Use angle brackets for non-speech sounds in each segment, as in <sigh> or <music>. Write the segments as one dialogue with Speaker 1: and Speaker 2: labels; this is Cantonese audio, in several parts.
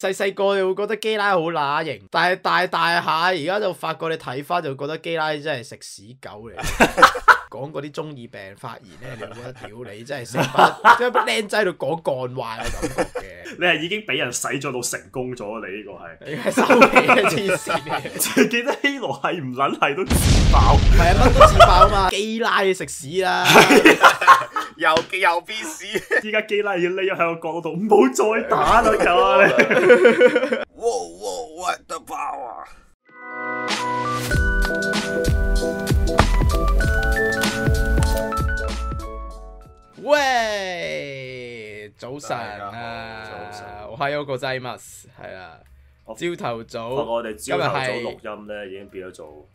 Speaker 1: 細細個你會覺得基拉好乸型，但係大大下而家就發覺你睇翻就覺得基拉真係食屎狗
Speaker 2: <laughs>
Speaker 1: 嚟。講嗰啲中二病發言咧，你會覺得屌你真係成班 <laughs> 即係班僆仔喺度講幹話嘅感覺嘅。
Speaker 2: 你係已經俾人洗咗到成功咗，你呢個係。
Speaker 1: 你係收皮嘅黐線嘅，
Speaker 2: 最記得希羅係唔撚係都自爆，
Speaker 1: 係啊乜都自爆啊嘛，
Speaker 2: <laughs>
Speaker 1: 基拉你食屎啦！
Speaker 3: 又又必屎，
Speaker 2: 依家基拉已經匿咗喺個角度，唔好再打啦，夠啊你！
Speaker 3: 哇哇 what the power！
Speaker 1: 喂，早晨啊！
Speaker 3: 早晨
Speaker 1: 我係有個仔 m 係啦，
Speaker 2: 我
Speaker 1: 朝頭早， <laughs>
Speaker 2: 不過我哋朝頭
Speaker 1: 今
Speaker 2: 早
Speaker 1: 日係
Speaker 2: 錄音咧，已經變咗做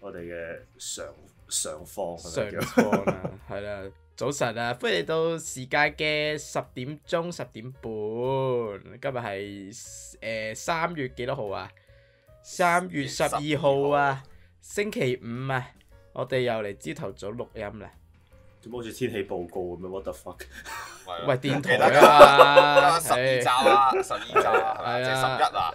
Speaker 2: 我哋嘅常常況係咪叫
Speaker 1: 上課啦，係啦，早晨啊！歡迎嚟到時間嘅十點鐘、十點半。今日係誒三月幾多號啊？三月十二號啊，星期五啊，我哋又嚟朝頭早錄音啦。
Speaker 2: 點好似天氣報告咁樣？What the fuck？
Speaker 1: 喂，電台
Speaker 3: 啊
Speaker 1: 啊嘛，
Speaker 3: 十二集啊，十二集啊，係咪即係十一啊，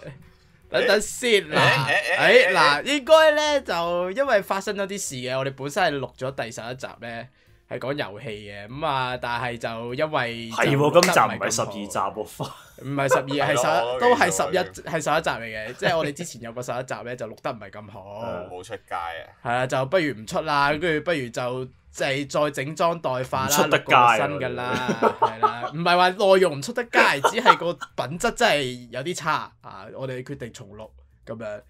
Speaker 1: 等等先嗱，誒
Speaker 3: 誒誒誒
Speaker 1: 嗱，應該咧就因為發生咗啲事嘅，我哋本身係錄咗第十一集咧，係講遊戲嘅，咁啊，但係就因為
Speaker 2: 係
Speaker 1: 就
Speaker 2: 喎，今
Speaker 1: 得
Speaker 2: 集
Speaker 1: 係
Speaker 2: 唔係
Speaker 1: 咁
Speaker 2: 十二
Speaker 1: 好
Speaker 2: 集喎，fuck，
Speaker 1: 唔係十二，係
Speaker 3: 係咯
Speaker 1: 十都
Speaker 3: 我都
Speaker 1: 係
Speaker 3: 記
Speaker 1: 十
Speaker 3: 錯咗
Speaker 1: 一，係十一集嚟嘅， <laughs> 即係我哋之前有個十一集咧就錄得唔係咁好，
Speaker 3: 冇出街啊，
Speaker 1: 係啦，就不如唔出啦，跟住不如就即係再整裝待發啦，
Speaker 2: 唔出得
Speaker 1: 錄
Speaker 2: 街啊
Speaker 1: 個新㗎啦，係啦，唔係話內容唔出得街，只係個品質真係有啲差啊！我哋決定重錄咁樣，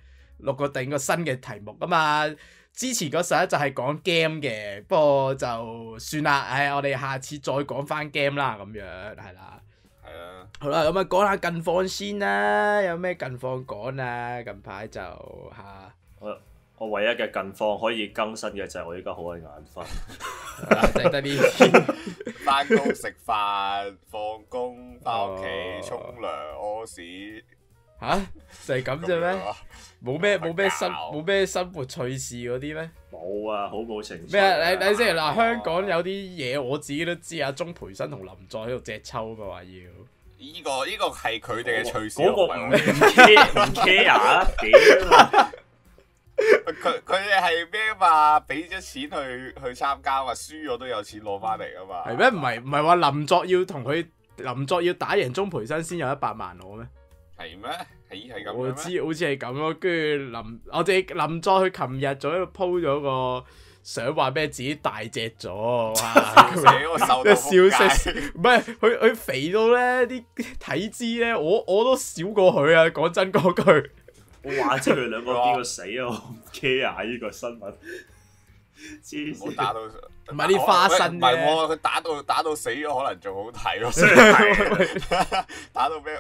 Speaker 1: 錄個定個新嘅題目啊嘛。之前嗰十一集係講 game 嘅，不過就算啦，唉，我哋下次再講翻 game 啦，咁樣係啦。
Speaker 3: 係啊，
Speaker 1: 好啦，咁啊講下近況先啦，有咩近況講啊？近排就嚇，
Speaker 2: 我我唯一嘅近況可以更新嘅就係我依家好鬼眼瞓，
Speaker 1: 就係得呢啲，
Speaker 3: <laughs> 翻工食飯，放工翻屋
Speaker 1: 哦
Speaker 3: 企沖涼屙屎，
Speaker 1: 嚇就係咁
Speaker 3: 咁
Speaker 1: 啫
Speaker 3: 樣
Speaker 1: 咩？
Speaker 3: 啊
Speaker 1: 冇咩
Speaker 3: 咁樣
Speaker 1: 冇咩生
Speaker 3: 搞
Speaker 1: 冇咩生活趣事嗰啲咩？
Speaker 2: 冇啊，好冇情緒
Speaker 1: 咩啊？你
Speaker 2: 啊。
Speaker 1: 你先嗱，香港有啲嘢我自己都知啊，鍾培生同林作喺度隻抽啊嘛話要，
Speaker 3: 呢個哦呢個係佢哋嘅趣事，
Speaker 2: 嗰個
Speaker 3: 唔係
Speaker 2: 唔唔
Speaker 3: 我
Speaker 2: care 唔 care 啊！屌，
Speaker 3: 佢佢哋係咩嘛？俾咗錢去去參加嘛，輸咗都有錢攞翻嚟噶嘛。
Speaker 1: 係咩？唔係唔係話林作要同佢林作要打贏鍾培生先有一百萬攞咩？
Speaker 3: 係咩？係係咁
Speaker 1: 我
Speaker 3: 嘅咩？
Speaker 1: 知好似係咁咯，跟住林我哋林作佢琴日仲喺度 po 咗個相，話咩自己大隻咗，哇！
Speaker 3: 寫我受
Speaker 1: <laughs>
Speaker 3: 到
Speaker 1: 笑
Speaker 3: 仆
Speaker 1: 死
Speaker 3: 街，
Speaker 1: 唔係佢佢肥到咧啲 <laughs> 體脂咧，我我都少過佢啊！講真嗰句，
Speaker 2: 我話知佢兩個邊個死啊！我唔 care 呢個新
Speaker 3: <laughs>
Speaker 2: 聞，黐
Speaker 3: 我
Speaker 2: 線。
Speaker 3: 打到
Speaker 1: 唔係啲花生啫
Speaker 3: 唔係喎，佢打到打到死咗，可能仲好睇
Speaker 2: <laughs>
Speaker 3: 喎。打到咩？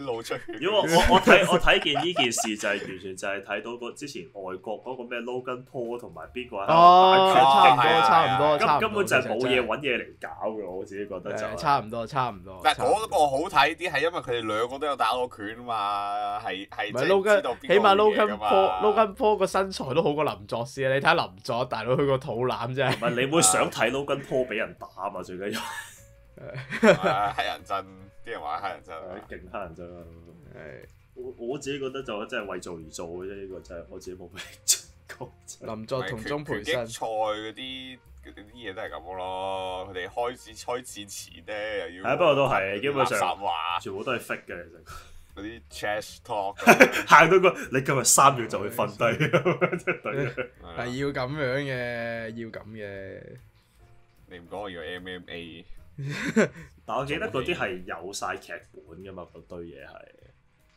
Speaker 3: 露出血。
Speaker 2: 如果我我我睇我睇見呢件事就係完全就係睇到個之前外國嗰個咩 Logan Paul 同埋邊個喺
Speaker 1: 哦，
Speaker 2: 度
Speaker 1: 差唔多
Speaker 2: 打
Speaker 3: 啊係啊，
Speaker 1: 差唔
Speaker 3: 係
Speaker 1: 多，
Speaker 3: 啊
Speaker 2: 拳，
Speaker 1: 差
Speaker 2: 根
Speaker 1: 唔多
Speaker 2: 根本就係冇嘢
Speaker 1: 其實
Speaker 2: 揾嘢嚟搞嘅，我自己覺得
Speaker 1: 真
Speaker 2: 就
Speaker 1: 係
Speaker 2: 係
Speaker 1: 誒差唔多，差唔多。
Speaker 3: 但係
Speaker 1: 差唔
Speaker 3: 嗰個
Speaker 1: 多
Speaker 3: 好睇啲，係因為佢哋兩個都有打過拳啊嘛，係係
Speaker 1: 唔係
Speaker 3: 即係知道
Speaker 1: Logan，
Speaker 3: 邊
Speaker 1: 起
Speaker 3: 個
Speaker 1: 碼
Speaker 3: 好嘢
Speaker 1: Logan
Speaker 3: 㗎
Speaker 1: Paul
Speaker 3: 嘛
Speaker 1: Logan Paul 個身材都好過林作先啊！你睇下林作大佬佢個肚腩真係
Speaker 2: 唔。係你會想睇 Logan Paul 俾人打嘛？
Speaker 1: <laughs>
Speaker 2: 最緊要
Speaker 3: 啊黑人憎，啲人話黑人憎啊。
Speaker 2: 勁黑人憎啊！我我自己覺得就真係為做而做嘅啫，呢個真係我自己冇咩 <laughs> 講真係。
Speaker 1: 林作同
Speaker 3: 拳
Speaker 1: 鍾培
Speaker 3: 拳
Speaker 1: 生
Speaker 3: 擊賽嗰啲嗰啲嘢都係咁咯，佢哋開始開戰前咧又要
Speaker 2: 係不過都係基本上
Speaker 3: 垃圾話
Speaker 2: 全部都係 fake 嘅，其實
Speaker 3: 嗰啲 trash talk 啊
Speaker 1: <laughs>
Speaker 3: 咁
Speaker 2: 行到個你今日三秒就會瞓低， <laughs> 真係對嘅
Speaker 3: 樣，係
Speaker 1: 係
Speaker 3: 啊
Speaker 1: 要咁樣嘅，要咁嘅。
Speaker 3: 你唔講我要 MMA，
Speaker 2: 但我記得嗰啲係有晒劇本噶嘛，嗰堆嘢係。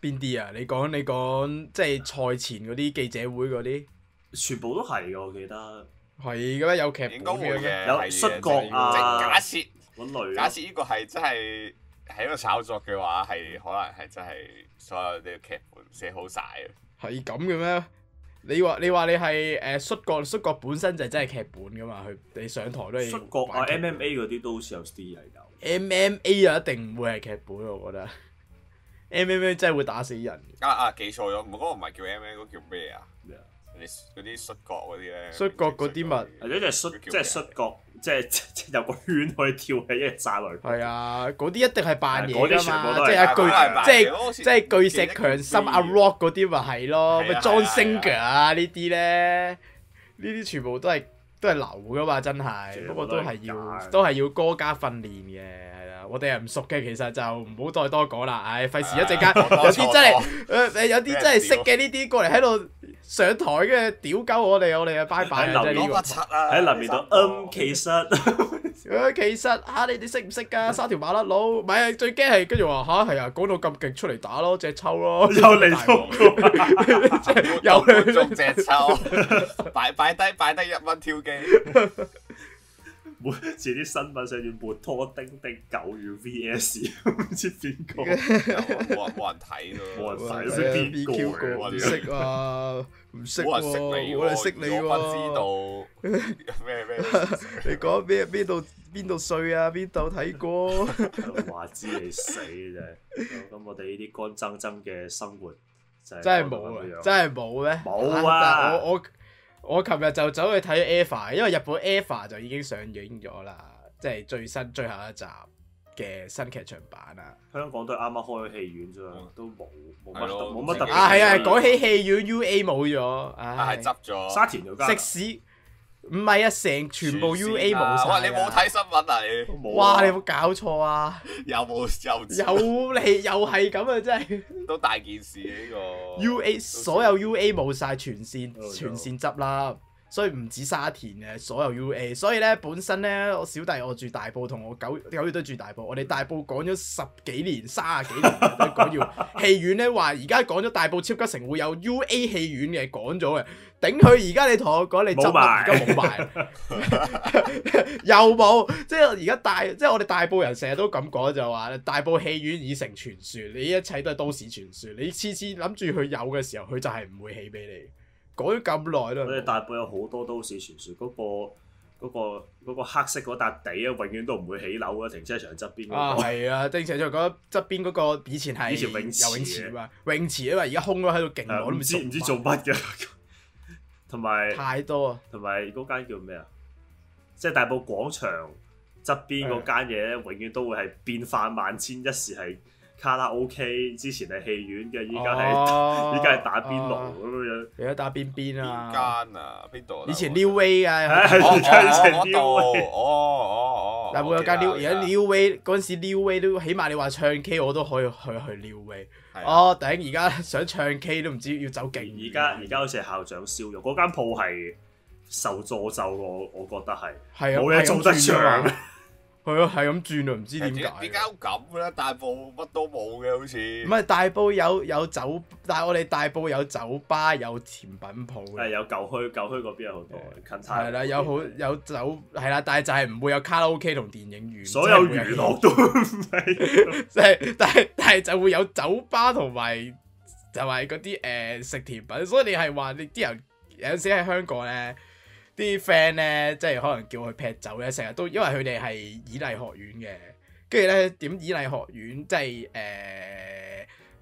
Speaker 1: 邊啲啊？你講你講，即係賽前嗰啲記者會嗰啲
Speaker 2: 全部都係嘅，我記得
Speaker 1: 係嘅咩？有劇本
Speaker 3: 應該會
Speaker 1: 嘅咩？
Speaker 3: 嘅，
Speaker 2: 有
Speaker 3: 係嘅
Speaker 2: 摔角啊
Speaker 3: 即係假設
Speaker 2: 嗰類
Speaker 3: 假
Speaker 2: 咯。
Speaker 3: 設呢個係真係喺度炒作嘅話，係可能係真係所有啲劇本寫好晒嘅。
Speaker 1: 係咁嘅咩？你話你話你係誒摔角，摔角本身就真係劇本噶嘛？佢你上台都係
Speaker 2: 摔角啊、
Speaker 1: 玩
Speaker 3: 哦
Speaker 1: 劇本
Speaker 2: MMA 嗰啲都好似有啲係有。
Speaker 1: MMA 啊，一定唔會係劇本，我覺得 MMA 真係會打死人嘅。
Speaker 3: 啊啊，記錯咗，唔嗰個唔係叫 MMA，嗰個叫咩啊？
Speaker 2: 咩啊
Speaker 3: 嗰啲嗰啲摔角嗰啲咧，
Speaker 1: 摔角嗰啲咪
Speaker 2: 或者就係摔，即係摔角，即係即即有個圈可以跳起，一扎落去。
Speaker 1: 係啊，嗰啲一定係扮嘢
Speaker 2: 嗰啲
Speaker 1: 㗎
Speaker 2: 全
Speaker 1: 嘛
Speaker 2: 部，都
Speaker 1: 即
Speaker 2: 係
Speaker 1: 係阿
Speaker 2: 扮嘢
Speaker 1: 巨
Speaker 2: 係
Speaker 1: 即
Speaker 3: 係
Speaker 1: 係即係巨石強森阿 Rock 嗰啲咪係咯，
Speaker 3: 係啊
Speaker 1: 咪
Speaker 3: 係啊
Speaker 1: John
Speaker 3: 係啊
Speaker 1: Singer 啊呢啲咧，呢啲全部都係都係流噶嘛，真係。
Speaker 2: 全
Speaker 1: 不
Speaker 2: 部
Speaker 1: 過都
Speaker 2: 都係
Speaker 1: 係
Speaker 2: 假
Speaker 1: 要
Speaker 2: 嘅
Speaker 1: 都係要歌加訓練嘅，係啦。我哋係唔熟嘅，其實就唔好再多講啦。唉，費事一陣間
Speaker 3: 係啊
Speaker 1: 有啲真係
Speaker 3: 錯
Speaker 1: 誒誒有啲真係識嘅呢啲過嚟喺度上台嘅屌鳩我哋，我哋就拜拜啦
Speaker 2: 喺
Speaker 1: 真係呢
Speaker 2: 留言
Speaker 3: 講
Speaker 1: 個
Speaker 3: 乜柒啊？
Speaker 2: 喺林面度，嗯，
Speaker 1: <laughs>
Speaker 2: 其實
Speaker 1: 誒其實嚇你哋識唔識㗎？沙條馬甩佬，唔係啊最驚係跟住話吓係啊，講到咁極出嚟打咯，隻抽咯，
Speaker 2: 又嚟到過，
Speaker 1: 有
Speaker 3: 有觀眾隻
Speaker 2: <laughs>
Speaker 3: 抽，擺擺低擺低一蚊挑機，
Speaker 2: 每次啲新聞上面抹拖丁丁狗與 VS，唔知邊個係
Speaker 3: 冇人冇人睇
Speaker 2: 冇
Speaker 3: 咯，
Speaker 2: 人
Speaker 1: 係
Speaker 2: 睇
Speaker 1: 啊
Speaker 2: 識邊
Speaker 1: BQ
Speaker 2: 個嘅
Speaker 1: 過唔
Speaker 3: 我哋
Speaker 1: 識啊，唔識
Speaker 3: 冇
Speaker 1: 喎，
Speaker 3: 人識你
Speaker 1: 冇人識你
Speaker 3: 喎，
Speaker 1: 喎。
Speaker 3: 我不知道咩咩。
Speaker 1: 你講邊邊度邊度衰啊？邊度睇
Speaker 2: <laughs>
Speaker 1: 過？
Speaker 2: 話知你死嘅啫。咁我哋呢啲乾爭爭嘅生活就
Speaker 1: 真係冇啊！真係冇咩？
Speaker 2: 冇啊
Speaker 1: 但我我我琴日就走去睇 Eva，因為日本 Eva 就已經上映咗啦，即係最新最後一集嘅新劇場版啊啦。
Speaker 2: 香港都係啱啱開咗戲院啫
Speaker 1: 嗯
Speaker 2: 嘛，都冇冇乜特
Speaker 3: 係咯
Speaker 2: 冇乜特別。
Speaker 1: 啊，係啊，講
Speaker 2: 起
Speaker 1: 起戲院 UA 冇咗，
Speaker 3: 啊，
Speaker 1: 唉
Speaker 3: 係，執咗。
Speaker 2: 沙田嗰間啊
Speaker 1: 食屎！唔係啊，成全部 UA 冇晒啊。
Speaker 3: 哇！你冇睇新聞啊？
Speaker 2: 都
Speaker 3: 你
Speaker 2: 冇啊。
Speaker 1: 哇！你有冇搞錯啊？
Speaker 3: 有冇有
Speaker 1: 有你又係咁啊！真係
Speaker 3: 都大件事呢
Speaker 2: 哦
Speaker 3: 個
Speaker 1: U A 所有 U A 冇晒全線
Speaker 2: 哦有
Speaker 1: 全線執啦，所以唔止沙田嘅所有 U A，所以咧本身咧我小弟我住大埔，同我九九月都住大埔，我哋大埔講咗十幾年、三十幾年都講
Speaker 2: <laughs>
Speaker 1: 要戲院咧話，而家講咗大埔超級城會有 U A 戲院嘅講咗嘅，頂佢而家你同我講你執啦，
Speaker 2: 冇埋
Speaker 1: 而家冇埋。 <laughs> 又冇，即係而家大，即係我哋大埔人成日都咁講就話，大埔戲院已成傳說，你一切都係都市傳說。你次次諗住佢有嘅時候，佢就係唔會起俾你。講咗咁耐
Speaker 2: 我哋
Speaker 1: 啦，
Speaker 2: 大埔有好多都市傳說，嗰、個嗰、個嗰個黑色嗰笪地啊，永遠都唔會起樓啊！停車場側邊
Speaker 1: 啊
Speaker 2: 嗰、個，
Speaker 1: 係啊，正常就講側邊嗰個以前係
Speaker 2: 以前泳池
Speaker 1: 游泳池啊嘛，泳池啊嘛，而家空咗喺度，勁
Speaker 2: 誒
Speaker 1: 我都
Speaker 2: 唔知唔知
Speaker 1: 乜
Speaker 2: 做乜嘅。同埋
Speaker 1: 太多啊！
Speaker 2: 同埋嗰間叫咩啊？即係大埔廣場側邊嗰間嘢咧，永遠都會係變化萬千，一時係卡拉 OK，之前係戲院嘅，依家係
Speaker 1: 係
Speaker 2: <laughs> 依家係打邊爐，咁樣。
Speaker 1: 哦而家打邊邊
Speaker 3: 邊
Speaker 1: 啊！
Speaker 3: 間啊？邊度啊？
Speaker 1: 以前 New Way <laughs> 啊，
Speaker 2: <laughs> 係
Speaker 3: 哦哦
Speaker 2: 以前
Speaker 3: 哦嗰
Speaker 2: New
Speaker 3: 度，
Speaker 2: Way
Speaker 3: 哦哦哦。
Speaker 1: 但會有間 New，而家 New Way 嗰陣時 New Way 都起碼你話唱 K 我都可以去去 New Way。
Speaker 3: 哦，
Speaker 1: 哦，頂！而家 <laughs> 想唱 K 都唔知要走勁遠。
Speaker 2: 而家而家好似係校長燒肉，嗰間鋪係受助咒我，我覺得係。
Speaker 1: 係啊，
Speaker 2: 冇嘢
Speaker 1: 係咁
Speaker 2: 做得
Speaker 1: 轉啊嘛
Speaker 2: 上
Speaker 1: 係啊，係咁轉啊，唔知點
Speaker 3: 點
Speaker 1: 解
Speaker 3: 解點解
Speaker 1: 啊。
Speaker 3: 咁咧？大埔乜都冇嘅，好似
Speaker 1: 唔。係大埔有有酒，但係我哋大埔有酒吧有甜品鋪
Speaker 2: 誒
Speaker 1: 嘅，
Speaker 2: 有舊墟，舊墟嗰邊有好多近太。
Speaker 1: 係啦，有好有酒係啦，但係就係唔會有卡拉 OK 同電影院，
Speaker 2: 所有
Speaker 1: 即係會
Speaker 2: 娛樂都唔係。
Speaker 1: 即係但係但係就會有酒吧同埋就係嗰啲誒食甜品，所以你係話你啲人有陣時喺香港咧，啲 friend 咧即係可能叫佢劈酒咧，成日都因為佢哋係以麗學院嘅，跟住咧點以麗學院即係誒。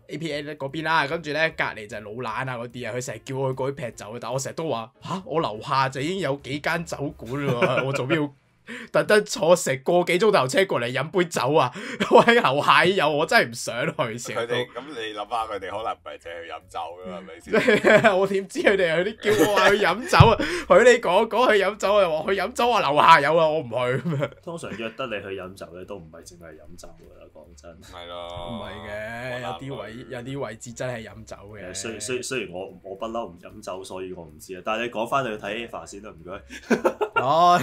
Speaker 1: A.P.A 咧嗰邊啦，跟住咧隔離就係老蘭啊嗰啲啊，佢成日叫我去嗰啲劈酒，但我成日都話吓，我樓下就已經有幾間酒館喎，我做咩要 <laughs> 特登坐成個幾鐘頭車過嚟飲杯酒啊！ <laughs> 我喺牛蟹有，我真係唔想去食。
Speaker 3: 佢哋咁，你諗下，佢哋可能唔係淨係去飲酒噶嘛，係咪
Speaker 1: <laughs> 即
Speaker 3: 先？
Speaker 1: 係我點知佢哋有啲叫我話去飲酒
Speaker 3: <laughs>
Speaker 1: 啊？佢哋講講去飲酒啊，話去飲酒啊，樓下有啊，我唔去咁樣。
Speaker 2: <laughs> 通常約得你去飲酒咧，都唔係淨係飲酒噶啦，講真。
Speaker 3: 係咯。
Speaker 1: 唔係嘅，有啲位有啲位置真係飲酒嘅。
Speaker 2: 誒雖雖雖然我我不嬲唔飲酒，所以我唔知啊。但係你講翻去睇 Eva 先啦，唔該。
Speaker 1: <laughs> 哦，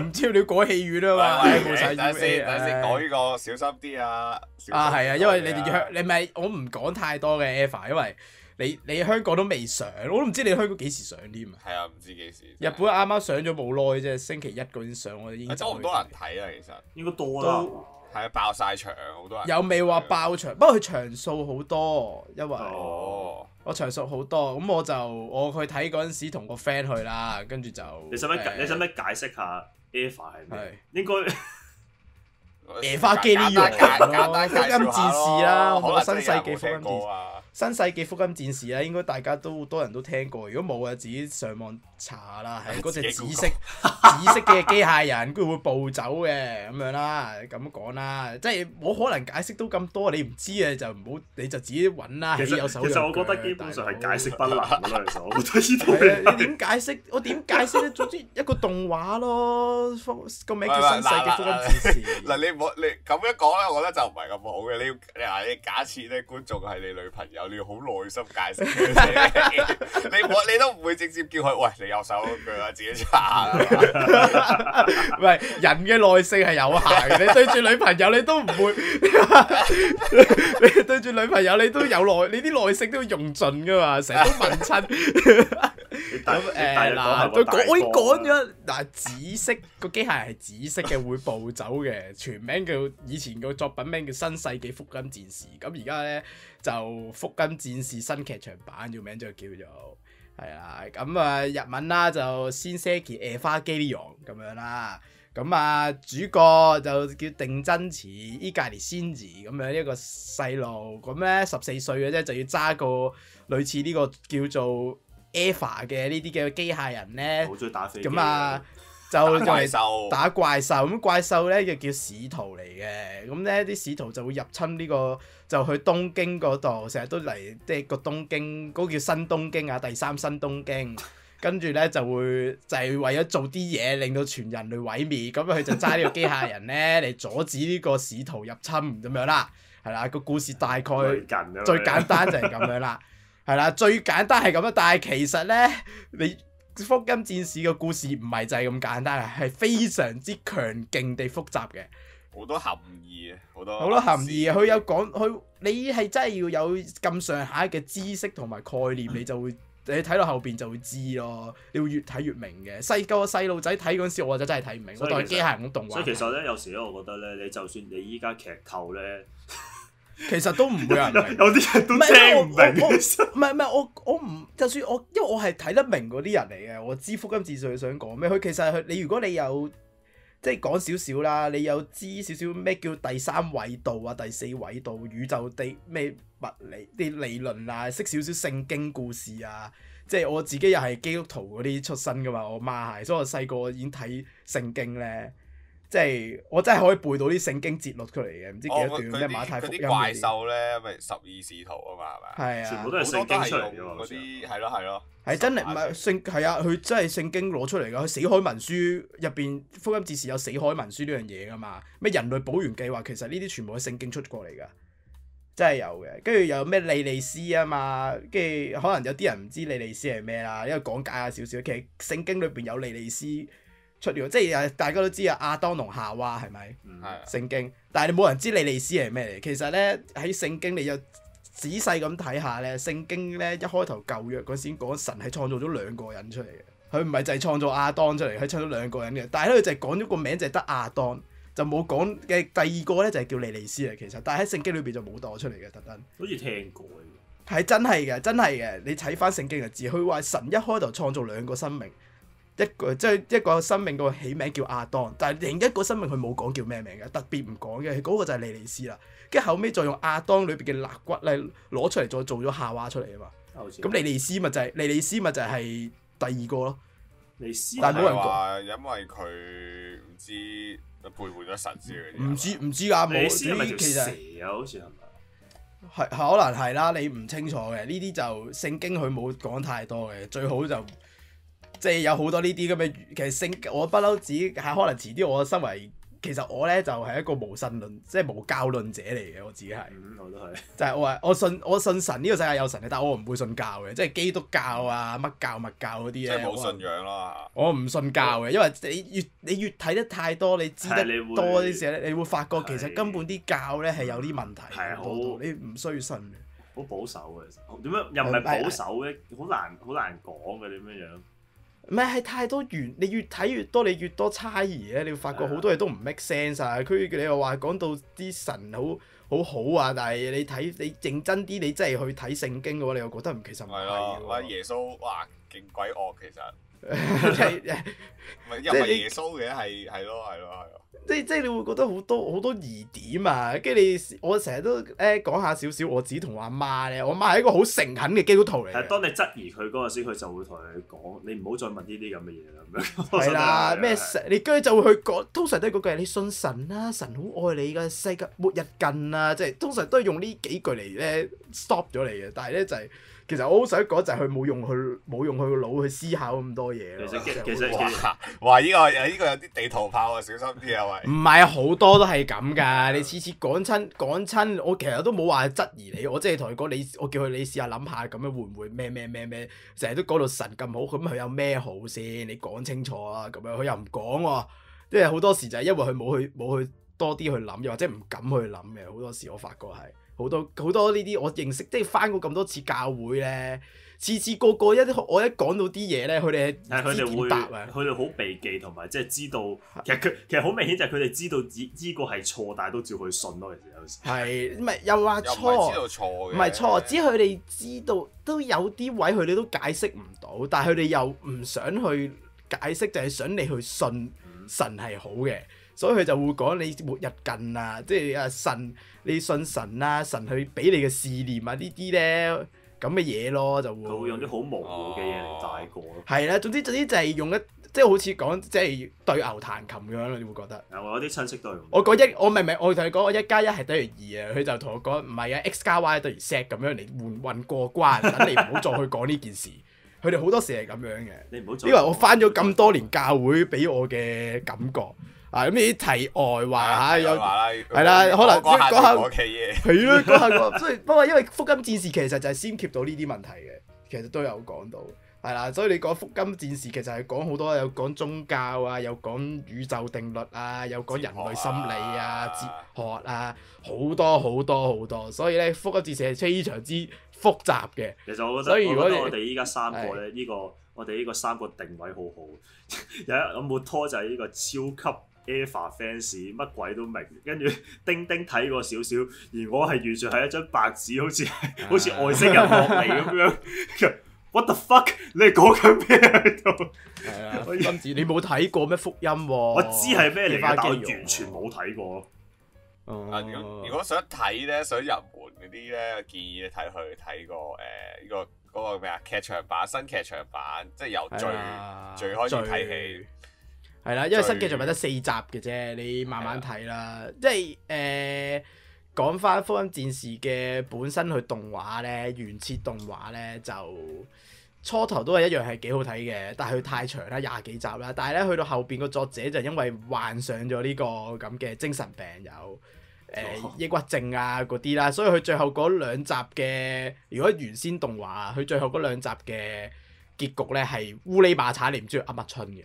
Speaker 1: 唔知你嗰戲院啊
Speaker 3: 喂 <laughs>
Speaker 1: 嘛，
Speaker 3: 喂
Speaker 1: 冇晒
Speaker 3: 等下
Speaker 1: U
Speaker 3: 先，
Speaker 1: A
Speaker 3: 等下先，講呢個小心啲啊！小心啲
Speaker 1: 啊，係啊，因為你哋
Speaker 3: 啊
Speaker 1: 香，你咪我唔講太多嘅 Eva，因為你你香港都未上，我都唔知你香港幾時上添啊。
Speaker 3: 係啊，唔知幾時。
Speaker 1: 日本啱啱上咗冇耐啫，星期一嗰陣上，我哋已經
Speaker 3: 啊
Speaker 1: 走
Speaker 3: 多
Speaker 1: 去
Speaker 3: 唔多人睇啊？其實
Speaker 2: 應該多啦。
Speaker 1: 都
Speaker 3: 係啊，爆晒場，好多人。
Speaker 1: 有未話爆場？不過佢場數好多，因為
Speaker 2: 哦
Speaker 3: 哦，
Speaker 1: 我場數好多，咁我就我去睇嗰陣時同個 friend 去啦，跟住就
Speaker 2: 你使唔使解
Speaker 1: 誒
Speaker 2: 你使唔使解釋下 Eva 係
Speaker 1: 係
Speaker 2: 咩？應該
Speaker 1: 野花機呢樣
Speaker 3: 簡單
Speaker 1: 咯
Speaker 3: 簡單介紹下
Speaker 1: <laughs> 福音戰士啦
Speaker 3: 咯可能
Speaker 1: 我新世紀
Speaker 3: 真係有冇聽過啊
Speaker 1: 新世紀福音戰士啊咧，應該大家都好多人都聽過。如果冇啊，自己上網查下
Speaker 2: <laughs>
Speaker 1: 啦。係嗰隻紫色 <laughs> 紫色嘅機械人，佢會暴走嘅咁樣啦，咁講啦，即係冇可能解釋到咁多，你唔知嘅就唔好，你就自己揾啦。
Speaker 2: 其
Speaker 1: 起 <laughs> 有
Speaker 2: 實
Speaker 1: 手
Speaker 2: 其實
Speaker 1: 有
Speaker 2: 我覺得
Speaker 1: 腳
Speaker 2: 基本上
Speaker 1: 大佬
Speaker 2: 係解釋不能嘅啦。其實我覺
Speaker 1: <laughs>
Speaker 2: 得呢
Speaker 1: 係
Speaker 2: 套
Speaker 1: 啊，
Speaker 2: 嘢
Speaker 1: 你點解釋？我點解釋咧？總之一個動畫咯，福個名叫《
Speaker 3: 喂喂
Speaker 1: 新世紀福音戰士》。
Speaker 3: <laughs> 嗱，你唔好你咁樣講咧，我覺得就唔係咁好嘅。你要嗱，你假設咧觀眾係你女朋友，你要好耐心解釋俾佢聽你
Speaker 1: <laughs>
Speaker 3: 冇你都唔會直接叫佢喂，你有手有腳啊，自己查啊。
Speaker 1: 唔係人嘅耐性係有限嘅，你對住女朋友你都唔會， <laughs> 你對住女朋友你都有耐，你啲耐性都要用盡噶嘛，成日都問
Speaker 2: <laughs>
Speaker 1: 親。
Speaker 2: 你大
Speaker 1: 咁
Speaker 2: 你大
Speaker 1: 誒
Speaker 2: 約講係
Speaker 1: 嗱，
Speaker 2: 個
Speaker 1: 佢
Speaker 2: 大
Speaker 1: 講我已經講
Speaker 2: 綱啊
Speaker 1: 咗嗱，紫色個機械人係紫色嘅，會暴走嘅，全名叫以前個作品名叫《新世紀福音戰士》，咁而家咧就《福音戰士》新劇場版，個名就叫做。係啦，咁啊日文啦就先 Seki e v a g i l i o n 咁樣啦，咁啊主角就叫定真慈伊格列仙子咁樣一個細路，咁咧十四歲嘅啫就要揸個類似呢個叫做 Eva 嘅呢啲嘅機械人咧
Speaker 2: 好，中意打飛機
Speaker 1: 咁啊就
Speaker 3: 打
Speaker 1: 用
Speaker 3: 怪
Speaker 1: 嚟
Speaker 3: 獸，
Speaker 1: 打怪獸，咁怪獸咧就叫使徒嚟嘅，咁咧啲使徒就會入侵呢、個，就去東京嗰度，成日都嚟即係個東京嗰、個叫新東京啊，第三新東京，跟住咧就會就係、為咗做啲嘢令到全人類毀滅，咁佢就揸呢個機械人咧嚟阻止呢個使徒入侵咁樣啦，係啦，個故事大概。
Speaker 2: 類近啊咁樣
Speaker 1: 最簡單就係咁樣
Speaker 2: <laughs>
Speaker 1: 啦，係啦，最簡單係咁啦。但係其實咧，你福音戰士嘅故事唔係就係咁簡單嘅，係非常之強勁地複雜嘅，
Speaker 3: 好多含義啊，好多
Speaker 1: 好
Speaker 2: 哦
Speaker 1: 多含義。
Speaker 2: 啊
Speaker 1: 啊佢有講佢，你係真係要有咁上下嘅知識同埋概念，
Speaker 2: 嗯
Speaker 1: 你就會。你睇到後邊就會知咯，你會越睇越明嘅。細個細路仔睇嗰陣時，我就真係睇唔明，我
Speaker 2: 所以
Speaker 1: 當係
Speaker 2: 其實
Speaker 1: 機械人咁動
Speaker 2: 所以其
Speaker 1: 畫，
Speaker 2: 實咧，有時咧，我覺得咧，你就算你依家劇透咧，
Speaker 1: 其實都唔會有人
Speaker 2: 有
Speaker 1: 明。
Speaker 2: 有啲人都
Speaker 1: 唔係
Speaker 2: 聽
Speaker 1: 我
Speaker 2: 唔明。
Speaker 1: 我
Speaker 2: 其實
Speaker 1: 唔係唔係，我我唔就算我，因為我係睇得明嗰啲人嚟嘅，我知福音自佢想講咩。佢其實佢你如果你有即係講少少啦，你有知少少咩叫第三緯度啊、第四緯度、宇宙地咩物理啲理論啊，識少少聖經故事啊。即係我自己又係基督徒嗰啲出身噶嘛，我媽係，所以我細個已經睇聖經咧。即係我真係可以背到啲聖經節錄出嚟嘅，唔知幾
Speaker 3: 哦，
Speaker 1: 多
Speaker 3: 佢
Speaker 1: 段
Speaker 3: 佢
Speaker 1: 咩
Speaker 3: 啲
Speaker 1: 馬太
Speaker 3: 佢
Speaker 1: 福音
Speaker 3: 啲怪
Speaker 1: 嗰啲。
Speaker 3: 獸啊咧，咪十二使徒啊嘛，係咪
Speaker 1: 係
Speaker 3: 啊？
Speaker 1: 啊，
Speaker 2: 全部都係
Speaker 3: 好
Speaker 2: 聖
Speaker 3: 多都
Speaker 2: 經
Speaker 3: 係
Speaker 2: 出嚟嘅
Speaker 3: 用
Speaker 2: 喎，好
Speaker 3: 嗰
Speaker 2: 似
Speaker 3: 啲係咯係咯，
Speaker 1: 係真係唔係
Speaker 3: 係
Speaker 1: 聖係啊！佢真係聖經攞出嚟㗎。佢死海文書入邊福音戰士有死海文書呢樣嘢㗎嘛？咩人類保原計劃其實呢啲全部係聖經出過嚟㗎，真係有嘅。跟住又有咩莉莉絲啊嘛，跟住可能有啲人唔知莉莉絲係咩啊啦，因為講解下少少。其實聖經裏邊有莉莉絲出嚟，即係大家都知啊，亞當同夏娃係咪？
Speaker 2: 嗯
Speaker 3: 係啊
Speaker 1: 聖經，但係你冇人知莉莉絲係咩嚟。其實咧喺聖經你又仔細咁睇下咧，聖經咧一開頭舊約嗰先講神係創造咗兩個人出嚟嘅，佢唔係就係創造亞當出嚟，佢創造兩個人嘅。但係咧佢就係講咗個名就係得亞當，就冇講嘅第二個咧就係叫莉莉絲啊。其實，但係喺聖經裏邊就冇攞出嚟嘅特登。
Speaker 2: 好似聽過嘅。
Speaker 1: 係真係嘅，真係嘅。你睇翻聖經嘅字，佢話神一開頭創造兩個生命，一個即係一個生命個起名叫亞當，但係另一個生命佢冇講叫咩名嘅，特別唔講嘅。嗰、個就係莉莉絲啦。跟住後尾再用亞當裏邊嘅肋骨咧攞出嚟，再做咗夏娃出嚟啊嘛。
Speaker 2: 好似
Speaker 1: 咁莉莉絲咪就係、莉莉絲咪就係第二個咯。
Speaker 2: 你師
Speaker 1: 但係冇人
Speaker 3: 係話因為佢唔知背叛咗神之類嗰啲啊嘛
Speaker 1: 唔知唔知㗎，
Speaker 2: 你
Speaker 1: 冇
Speaker 2: 師係咪條
Speaker 1: 其實。
Speaker 2: 蛇啊？好似係咪？
Speaker 1: 係可能係啦，你唔清楚嘅呢啲就聖經佢冇講太多嘅，最好就即係有好多呢啲咁嘅。其實聖我不嬲只係可能遲啲我身為其實我咧就係、一個無神論，即係無教論者嚟嘅，我自己係
Speaker 2: 嗯，我都係。
Speaker 1: 就係、我係我信我信神呢、個世界有神嘅，但我唔會信教嘅，即係基督教啊乜教乜教嗰啲
Speaker 3: 即
Speaker 1: 嘢，
Speaker 3: 係冇信仰咯
Speaker 1: 我唔信教嘅，因為你越你越睇得太多，你知得
Speaker 2: 係你會
Speaker 1: 多啲時候咧，你會發覺其實
Speaker 2: 係
Speaker 1: 根本啲教咧係有啲問題
Speaker 2: 係
Speaker 1: 嘅，
Speaker 2: 好
Speaker 1: 多到你唔需要信嘅。
Speaker 2: 好保守嘅，其實哦點樣又唔係保守嘅，好難好難講嘅點樣樣。
Speaker 1: 唔係係太多元，你越睇越多，你越多猜疑咧，你會發覺好多嘢都唔 make sense 啊！佢你又話講到啲神好好好啊，但係你睇你認真啲，你真係去睇聖經嘅話，你又覺得唔其實
Speaker 3: 嚇，
Speaker 1: 唔
Speaker 3: 係咯，
Speaker 1: 係
Speaker 3: 哇
Speaker 1: 喎。
Speaker 3: 耶穌哇勁鬼惡其實，
Speaker 1: 係
Speaker 3: 唔係又唔係耶穌嘅，係係咯係咯係咯。
Speaker 1: 即即係你會覺得好多好多疑點啊！跟住你，我成日都誒講下少少我自己同我阿媽咧，我媽係一個好誠懇嘅基督徒嚟
Speaker 2: 係
Speaker 1: 嘅，
Speaker 2: 當你質疑佢嗰陣時，佢就會同你講：你唔好再問呢啲咁嘅嘢啦。咁
Speaker 1: <laughs>
Speaker 2: 樣
Speaker 1: 係啦，
Speaker 2: <laughs> 我
Speaker 1: 咩
Speaker 2: 真係啊
Speaker 1: 神？你跟住就會去講，通常都係嗰句你信神啦、神好愛你噶，世界末日近啦，即係通常都係用呢幾句嚟咧 stop 咗你嘅。但係咧就係、其實我好想講就係佢冇用佢冇用佢個腦去思考咁多嘢咯。
Speaker 2: 其實
Speaker 1: 即係
Speaker 2: 其實
Speaker 3: <laughs> 哇哇！依個有依個有啲地圖炮啊，小心啲啊
Speaker 1: 唔
Speaker 3: 喂！
Speaker 1: 係啊，好多都係咁㗎。你次次講親講親，我其實都冇話質疑你，我即係同佢講你，我叫佢你試下諗下咁樣會唔會咩咩咩咩，成日都講到神咁好，咁佢有咩好先？你講清楚啊！咁樣佢又唔講喎，即係好多時就係因為佢冇去冇去多啲去諗，又或者唔敢去諗嘅。好多時我發覺係好多好多呢啲我認識，即係翻過咁多次教會咧，次次個個一我一講到啲嘢咧，佢哋
Speaker 2: 但係佢
Speaker 1: 知
Speaker 2: 哋
Speaker 1: 點
Speaker 2: 會，
Speaker 1: 答啊！
Speaker 2: 佢哋好避忌同埋即係知道，其實佢其實好明顯就係佢哋知道依依個係錯，但係都照佢信咯。其實有時
Speaker 1: 係唔係又話
Speaker 3: 又唔係
Speaker 1: 錯
Speaker 3: 知？道錯嘅，
Speaker 1: 唔係錯，只係佢哋知道都有啲位佢哋都解釋唔到，但係佢哋又唔想去解釋，就係、想你去信
Speaker 2: 嗯
Speaker 1: 神係好嘅，所以佢就會講你末日近啊，即係啊神，你信神啊，神去俾你嘅試驗啊呢啲咧咁嘅嘢咯，就會哦
Speaker 2: 佢會用啲好模糊嘅嘢嚟帶過咯。
Speaker 1: 係啦，總之總之就係用一即係好似講即係對牛彈琴咁樣咯，你會覺得。
Speaker 2: 係啊我有啲親戚都係咁。
Speaker 1: 我講一，我明明我同你講，我一加一係等於二啊，佢就同我講唔係啊，x 加 y 等於 z 咁樣嚟換運過關，等你唔好再去講呢件事。佢哋好多時係咁樣嘅，
Speaker 2: 你唔好再
Speaker 1: 呢個係我翻咗咁多年教會俾我嘅感覺啊！咁呢啲題外話嚇，有
Speaker 3: 話啦，
Speaker 1: 係啦可能
Speaker 3: 講下
Speaker 1: 講下
Speaker 3: 我嘅嘢。
Speaker 1: 係
Speaker 2: <laughs>
Speaker 1: 咯，嗰下個，所以不過因為福音戰士其實就係先 keep 到呢啲問題嘅，其實都有講到，係啦，所以你講福音戰士其實係講好多，有講宗教啊，有講宇宙定律啊，有講人類心理啊、哲
Speaker 3: 哲
Speaker 1: 學啊，好多好多好多，所以咧福音戰士係非常之複雜嘅，
Speaker 2: 其實我覺得，
Speaker 1: 所以如果
Speaker 2: 我覺得
Speaker 1: 你
Speaker 2: 我哋依家三個咧，呢個我哋呢個三個定位好好。有一我冇拖就係呢個超級 Eva fans，乜鬼都明。跟住 <laughs> 丁丁睇過少少，而我係完全係一張白紙，好似
Speaker 1: 啊
Speaker 2: 係好似外星人落嚟咁樣。What the fuck？你係講緊咩喺度？
Speaker 1: 係
Speaker 2: <laughs>
Speaker 1: 啊，福音戰士你冇睇過咩福音喎？
Speaker 2: 我
Speaker 1: 我
Speaker 2: 知係咩嚟嘅，但我完全冇睇過。
Speaker 1: 哦
Speaker 3: 啊！如果如果想睇咧，想入門嗰啲咧，建議你睇去睇個誒呢個嗰個咩啊劇場版新劇場版，即係由最最開始睇
Speaker 1: 啊
Speaker 3: 起。
Speaker 1: 係啦，因為
Speaker 3: 最
Speaker 1: 新劇就咪得四集嘅啫，你慢慢睇啦。
Speaker 3: 啊
Speaker 1: 即係誒、呃、講翻《福音戰士》嘅本身佢動畫咧，原設動畫咧就初頭都係一樣係幾好睇嘅，但係佢太長啦，廿幾集啦。但係咧去到後邊個作者就因為患上咗呢個咁嘅精神病有。誒、
Speaker 2: 哦
Speaker 1: 抑鬱症啊嗰啲啦，所以佢最後嗰兩集嘅，如果原先動畫啊，佢最後嗰兩集嘅結局咧係烏哩馬產，你唔知佢噏乜春嘅。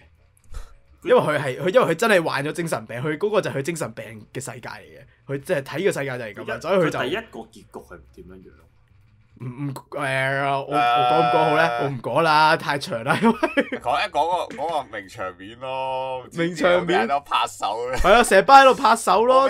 Speaker 1: 因為佢係佢，因為佢真係患咗精神病，佢嗰個就係佢精神病嘅世界嚟嘅，佢即係睇嘅世界就係咁啊樣，所以佢
Speaker 2: 第一
Speaker 1: 就
Speaker 2: 個結局係點樣樣？
Speaker 1: 唔唔誒，我我講唔講好咧？我唔講啦，太長啦， <laughs> 因為
Speaker 3: 講一講個講個名場面咯，
Speaker 1: 名場面
Speaker 3: 都拍手咧。
Speaker 1: 係啊，成班喺度拍手咯，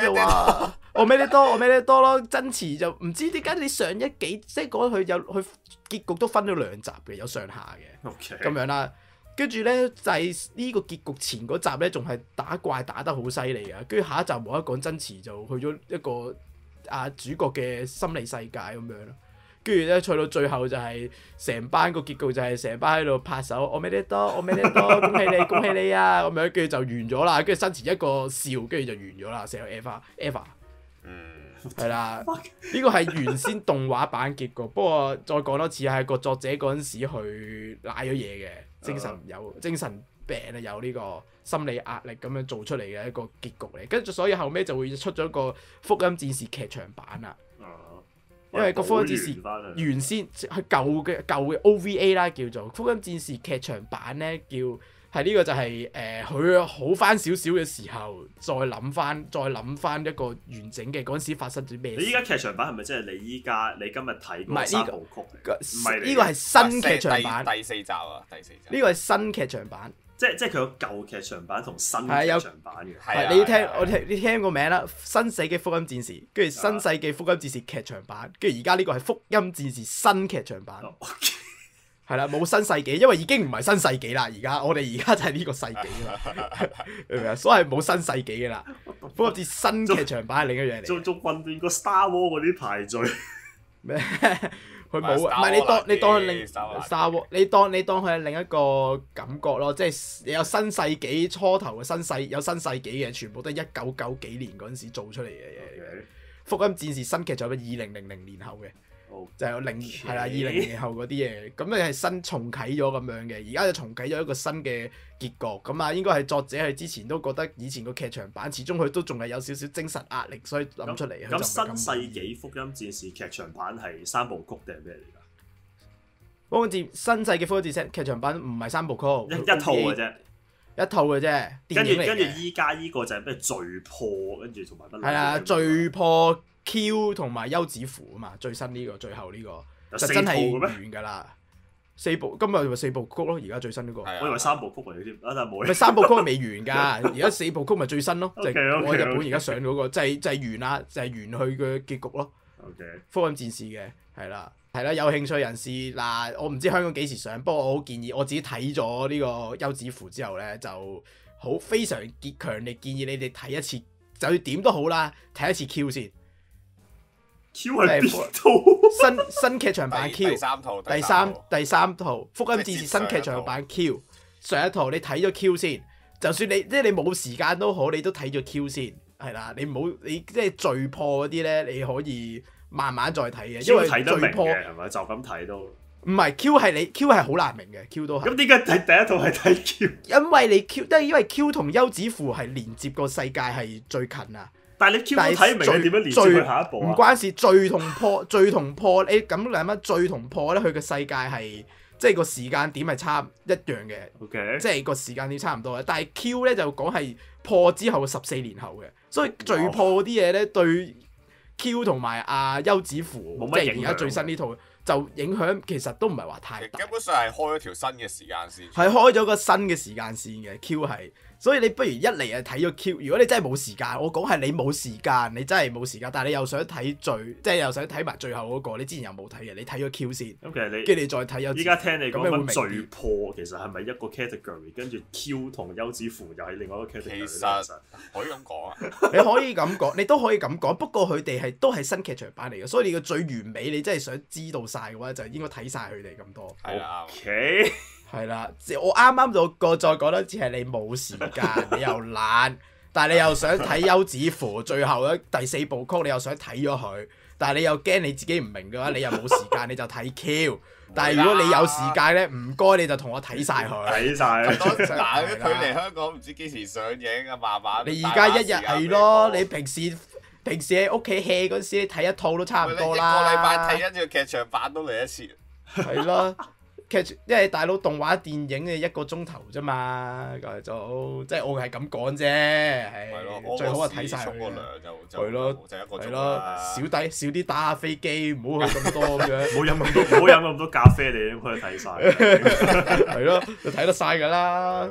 Speaker 3: 我咩
Speaker 1: 就
Speaker 3: 都
Speaker 1: 話我咩得多，我咩得多咯。真詞就唔知點解你上一幾即係講佢有佢結局都分咗兩集嘅，有上下嘅。
Speaker 2: OK，
Speaker 1: 咁啊樣啦。跟住咧就係、呢個結局前嗰集咧，仲係打怪打得好犀利啊！跟住下一集冇得講真詞，就去咗一個啊主角嘅心理世界咁樣啦。跟住咧，去到最後就係、成班個結局就係成班喺度拍手，我咩得多，我咩得多，恭喜你，恭喜你啊！咁樣跟住就完咗啦。跟住新詞一個笑，跟住就完咗啦。成個 Eva Eva
Speaker 3: 嗯，
Speaker 1: 係啦，
Speaker 2: Fuck
Speaker 1: 呢個係原先動畫版結局。不過再講多次，啊係個作者嗰陣時去賴咗嘢嘅，精神有精神病啊，有呢個心理壓力咁樣做出嚟嘅一個結局嚟。跟住所以後尾就會出咗個《福音戰士》劇場版啦。
Speaker 2: 啊
Speaker 1: 因為個福音戰
Speaker 2: 補完返啦
Speaker 1: 士原先係舊嘅舊嘅 OVA 啦，叫做《福音戰士》劇場版咧，叫係呢個就係誒佢好翻少少嘅時候，再諗翻再諗翻一個完整嘅嗰陣時發生咗咩
Speaker 2: 你
Speaker 1: 事
Speaker 2: 依。家劇場版係咪即係你依家你今日睇
Speaker 1: 唔係
Speaker 2: 嗰
Speaker 1: 呢個
Speaker 2: 個三部曲嚟
Speaker 1: 個
Speaker 2: 㗎？唔係嚟
Speaker 1: 呢
Speaker 2: 嘅
Speaker 1: 個係新劇場版，
Speaker 3: 第第四集啊，第四集。
Speaker 1: 呢個係新劇場版。
Speaker 2: 即係即係佢有舊劇場版同新
Speaker 1: 係啊有
Speaker 2: 劇場版嘅。
Speaker 3: 係啊
Speaker 1: 你
Speaker 3: 係
Speaker 1: 聽
Speaker 3: 啊
Speaker 1: 我聽你聽個名啦，《新世紀福音戰士》，跟住《新
Speaker 3: 哦
Speaker 1: 世紀福音戰士》劇場版，跟住而家呢個係《福音戰士》新劇場版。
Speaker 2: 哦
Speaker 1: 係啦，冇新世紀，因為已經唔係新世紀啦。而家我 <laughs> 哋而家就係呢個世紀
Speaker 3: <laughs>
Speaker 1: 啦，明唔明啊？所以冇新世紀嘅啦，不過似新劇場版係另一樣
Speaker 2: 仲
Speaker 1: 嚟。
Speaker 2: 仲混亂過 Star War 嗰啲排序，
Speaker 1: 咩？ <laughs> 佢冇啊，唔
Speaker 3: Star
Speaker 1: 係你
Speaker 3: War
Speaker 1: 當你當佢
Speaker 3: 難啲
Speaker 1: 另
Speaker 3: Star War
Speaker 1: Star War，你當你當佢係另一個感覺咯，即係你有新世紀初頭嘅新世有新世紀嘅，全部都係一九九幾年嗰陣時做出嚟嘅嘢嚟嘅。福音戰士新劇場版二零零零年後嘅，
Speaker 2: 好
Speaker 1: 就係零係啦，二零年後嗰啲嘢，咁你係新重啟咗咁樣嘅，而家就重啟咗一個新嘅結局，咁啊應該係作者佢之前都覺得以前個劇場版始終佢都仲係有少少精神壓力，所以諗出嚟佢就唔
Speaker 2: 咁
Speaker 1: 係
Speaker 2: 新世紀福音戰士劇場版係三部曲定係咩嚟㗎？
Speaker 1: 福音戰新世紀福音戰士劇場版唔係三部曲，
Speaker 2: 一一套
Speaker 1: 啫，
Speaker 2: 嘅啫，
Speaker 1: 一套嘅啫，電
Speaker 2: 跟住
Speaker 1: 影嚟
Speaker 2: 跟住
Speaker 1: 嘅，
Speaker 2: 依家依個就係咩罪破，跟住同埋乜
Speaker 1: 係啦，最破 Q 同埋休止符啊嘛，最新呢、個最後呢、個就
Speaker 2: 有四
Speaker 1: 真
Speaker 2: 套
Speaker 1: 係
Speaker 2: 嘅咩？
Speaker 1: 完㗎啦，四部今日咪四部曲咯，而家最新呢、個。
Speaker 3: 係啊
Speaker 2: 我以為三部曲嚟嘅添，啊但係冇
Speaker 1: 咪
Speaker 2: <laughs>
Speaker 1: 三部曲係未完㗎，而家四部曲咪最新咯，就係
Speaker 2: OK，OK，OK
Speaker 1: 我喺日本而家上嗰個，就係就係完啦，就係完佢嘅結局咯，
Speaker 2: O K，
Speaker 1: 《福音戰士》嘅係啦，係啦，有興趣人士嗱，我唔知香港幾時上，不過我好建議我自己睇咗呢個休止符之後咧，就好非常結強烈建議你哋睇一次，就點都好啦，睇一次 Q 先，
Speaker 2: Q 係
Speaker 1: 即係
Speaker 2: 邊套？
Speaker 1: 新新劇場版
Speaker 3: 第
Speaker 1: Q
Speaker 3: 第。三套，
Speaker 1: 第
Speaker 3: 三
Speaker 1: 三第三套《福音戰
Speaker 3: 即係
Speaker 1: 士》
Speaker 3: 接上
Speaker 1: 新劇場版 Q 上一套，你睇咗 Q 先，就算你即係你冇時間都好，你都睇咗 Q 先，係啦，你唔好你即係罪破嗰啲咧，你可以慢慢再睇嘅，因
Speaker 2: Q
Speaker 1: 為
Speaker 2: 睇得明
Speaker 1: 罪破
Speaker 2: 嘅係咪？就咁睇都。
Speaker 1: 唔係 Q 係你 Q 係好難明嘅，Q 都係，
Speaker 2: <laughs> 咁點解睇第一套係睇 Q？
Speaker 1: 因為你 Q 都係因為 Q 同休止符係連接個世界係最近啊。
Speaker 2: 但係你 Q 都
Speaker 1: 但係
Speaker 2: 睇唔明，
Speaker 1: 最
Speaker 2: 你點樣連接去下一步
Speaker 1: 唔
Speaker 2: 啊？
Speaker 1: 關事，罪同破， <laughs> 罪同破，你咁諗乜？罪同破咧，佢嘅世界係即係個時間點係差唔一樣嘅，
Speaker 2: O K，
Speaker 1: 即係個時間點差唔多嘅。但係 Q 咧就講係破之後十四年後嘅，所以最破嗰啲嘢咧對 Q 同埋阿休止符
Speaker 2: 冇，
Speaker 1: 即係
Speaker 2: 乜
Speaker 1: 而家
Speaker 2: 影響啊
Speaker 1: 最新呢套就影響其實都唔係話太大
Speaker 3: 基，本上係開咗條新嘅時間線。
Speaker 1: 係開咗個新嘅時間線嘅 Q 係。所以你不如一嚟就睇咗 Q，如果你真係冇時間，我講係你冇時間，你真係冇時間，但係你又想睇最，即係又想睇埋最後嗰、個，你之前又冇睇嘅，你睇咗 Q 先，
Speaker 2: 咁其實
Speaker 1: 跟住你再
Speaker 2: <laughs>
Speaker 1: 睇休
Speaker 2: 你
Speaker 1: 止
Speaker 2: 依家聽你
Speaker 1: 咁你會
Speaker 2: 講
Speaker 1: 明
Speaker 2: 緊
Speaker 1: 啲
Speaker 2: 最破，其實係咪一個 category？跟住 Q 同休止符又係另外一個 category 呢。
Speaker 3: 其
Speaker 2: 其
Speaker 3: 實
Speaker 2: 實
Speaker 3: 可以咁講啊，
Speaker 1: 你可以咁講，你都可以咁講。不過佢哋係都係新劇場版嚟嘅，所以你嘅最完美，你真係想知道晒嘅話，就應該睇晒佢哋咁多。
Speaker 3: 係啊啦
Speaker 2: O，K，
Speaker 1: 係啦，即係我啱啱就個再講多次係你冇時間，你又懶，但係你又想睇《休止符》最後一第四部曲，你又想睇咗佢，但係你又驚你自己唔明嘅話，你又冇時間，你就睇 Q。但係如果你有時間咧，唔該你就同我睇晒佢。
Speaker 2: 睇晒
Speaker 3: 啱。
Speaker 1: 多
Speaker 3: 當
Speaker 1: 係啦
Speaker 3: 嗱，佢嚟香港唔知幾時上映啊，慢慢。
Speaker 1: 你而家一日係咯，你
Speaker 3: 唔
Speaker 1: 平時平時喺屋企 hea 嗰時，你睇一套都差唔
Speaker 3: 係你
Speaker 1: 多
Speaker 3: 一個
Speaker 1: 啦。
Speaker 3: 禮拜睇一隻劇場版都嚟一次，
Speaker 1: 係咯，劇情因為大佬動畫電影嘅一個鐘頭啫嘛，咁就即係我係咁講啫，
Speaker 3: 係
Speaker 1: 係
Speaker 3: 咯，我
Speaker 1: 最好
Speaker 3: 我
Speaker 1: 啊睇晒
Speaker 3: 沖個
Speaker 1: 佢啦，
Speaker 3: 涼就就
Speaker 1: 係咯
Speaker 3: 就一個
Speaker 1: 係
Speaker 3: 鐘
Speaker 1: 咯，
Speaker 3: 啦
Speaker 1: 少啲少啲打下飛機，唔好去咁多咁
Speaker 3: <laughs>
Speaker 1: 樣，
Speaker 2: 冇飲咁多，冇飲咁多咖啡，你應該睇晒。
Speaker 1: 係咯，就睇得晒㗎 <laughs> 啦，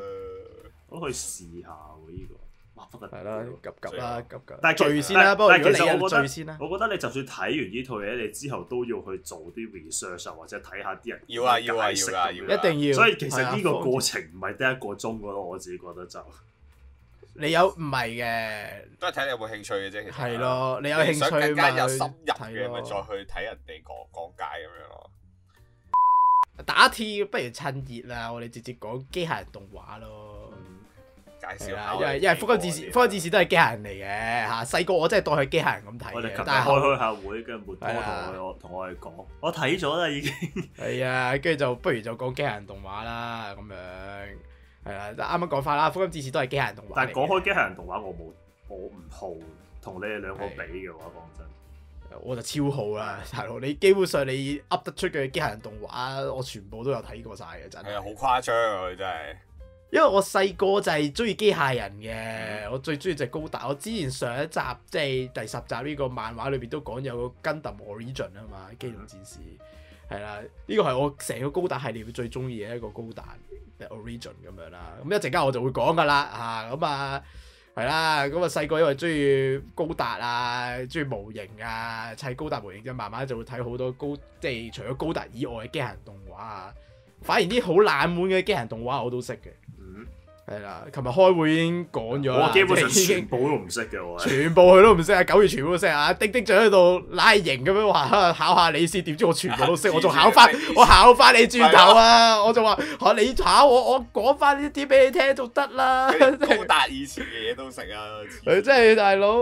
Speaker 2: 我可以試下喎呢個。哇，不過
Speaker 1: 係啦，急急啦，急急，
Speaker 2: 但係其
Speaker 1: 聚先啦，
Speaker 2: 但
Speaker 1: 不過如果
Speaker 2: 但係其實
Speaker 1: 你有
Speaker 2: 我覺得
Speaker 1: 聚先啦，
Speaker 2: 我覺得你就算睇完呢套嘢，你之後都要去做啲 research 啊，或者睇下啲人
Speaker 3: 要啊要啊
Speaker 2: 解釋
Speaker 3: 要啊
Speaker 2: 咁樣
Speaker 3: 要
Speaker 1: 一定要，
Speaker 2: 所以其實呢個
Speaker 1: 係啊
Speaker 2: 過程唔係得一個鐘噶咯，我自己覺得就
Speaker 1: 你有唔係嘅，
Speaker 3: 都係睇你有冇興趣嘅啫，其實
Speaker 1: 係。咯，你有
Speaker 3: 你
Speaker 1: 興
Speaker 3: 想
Speaker 1: 趣
Speaker 3: 更加
Speaker 1: 咪
Speaker 3: 有深入
Speaker 1: 去睇
Speaker 3: 嘅，咪再
Speaker 1: 咯。
Speaker 3: 去睇人哋講講解咁樣咯。
Speaker 1: 打 T 不如趁熱啦，我哋直接講機械人動畫咯。
Speaker 2: 嗯
Speaker 3: 介
Speaker 1: 係
Speaker 3: 紹
Speaker 1: 啦
Speaker 2: 啊
Speaker 3: 下，
Speaker 1: 因
Speaker 3: 我哋
Speaker 1: 為因為
Speaker 3: 幾
Speaker 1: 福
Speaker 3: 個
Speaker 1: 音戰
Speaker 3: 嗰
Speaker 1: 士，
Speaker 3: 啲啊
Speaker 1: 福音戰士都係機械人嚟嘅嚇。細個我真係當佢機械人咁睇
Speaker 2: 我哋琴
Speaker 1: 嘅，
Speaker 2: 日
Speaker 1: 但
Speaker 2: 開
Speaker 1: 係
Speaker 2: 開下會，跟住沒多
Speaker 1: 係啊
Speaker 2: 同我同我哋講，我睇咗啦已經。
Speaker 1: 係啊，跟住就不如就講機械人動畫啦咁樣。係啦，啱啱講法啦，福音戰士都係機械人動畫嚟嘅。
Speaker 2: 但係講開機械人動畫，我冇我唔好，同你哋兩個比嘅話，講真，
Speaker 1: 我就超好啦，大佬你基本上你噏得出嘅機械人動畫，我全部都有睇過晒嘅真係。
Speaker 3: 係啊，好誇張啊！佢
Speaker 1: <laughs>
Speaker 3: 真係。
Speaker 1: 因為我細個就係中意機械人嘅，我最中意就係高達。我之前上一集即係第十集呢個漫畫裏邊都講有個 Gundam Origin 啊嘛，機動戰士係啦，呢個係我成個高達系列最中意嘅一個高達 Origin 咁樣啦。咁一陣間我就會講噶啦啊，咁啊係啦，咁啊細個因為中意高達啊，中意模型啊，砌高達模型啫，慢慢就會睇好多高即係除咗高達以外嘅機械人動畫啊。反而啲好冷門嘅機械人動畫我都識嘅，
Speaker 2: 嗯
Speaker 1: 係啦。琴日開會已經講咗啦，
Speaker 2: 我基本上
Speaker 1: 啊即係已
Speaker 2: 全
Speaker 1: 經
Speaker 2: 部都唔識嘅，我係
Speaker 1: 全部佢都唔識啊，九月全部都識啊，滴滴就喺度拉型咁樣話 <laughs> 考下你先，點知我全部
Speaker 2: <laughs>
Speaker 1: 都識，我仲考翻我考翻你轉頭啊！我就話嚇你考我，我講翻呢啲俾你聽就得啦。
Speaker 3: 佢哋
Speaker 1: <laughs>
Speaker 3: 高達以前嘅嘢都食啊！
Speaker 1: 佢真係大佬，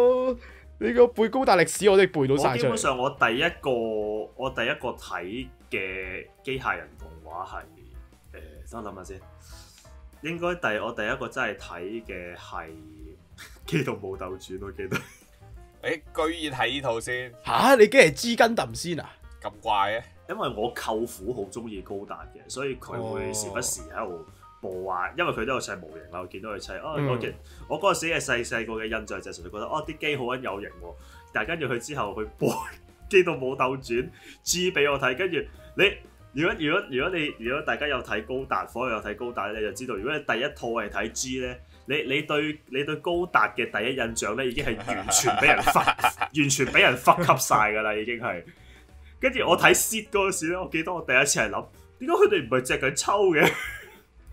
Speaker 1: 你個背高大歷史我都背到
Speaker 2: 我
Speaker 1: 晒
Speaker 2: 基
Speaker 1: 出嚟。
Speaker 2: 本上我第一個我第一個睇嘅機械人動畫係誒，等我諗下先。應該第我第一個真係睇嘅係《 <laughs> 機動武鬥傳》，我記得。
Speaker 3: 誒，居然睇呢套先
Speaker 1: 嚇、你竟然係知根揼先啊！
Speaker 3: 咁怪嘅，
Speaker 2: 因為我舅父好中意高達嘅，所以佢會時不時喺度播啊。因為佢都有砌模型啦，我見到佢砌。哦，
Speaker 1: 嗯
Speaker 2: 我其我嗰陣時嘅細細個嘅印象就係純粹覺得，哦啲機好撚有型喎。但係跟住佢之後佢播《機動武鬥傳》G 俾我睇，跟住你如果如果如果你如果大家有睇高達，火有睇高達，你就知道，如果你第一套係睇 G 咧。你你對你對高達嘅第一印象咧，已經係完全俾人 fuck，完全俾人 fuck 吸晒㗎啦，已經係。跟住我睇 sit 嗰陣時咧，我記得我第一次係諗，點解佢哋唔係隻 <laughs> 緊抽嘅？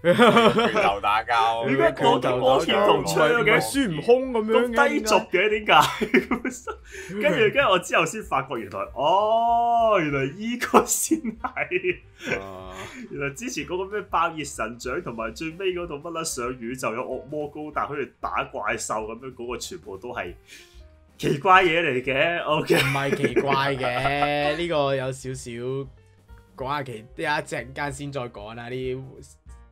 Speaker 3: 拳頭打交，
Speaker 2: 你嗰個
Speaker 3: 拳頭
Speaker 2: 我
Speaker 3: 打
Speaker 2: 見
Speaker 3: 交
Speaker 2: 到出
Speaker 1: 唔
Speaker 2: 嚟
Speaker 1: 係
Speaker 2: 嘅
Speaker 1: 孫悟空咁
Speaker 2: 咁
Speaker 1: 樣嘅
Speaker 2: 低俗嘅點 <laughs> 解？跟住哦跟住我之後先發覺原來，哦，原來依個先係，
Speaker 1: 啊
Speaker 2: 原來之前嗰個咩爆熱神掌同埋最尾嗰度乜啦上宇宙有惡魔高達，佢哋打怪獸咁樣嗰個全部都係奇怪嘢嚟嘅。OK，
Speaker 1: 唔係奇怪嘅，呢個有少少講下其，一陣間先再講啊啦。呢啲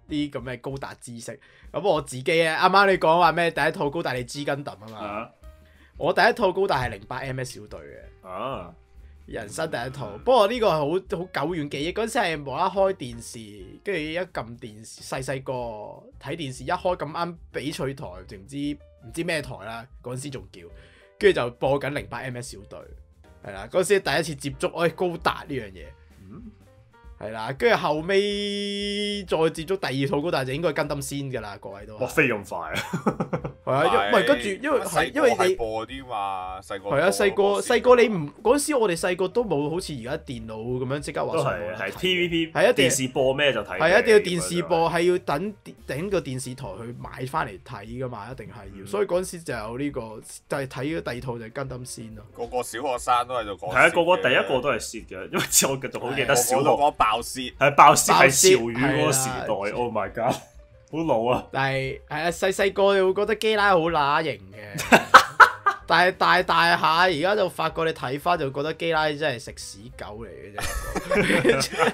Speaker 1: 啲咁嘅高達知識，咁我自己咧，啱啱你講話咩？第一套高達你知根揼啊嘛，
Speaker 2: 啊
Speaker 1: 我第一套高達係零八 MS 小隊嘅。
Speaker 2: 啊，
Speaker 1: 人生第一套，不過呢個係好好久遠記憶。嗰陣時係無啦啦開電視，跟住一撳電視，細細個睇電視，一開咁啱翡翠台定唔知唔知咩台啦，嗰陣時仲叫，跟住就播緊零八 MS 小隊，係啦，嗰陣時第一次接觸，哎高達呢樣嘢，
Speaker 2: 嗯
Speaker 1: 係啦，跟住後尾再接觸第二套高達就應該係跟登先㗎啦，各位都
Speaker 2: 哇
Speaker 1: 係
Speaker 2: 飛咁快啊！
Speaker 1: 啊，因為跟住因為係
Speaker 3: 細
Speaker 1: 因
Speaker 3: 個
Speaker 1: 為
Speaker 3: 係
Speaker 1: 你。
Speaker 3: 播啲嘛，細個
Speaker 1: 係啊，
Speaker 3: 播
Speaker 1: 細個細個你唔嗰陣時，我哋細個都冇好似而家電腦咁樣即刻話
Speaker 2: 都
Speaker 1: 上網
Speaker 2: 係啊係
Speaker 1: 睇嘅
Speaker 2: TVB，
Speaker 1: 係一定
Speaker 2: 電視播咩就睇咩。
Speaker 1: 係啊一定要電
Speaker 2: 基
Speaker 1: 視
Speaker 2: 本上
Speaker 1: 播，係要等等個電視台去買翻嚟睇噶嘛，一定係要。
Speaker 2: 嗯
Speaker 1: 所以嗰陣時就有呢、個，就係睇咗第二套就係《跟 u 先咯。
Speaker 3: 個個小學生都喺度講，
Speaker 2: 係啊，個個第一個都係蝕嘅，因為之啊後我仲好記
Speaker 3: 個
Speaker 2: 得小
Speaker 3: 個都
Speaker 2: 學
Speaker 3: 講爆泄，
Speaker 2: 係爆蝕係
Speaker 1: 爆竊
Speaker 2: 潮語嗰個時
Speaker 1: 係啦
Speaker 2: 代。Oh my god，好老啊！
Speaker 1: 但係係啊，細細個你會覺得基拉好乸型
Speaker 2: <laughs>
Speaker 1: 嘅，但係大大下而家就發覺你睇翻就覺得基拉真係食屎狗嚟嘅啫。
Speaker 2: <laughs>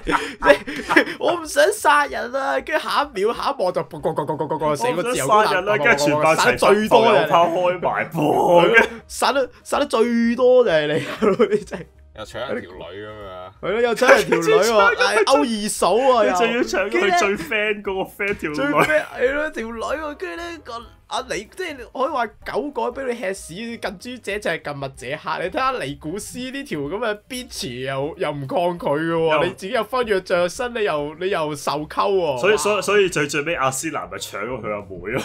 Speaker 1: <laughs> 即係我唔想殺人啊！跟住下一秒下一幕就個個個個個個個成個自由
Speaker 2: 我想殺人啦，跟住全班
Speaker 1: 殺得
Speaker 2: 齊
Speaker 1: 最多
Speaker 2: 人
Speaker 1: 人，
Speaker 2: 炮開埋波，跟住
Speaker 1: 殺得殺得最多就係你， <laughs> 真係。
Speaker 3: 又搶人條女咁樣。
Speaker 1: 係咯，又真係條女
Speaker 2: <laughs>
Speaker 1: 喎，係歐二嫂啊，
Speaker 2: 你
Speaker 1: 又
Speaker 2: 仲要
Speaker 1: 跟
Speaker 2: 搶
Speaker 1: 住
Speaker 2: 佢
Speaker 1: 呢
Speaker 2: 最 friend 嗰個 friend 條
Speaker 1: 最
Speaker 2: 女。
Speaker 1: 咩係咯條女喎，跟住咧個阿尼，即係可以話狗改俾你吃屎，近朱者赤，近墨者黑。你睇下尼古斯呢條咁嘅 bitch 又又唔抗拒嘅
Speaker 2: 又
Speaker 1: 喎，你自己又分咗着身，你又你又受溝喎。
Speaker 2: 所以
Speaker 1: 哇
Speaker 2: 所以所以最最尾阿斯蘭咪搶咗佢阿妹咯，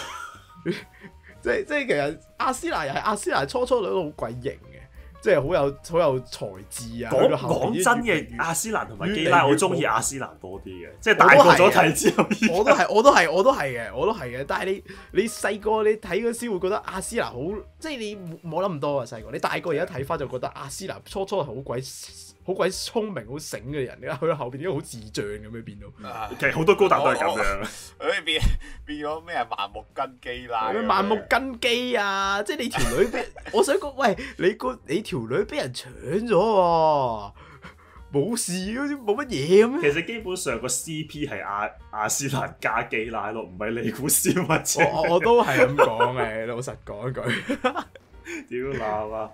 Speaker 1: 即係即係其實阿斯娜又係阿斯娜初初女都好鬼型嘅，即係好有好有才智啊。
Speaker 2: 講
Speaker 1: 去到後面
Speaker 2: 講真嘅，阿斯蘭同埋基
Speaker 1: 越嚟
Speaker 2: 拉，
Speaker 1: 越
Speaker 2: 我中意阿斯蘭多啲嘅，即係大
Speaker 1: 啊
Speaker 2: 個咗睇之後，
Speaker 1: <laughs> 我都係，我都係，我都係嘅，我都係嘅。但係你你細個你睇嗰時會覺得阿斯娜好，即係你冇諗咁多啊細個。你大個而家睇翻就覺得阿斯娜初初係好鬼好鬼聰明、好醒嘅人，你去到後邊已經好智障咁樣變到。
Speaker 3: 唉
Speaker 2: 其實好多高達都係咁樣。
Speaker 3: 佢變變咗咩盲目跟機啦，咁樣
Speaker 1: 盲目跟機啊！即係你條女俾， <laughs> 我想講，喂，你個你條女俾人搶咗喎，冇事好似冇乜嘢咁樣。
Speaker 2: 其實基本上個 CP 係阿阿斯蘭加基拉咯，唔係尼古斯或者
Speaker 1: 我我我都係咁講嘅，老實講一句。
Speaker 2: 屌鬧啊！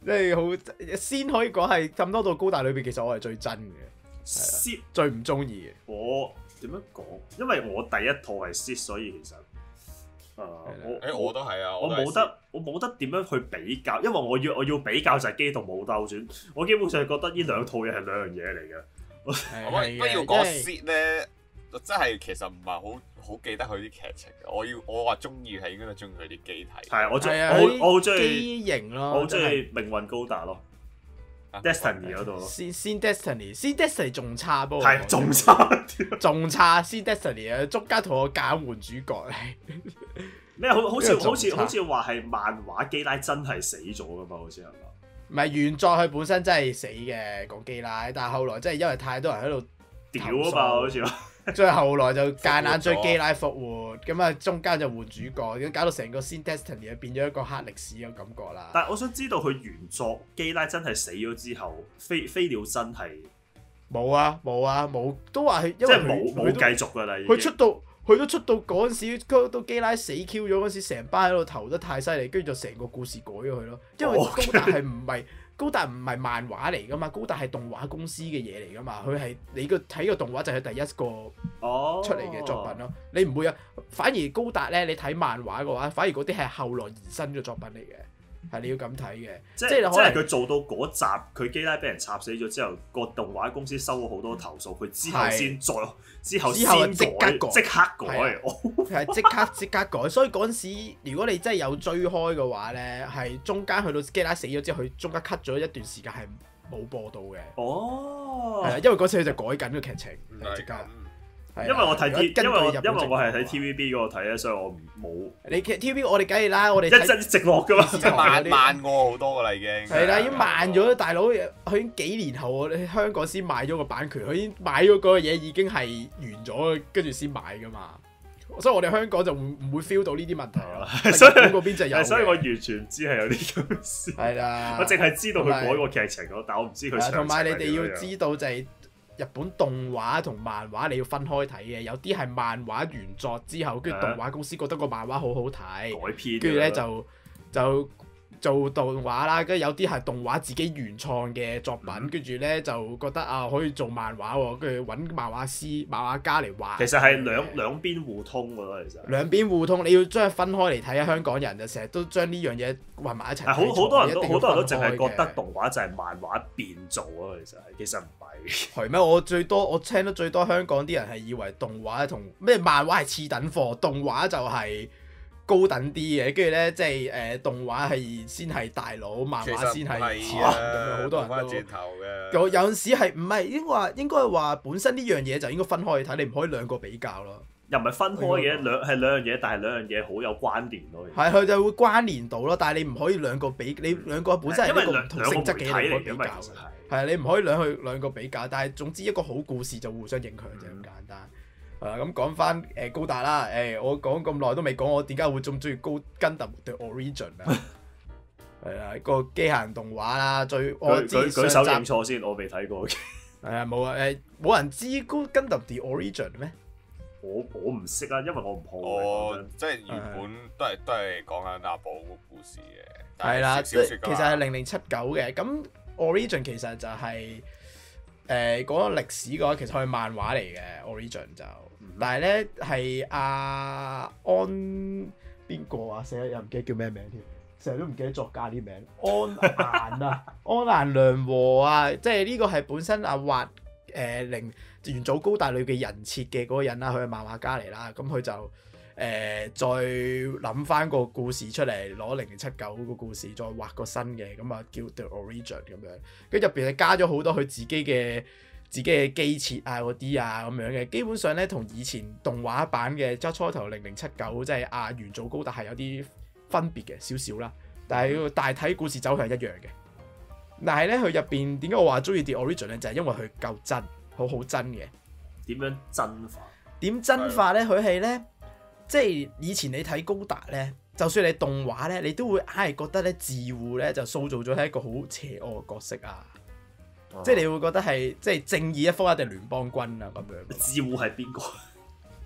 Speaker 1: 即係好先可以講係咁多到高大裏邊，其實我係最憎嘅，
Speaker 2: Sid
Speaker 1: 最唔中意
Speaker 2: 我點樣講？因為我第一套係 Sid，所以其實誒、呃我
Speaker 3: 誒我都係啊，
Speaker 2: 我
Speaker 3: 都係
Speaker 2: 冇得我冇得點樣去比較，因為我要我要比較就係《機動武鬥傳》，我基本上覺得呢兩套嘢係兩樣嘢嚟嘅。
Speaker 1: 嘅。
Speaker 3: 我啊不要講 sit 咧，我真係其實唔係好好記得佢啲劇情嘅。我要我話中意係應該都中意佢啲機體。
Speaker 2: 係我最
Speaker 1: 係
Speaker 2: 我
Speaker 1: 啊，哦
Speaker 2: 好我好中意
Speaker 1: 機型咯，
Speaker 2: 我好中意
Speaker 1: 真係
Speaker 2: 命運高達咯。 Destiny 嗰度咯，
Speaker 1: 先先 Destiny，先 Destiny 仲差不過
Speaker 2: 係啊仲差 <laughs> 啲
Speaker 1: 仲差，先 Destiny 啊，中間同我揀換主角咧，
Speaker 2: 咩？好好
Speaker 1: 因
Speaker 2: 似
Speaker 1: 為仲
Speaker 2: 好似
Speaker 1: 差
Speaker 2: 好似話係漫畫基拉真係死咗噶嘛？好似係嘛？
Speaker 1: 唔係原作佢本身真係死嘅講基拉，但係後來真係因為太多人喺
Speaker 2: <laughs>
Speaker 1: 度，
Speaker 2: 屌
Speaker 1: 投訴
Speaker 2: 啊嘛！好似話
Speaker 1: 所以後來就間
Speaker 3: 復活
Speaker 1: 硬
Speaker 3: 咗
Speaker 1: 將基拉復活，咁啊中間就換主角，咁搞到成個先 Destiny 啊變咗一個黑歷史嘅感覺啦。
Speaker 2: 但係我想知道佢原作基拉真係死咗之後，飛飛鳥真係
Speaker 1: 冇啊冇啊冇，都話佢
Speaker 2: 即
Speaker 1: 因為
Speaker 2: 係
Speaker 1: 佢佢
Speaker 2: 冇冇
Speaker 1: 都
Speaker 2: 繼續㗎啦，已經
Speaker 1: 佢出到佢都出到嗰陣時，佢到基拉死 Q 咗嗰陣時，成班喺度投得太犀利，跟住就成個故事改咗佢咯。因為
Speaker 2: 哦
Speaker 1: 高達係唔係高達唔係漫畫嚟噶嘛，高達係動畫公司嘅嘢嚟噶嘛，佢係你個睇個動畫就係第一個
Speaker 2: 哦
Speaker 1: 出嚟嘅作品咯。你唔會啊，反而高達咧，你睇漫畫嘅話，反而嗰啲係後來延伸嘅作品嚟嘅，係你要咁睇嘅。
Speaker 2: 即
Speaker 1: 即係可能
Speaker 2: 即係佢做到嗰集，佢基拉俾人插死咗之後，個動畫公司收咗好多投訴，佢之後
Speaker 1: 係
Speaker 2: 先再之後
Speaker 1: 之後
Speaker 2: 先
Speaker 1: 就即刻
Speaker 2: 改，
Speaker 1: 改
Speaker 2: 即刻改
Speaker 1: 係。啊
Speaker 2: 哦
Speaker 1: 係即刻即刻改，所以嗰陣時，如果你真係有追開嘅話呢，係中間去到基拉死咗之後，佢中間 cut 咗一段時間係冇播到嘅，係啊啦、
Speaker 2: 哦，
Speaker 1: 因為嗰次佢就改緊個劇情，
Speaker 3: 原來
Speaker 1: 即
Speaker 3: 嗯係
Speaker 1: 刻
Speaker 3: 咁。
Speaker 1: 係啦啊
Speaker 2: 因為我睇 T，因
Speaker 1: 如
Speaker 2: 為
Speaker 1: 果根
Speaker 2: 我
Speaker 1: 據日本
Speaker 2: 因為我係睇
Speaker 1: 情況
Speaker 2: TVB 嗰個睇咧，啊所以我唔
Speaker 1: 你其實 TV 我哋梗係啦，我哋
Speaker 2: 冇
Speaker 1: 睇
Speaker 2: 一真直落噶嘛。
Speaker 3: 即係慢慢過好多噶啦，已經
Speaker 1: 係啦，已經慢咗啦，大佬佢已經幾年後，我哋香港先買咗個版權，佢已經買咗嗰個嘢已經係完咗，跟住先買噶嘛。所以我哋香港就唔唔會 feel 到呢啲問題咯。但
Speaker 2: 所以
Speaker 1: 日本嗰邊就有嘅，
Speaker 2: 係所以我完全唔知係有啲咁嘅事。
Speaker 1: 係啦，
Speaker 2: 我淨係知道佢改個劇情咯，但我唔知佢詳
Speaker 1: 啊係啊
Speaker 2: 情
Speaker 1: 同埋你
Speaker 2: 係點
Speaker 1: 哋
Speaker 2: 樣
Speaker 1: 要知道就係日本動畫同漫畫你要分開睇嘅，有啲係漫畫原作之後，跟住
Speaker 2: 係
Speaker 1: 動
Speaker 2: 啊
Speaker 1: 畫公司覺得個漫畫好好睇，
Speaker 2: 改編㗎啦，
Speaker 1: 跟住咧就就做動畫啦，跟住有啲係動畫自己原創嘅作品，
Speaker 2: 嗯
Speaker 1: 跟住咧就覺得啊可以做漫畫喎，跟住揾漫畫師、漫畫家嚟畫。
Speaker 2: 其實係兩兩邊互通㗎咯，其實。
Speaker 1: 兩邊互通，你要將佢分開嚟睇啊！香港人就成日都將呢樣嘢混埋一齊睇
Speaker 2: 係啊好
Speaker 1: 錯，
Speaker 2: 好多人
Speaker 1: 一
Speaker 2: 都
Speaker 1: 定
Speaker 2: 好
Speaker 1: 要
Speaker 2: 多人都
Speaker 1: 分
Speaker 2: 淨
Speaker 1: 開
Speaker 2: 係覺得
Speaker 1: 嘅
Speaker 2: 動畫就係漫畫變做咯，其實係其實唔係。
Speaker 1: 係咩？我最多我聽得最多香港啲人係以為動畫同咩漫畫係次等貨，動畫就係高等啲嘅，跟住咧即係誒、呃、動畫係先係大佬，漫
Speaker 3: 其
Speaker 1: 畫
Speaker 3: 實
Speaker 1: 先
Speaker 3: 唔
Speaker 1: 係次等
Speaker 3: 係啊，
Speaker 1: 咁樣，好多人
Speaker 3: 翻
Speaker 1: 都
Speaker 3: 轉頭嘅。
Speaker 1: 有有陣時係唔係應該話應該話本身呢樣嘢就應該分開去睇，你唔可以兩個比較咯。
Speaker 2: 又唔係分開
Speaker 1: 我
Speaker 2: 嘅，
Speaker 1: 明
Speaker 2: 兩係兩樣嘢，但係兩樣嘢好有關聯咯。其實
Speaker 1: 係佢就會關聯到咯，但係你唔可以兩個比，你兩個本身係
Speaker 2: 因
Speaker 1: 一
Speaker 2: 為
Speaker 1: 個唔
Speaker 2: 兩
Speaker 1: 同
Speaker 2: 兩個
Speaker 1: 性
Speaker 2: 媒
Speaker 1: 質
Speaker 2: 體
Speaker 1: 嘅嘢，你唔可以比
Speaker 2: 嚟嘅嘛，
Speaker 1: 較
Speaker 2: 其實
Speaker 1: 嘅。
Speaker 2: 係。
Speaker 1: 係啊，你唔可以兩去兩個比較，但係總之一個好故事就互相影響
Speaker 2: 嗯
Speaker 1: 就咁簡單。係啦，咁講翻誒高達啦，誒、我講咁耐都未講我點解會咁中意高根特對 Origin 啊，係啦，個機械人動畫啦，最我
Speaker 2: 舉
Speaker 1: 之
Speaker 2: 舉
Speaker 1: 前
Speaker 2: 舉
Speaker 1: 上
Speaker 2: 手
Speaker 1: 集
Speaker 2: 認錯先，我未睇過嘅， <laughs>
Speaker 1: 係啊冇啊誒冇人知高根特 The Origin 咩？
Speaker 2: 我我唔識啊，因為我唔好
Speaker 1: 哦
Speaker 3: 我
Speaker 2: 嘅。
Speaker 3: 即係原本都係都係講緊阿寶個故事嘅，但
Speaker 1: 係啦，即
Speaker 3: 少少
Speaker 1: 係
Speaker 3: 說
Speaker 1: 其實係零零七九嘅。咁 Origin 其實就係誒講歷史嘅話，其實佢係漫畫嚟嘅 Origin 就，
Speaker 3: 嗯
Speaker 1: 但係咧係阿安邊個啊？死啦，又唔記得叫咩名添。成日都唔記得作家啲名，安顏
Speaker 3: <laughs>
Speaker 1: 啊，安顏良和啊，即係呢個係本身阿畫誒零元祖高大裏嘅人設嘅嗰個人啦，佢係漫畫家嚟啦，咁佢就誒、呃再諗翻個故事出嚟，攞零零七九個故事再畫個新嘅，咁啊叫 The Origin 咁樣，跟住入邊係加咗好多佢自己嘅自己嘅機設啊嗰啲啊咁樣嘅，基本上咧同以前動畫版嘅即係初頭零零七九即係阿元祖高達係有啲分別嘅少少啦，但係個大體故事走向一樣嘅。但係咧，佢入邊點解我話中意 The Origin 咧，就係、因為佢夠真，好好真嘅。
Speaker 2: 點樣真法？
Speaker 1: 點真法咧？佢係咧，即係以前你睇高達咧，就算你動畫咧，你都會硬係覺得咧，自護咧就塑造咗係一個好邪惡嘅角色啊！
Speaker 2: 哦
Speaker 1: 即係你會覺得係即係正義一方一定係聯邦軍啊咁樣㗎嘛。
Speaker 2: 智護係邊個？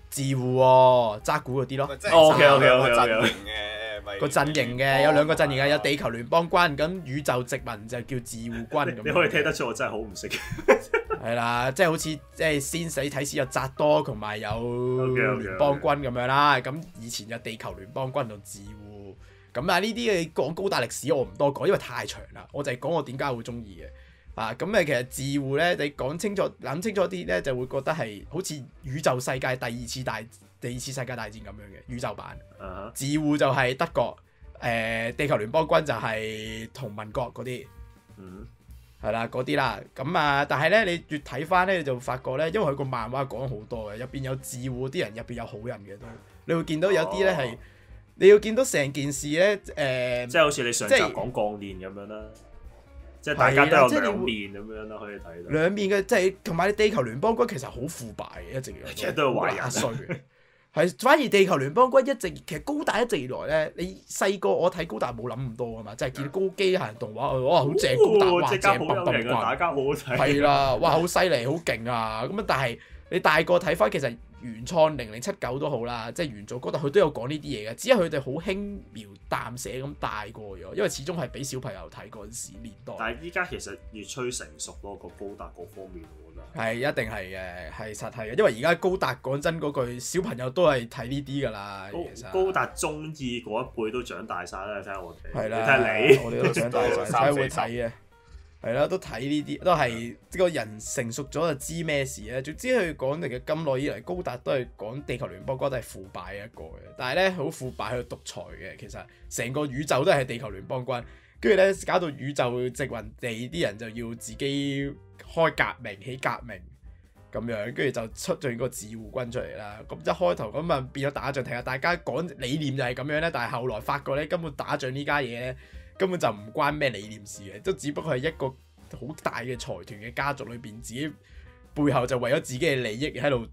Speaker 1: 自護喎、揸古嗰啲咯。
Speaker 3: 咪即係
Speaker 2: 哦，OK，OK，OK，OK
Speaker 3: 有兩個陣營嘅，咪
Speaker 1: 個陣營
Speaker 2: 啊
Speaker 1: 嘅有兩個陣營嘅，有地球聯邦軍，咁宇宙殖民就叫自護軍咁樣。
Speaker 2: <laughs> 你可以聽得出我真係好唔識。 <laughs>
Speaker 1: 係啦，即係好似即係先死睇先有扎多同埋有
Speaker 2: OK，OK，OK
Speaker 1: 聯邦軍咁樣啦。咁以前有地球聯邦軍同自護。咁啊呢啲嘅講高達歷史我唔多講，因為太長啦。我就係講我點解會中意嘅。啊，咁誒其實自護咧，你講清楚諗清楚啲咧，就會覺得係好似宇宙世界第二次大第二次世界大戰咁樣嘅宇宙版。
Speaker 2: 啊
Speaker 1: 自護就係德國，誒、地球聯邦軍就係同盟國嗰啲。
Speaker 2: 嗯，
Speaker 1: 係啦嗰啲啦。咁啊，但係咧，你越睇翻咧，你就發覺咧，因為佢個漫畫講好多嘅，入邊有智護啲人，入邊有好人嘅都，你會見到有啲咧係
Speaker 2: 哦
Speaker 1: 你要見到成件事咧，誒、
Speaker 2: 即係好似你上集
Speaker 1: 即係
Speaker 2: 講鋼鍊咁樣啦，即係
Speaker 1: 係
Speaker 2: 大家都
Speaker 1: 啦
Speaker 2: 有
Speaker 1: 即係你
Speaker 2: 兩
Speaker 1: 會
Speaker 2: 面咁樣啦，可以睇到。
Speaker 1: 兩面嘅，即係同埋你地球聯邦軍其實好腐敗嘅，一直以來
Speaker 2: 其實都係壞人啊
Speaker 1: 好乸衰嘅。係，反而地球聯邦軍一直其實高達一直以來咧，你細個我睇高達冇諗咁多啊嘛，即係見高機械人動畫，哇好正高達，
Speaker 2: 哦
Speaker 1: 哇
Speaker 2: 即刻
Speaker 1: 正
Speaker 2: 好
Speaker 1: 蹦
Speaker 2: 有
Speaker 1: 蹦
Speaker 2: 型啊！
Speaker 1: 棍
Speaker 2: 大，家好好睇。
Speaker 1: 係啦，哇好犀利，好勁啊！咁啊，但係你大個睇翻，其實原創零零七九都好啦，即係原作高達佢都有講呢啲嘢嘅，只係佢哋好輕描淡寫咁帶過咗，因為始終係俾小朋友睇嗰陣時年代。
Speaker 2: 但係依家其實越趨成熟咯，個高達嗰方面，我覺得。
Speaker 1: 係一定係嘅，係實係嘅，因為而家高達講真嗰句，小朋友都係睇呢啲㗎啦。其實
Speaker 2: 高高達中意嗰一輩都長大晒啦，你睇下我哋，
Speaker 1: 係
Speaker 2: 你睇
Speaker 1: 啦，
Speaker 2: 下你，
Speaker 1: 我哋都想大
Speaker 3: 都
Speaker 1: 晒，所
Speaker 3: 三
Speaker 1: 以
Speaker 3: 四
Speaker 1: 會
Speaker 3: 十
Speaker 1: 睇嘅。係啦，都睇呢啲，都係個人成熟咗就知咩事啦。總之佢講嚟嘅咁耐以嚟，高達都係講地球聯邦軍都係腐敗嘅一個嘅，但係咧好腐敗，佢獨裁嘅。其實成個宇宙都係地球聯邦軍，跟住咧搞到宇宙殖民地啲人就要自己開革命起革命。咁樣，跟住就出咗個自護軍出嚟啦。咁一開頭咁啊變咗打仗，其實大家講理念就係咁樣咧，但係後來發覺咧根本打仗呢家嘢咧根本就唔關咩理念事嘅，都只不過係一個好大嘅財團嘅家族裏邊自己背後就為咗自己嘅利益喺度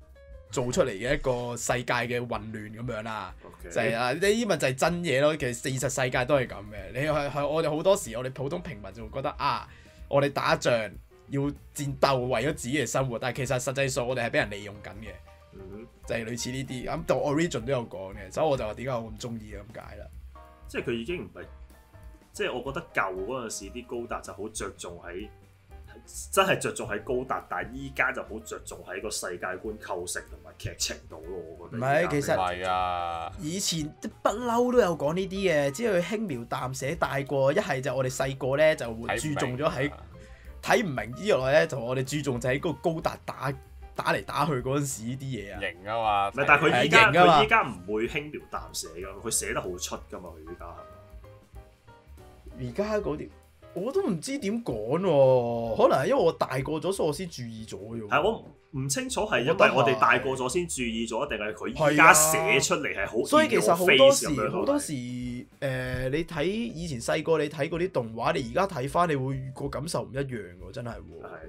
Speaker 1: 做出嚟嘅一個世界嘅混亂咁樣啦。
Speaker 2: OK
Speaker 1: <laughs> 就係啊！呢啲咪就係真嘢咯。其實事實世界都係咁嘅。你係係我哋好多時，我哋普通平民就會覺得啊，我哋打仗要戰鬥，為咗自己嘅生活。但係其實實際上我哋係俾人利用緊嘅，
Speaker 2: 嗯哼
Speaker 1: 就係、類似呢啲。咁到 Origin 都有講嘅，所以我就話點解我咁中意咁解啦。
Speaker 2: 即係佢已經唔係，即係我覺得舊嗰陣時啲高達就好着重喺，真係着重喺高達，但係依家就好着重喺個世界觀構成同埋劇情度咯，我覺得。
Speaker 1: 唔係其實
Speaker 3: 唔係啊，
Speaker 1: 以前不嬲都有講呢啲嘅，只係輕描淡寫帶過。一係就我哋細個咧就會
Speaker 3: 睇唔
Speaker 1: 注
Speaker 3: 明
Speaker 1: 重咗喺
Speaker 3: 啊
Speaker 1: 睇唔明之外咧，就我哋注重就喺嗰個高達打打嚟打去嗰陣時啲嘢啊。
Speaker 3: 型啊嘛，
Speaker 2: 唔係，但係佢依
Speaker 1: 係
Speaker 2: 家
Speaker 1: 型㗎嘛
Speaker 2: 佢依家唔會輕描淡寫噶，佢寫得好出噶嘛，佢依家係嘛
Speaker 1: 而家嗰啲我都唔知點講喎，可能係因為我大個咗，所以我先注意咗嘅喎。
Speaker 2: 係我唔唔清楚係因為我哋大個咗先注意咗，定係佢依家寫出嚟係好
Speaker 1: 啊所以其實好
Speaker 2: in
Speaker 1: 多
Speaker 2: your face 咁
Speaker 1: 時
Speaker 2: 樣
Speaker 1: 好多時誒、呃你睇以前細個你睇嗰啲動畫，你而家睇翻，你會個感受唔一樣喎，真係喎。
Speaker 2: 係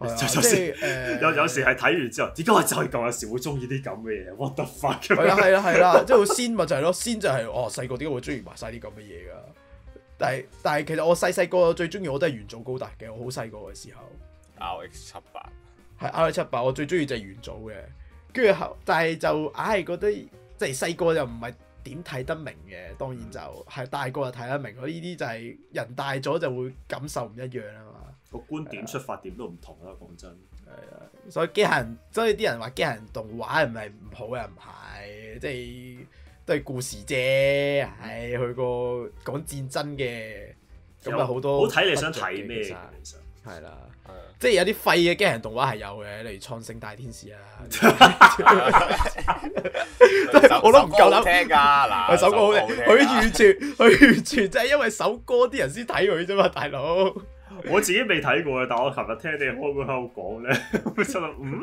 Speaker 1: 係啊
Speaker 2: <laughs> 有
Speaker 1: 即係呃誒
Speaker 2: 有有時係睇完之後，點解我就係咁有時會中意啲咁嘅嘢？What the fuck 咁
Speaker 1: 係啦
Speaker 2: 樣？
Speaker 1: 係啦啊係啦，即係我先咪就係咯，先就係、哦細個點解會中意埋晒啲咁嘅嘢㗎？但係但係其實我細細個最中意我都係元祖高達嘅，我好細個嘅時候。
Speaker 3: RX 七八，
Speaker 1: 係 R 七八，我最中意就係元祖嘅，跟住後，但係就硬係覺得即係細個就唔係點睇得明嘅，當然就係大個就睇得明。我呢啲就係人大咗就會感受唔一樣啊嘛，
Speaker 2: 個觀點出發點都唔同啦，講真。
Speaker 1: 所以機械人，所以啲人話機械人動畫係咪唔好又唔係，即係都係故事啫，唉，佢個講戰爭嘅咁啊好多
Speaker 2: 好睇你想睇咩
Speaker 1: 不足嘅
Speaker 2: 嘅
Speaker 1: 其
Speaker 2: 其實。
Speaker 1: 實係啦。
Speaker 3: 嗯
Speaker 1: 即係有啲廢嘅機械人動畫係有嘅，例如《創聖大天使》啊， <laughs> <laughs> 我都唔夠膽 <laughs>
Speaker 3: 聽㗎嗱，
Speaker 1: 佢首歌好啊
Speaker 3: 聽
Speaker 1: 聽，佢完全佢完全就係因為首歌啲人先睇佢啫嘛，大佬。
Speaker 2: 我自己未睇過嘅，但我琴日聽你開會喺度講咧， <laughs> 我心諗嗯，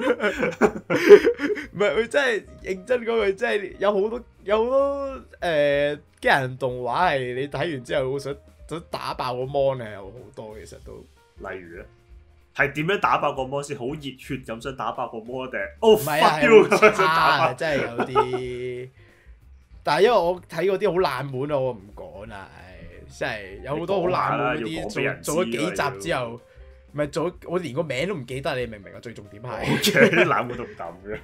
Speaker 1: 唔係佢真係認真講句，真係有好多有好多誒機械人動畫係你睇完之後好想想打爆個 mon 啊嘅，有好多其實都。
Speaker 2: 例如咧。係點樣打爆個魔先？好熱血咁想打爆個魔定係？Oh
Speaker 1: 唔係啊
Speaker 2: fuck you 咁
Speaker 1: 係
Speaker 2: 樣
Speaker 1: 好
Speaker 2: 想打 <laughs>
Speaker 1: 差，啊
Speaker 2: 爆。
Speaker 1: 真係有啲。但係因為我睇嗰啲好冷門啊，我唔講啦，唉，真係有好多好冷門嗰
Speaker 2: 你講
Speaker 1: 啲，
Speaker 2: 下啦要講俾人
Speaker 1: 做做咗
Speaker 2: 知啊
Speaker 1: 幾集之後，唔係做咗我連個名都唔記得，你明唔明啊？最重
Speaker 2: <laughs>
Speaker 1: 點係。
Speaker 2: OK，啲冷門都唔敢嘅。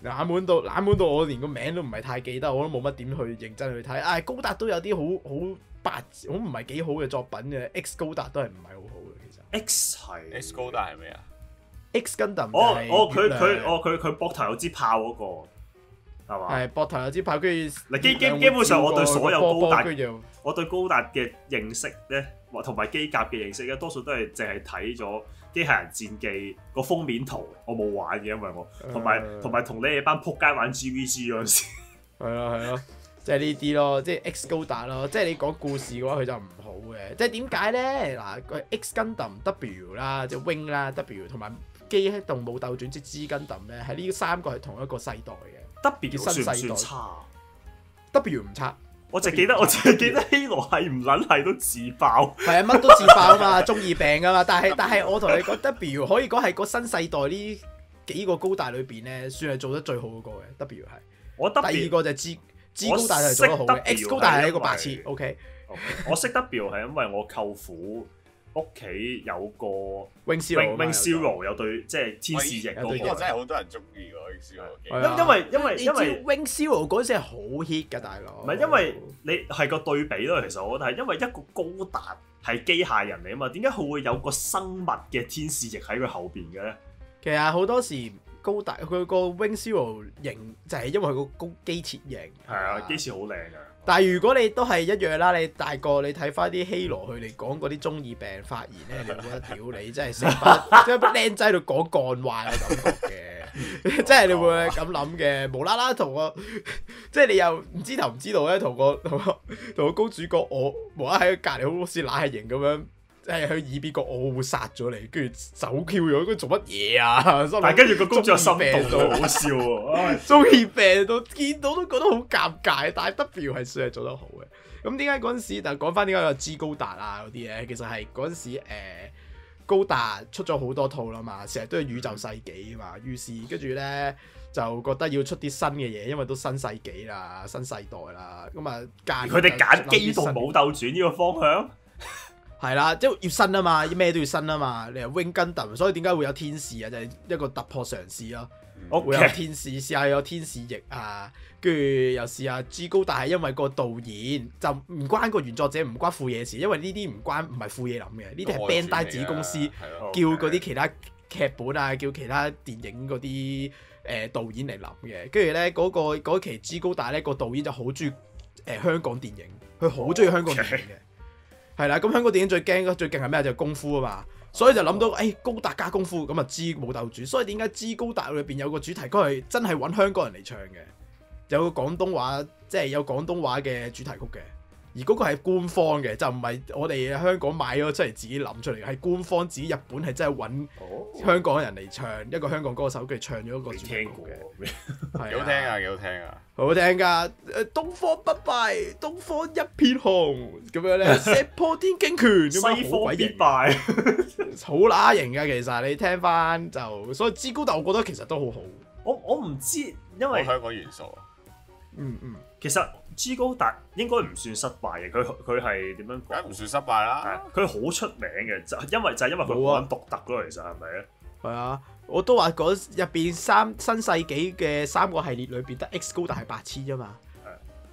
Speaker 1: 冷門到冷門到我連個名都唔係太記得，我都冇乜點去認真去睇。唉、高達都有啲好好白，好唔係幾好嘅作品嘅。X 高達都係唔係好好嘅，其
Speaker 2: X 係
Speaker 3: X 高達係咩啊？
Speaker 1: 實。X Gundam 就
Speaker 2: 哦
Speaker 1: 係
Speaker 2: 哦，佢
Speaker 1: 月亮
Speaker 2: 佢哦佢佢膊頭有支炮嗰、個係嘛？
Speaker 1: 係膊頭有支炮，跟住
Speaker 2: 嗱基基
Speaker 1: 月亮會
Speaker 2: 基本上我對
Speaker 1: 照過
Speaker 2: 所有
Speaker 1: 個波波
Speaker 2: 高達
Speaker 1: 跟住就
Speaker 2: 我對高達嘅認識咧，或同埋機甲嘅認識咧，多數都係淨係睇咗機械人戰記個封面圖，我冇玩嘅，因為我同埋
Speaker 1: 誒
Speaker 2: 同埋同你哋班撲街玩 GVG 嗰陣時，
Speaker 1: 係咯係咯，即即係呢啲咯，即係 X 高達咯，即係你講故事嘅話，佢就唔好嘅。即係點解咧？嗱，個 X Gundam W 啦，即係 Wing 啦，W 同埋機動武鬥轉之 G Gundam 咧，喺呢三個係同一個世代嘅。
Speaker 2: W
Speaker 1: 叫新
Speaker 2: 算唔
Speaker 1: 世代
Speaker 2: 算差？
Speaker 1: W 唔差，
Speaker 2: 我淨係記得我淨係記得希羅係唔撚係都自爆，
Speaker 1: 係啊，乜都自爆啊嘛，中二病㗎嘛。
Speaker 2: <laughs>
Speaker 1: 但係但係我同你講 W 可以講係個新世代呢幾個高達裏邊咧，算係做得最好嗰個嘅。W 係。
Speaker 2: 我 W
Speaker 1: 第二個就係 G G
Speaker 2: 我
Speaker 1: 高達係做得好嘅
Speaker 2: 識啊
Speaker 1: X
Speaker 2: 得
Speaker 1: 高達係一個
Speaker 2: 因為
Speaker 1: 白痴。OK，
Speaker 2: 我識得 W 係因為我舅父屋企有個
Speaker 1: Wing Zero 啊
Speaker 2: Wing
Speaker 1: 嘛
Speaker 2: Wing
Speaker 1: 有個
Speaker 2: Zero 有對即係天使翼嗰
Speaker 1: 有
Speaker 2: 個，
Speaker 1: 對
Speaker 3: 呢個真
Speaker 2: 因
Speaker 3: 係好多人中意喎，X
Speaker 1: 係啊
Speaker 2: 因為因為
Speaker 1: 你
Speaker 2: 因為
Speaker 1: 知 Wing Zero 嗰陣時係好 hit 㗎，大佬。
Speaker 2: 唔係因為你係個對比咯，其實我覺得係因為一個高達係機械人嚟啊嘛，點解佢會有個生物嘅天使翼喺佢後邊嘅咧？
Speaker 1: 其實好多時高達佢個 Wing Zero 型就係因為佢個高機設型。
Speaker 2: 係啊，機翅好靚啊！
Speaker 1: 但係如果你都係一樣啦，你大個你睇翻啲希羅佢哋講嗰啲中二病發言咧，你會覺得屌你真係成班 <laughs> 即係班僆仔喺度講幹話嘅感覺嘅，即係你會咁諗嘅，無啦啦同個 <laughs> 即係你又唔知頭唔知道咧，同個 <laughs> 同個同個公主角我無啦啦喺佢隔離好似乸係型咁樣。即係佢耳邊個我會殺咗你，跟住走 Q 咗，跟住做乜嘢啊？ <laughs> 心諗
Speaker 2: 但係跟住個公主嘅
Speaker 1: 中
Speaker 2: 心
Speaker 1: 二病
Speaker 2: 動
Speaker 1: 到
Speaker 2: 都好笑喎，唉
Speaker 1: 中意病到見到都覺得好尷尬，但係 W 係算係做得好嘅。咁點解嗰陣時？但係講翻點解有 G 高達啊嗰啲咧，其實係嗰陣時誒、呃高達出咗好多套啦嘛，成日都係宇宙世紀啊嘛，
Speaker 2: 嗯
Speaker 1: 於是跟住咧就覺得要出啲新嘅嘢，因為都新世紀啦、新世代啦，咁啊間
Speaker 2: 佢哋揀機動
Speaker 1: 冇
Speaker 2: 武鬥轉呢個方向。
Speaker 1: 係啦，即係要新啊嘛，咩都要新啊嘛。你係 Wing Gundam，所以點解會有天使啊？就係、一個突破嘗試咯。<laughs>
Speaker 2: O
Speaker 1: 會有
Speaker 2: K，
Speaker 1: 天使，試下有天使翼啊，跟住又試下 G 高，但係因為個導演就唔關個原作者唔關副嘢事，因為呢啲唔關唔係副嘢諗嘅，呢啲係
Speaker 3: 哦啊
Speaker 1: Bandai 子公司叫
Speaker 2: 哦
Speaker 1: 嗰啲其他劇本啊，叫其他電影嗰啲誒呃導演嚟諗嘅。跟住咧嗰個嗰期 G 高達咧個導演就好中意誒香港電影，佢好中意香港電影嘅。係啦，咁香港電影最驚最勁係咩？就係功夫啊嘛，所以就諗到誒、哎高達加功夫咁啊，知武鬥主。所以點解知高達裏邊有個主題曲係真係揾香港人嚟唱嘅，有個廣東話即係有廣東話嘅主題曲嘅。而嗰個係官方嘅，就唔係我哋香港買咗出嚟自己諗出嚟嘅，係官方自己日本係真係揾香港人嚟唱一個香港歌手，跟住唱咗個
Speaker 2: 未
Speaker 1: 主題曲
Speaker 2: 聽過
Speaker 1: 嘅，
Speaker 3: 幾好
Speaker 1: 係
Speaker 3: 聽啊，幾好聽啊！
Speaker 1: 好聽㗎，誒東方不敗，東方一片紅咁樣
Speaker 2: <laughs>
Speaker 1: 咧，石破天驚拳咁
Speaker 2: 西
Speaker 1: 樣好
Speaker 2: 方
Speaker 1: 鬼
Speaker 2: 必
Speaker 1: 型，
Speaker 2: 敗。 <laughs>
Speaker 1: 好乸型㗎其實你聽翻就，所以知高達我覺得其實都好好，
Speaker 2: 我我唔知，因
Speaker 3: 好
Speaker 2: 為
Speaker 3: 香港元素啊，
Speaker 1: 嗯嗯，
Speaker 2: 其實 G 高達應該唔算失敗嘅，佢佢係點樣
Speaker 3: 梗
Speaker 1: 啊
Speaker 2: 講
Speaker 3: 係
Speaker 2: 啊
Speaker 3: 唔？算失敗啦。
Speaker 2: 係佢好出名嘅，就因為就係因為佢
Speaker 1: 冇啊
Speaker 2: 好撚獨特咯，其實係咪咧？
Speaker 1: 係啊，我都話嗰入邊三新世紀嘅三個系列裏邊得 X 高達係白痴啫嘛，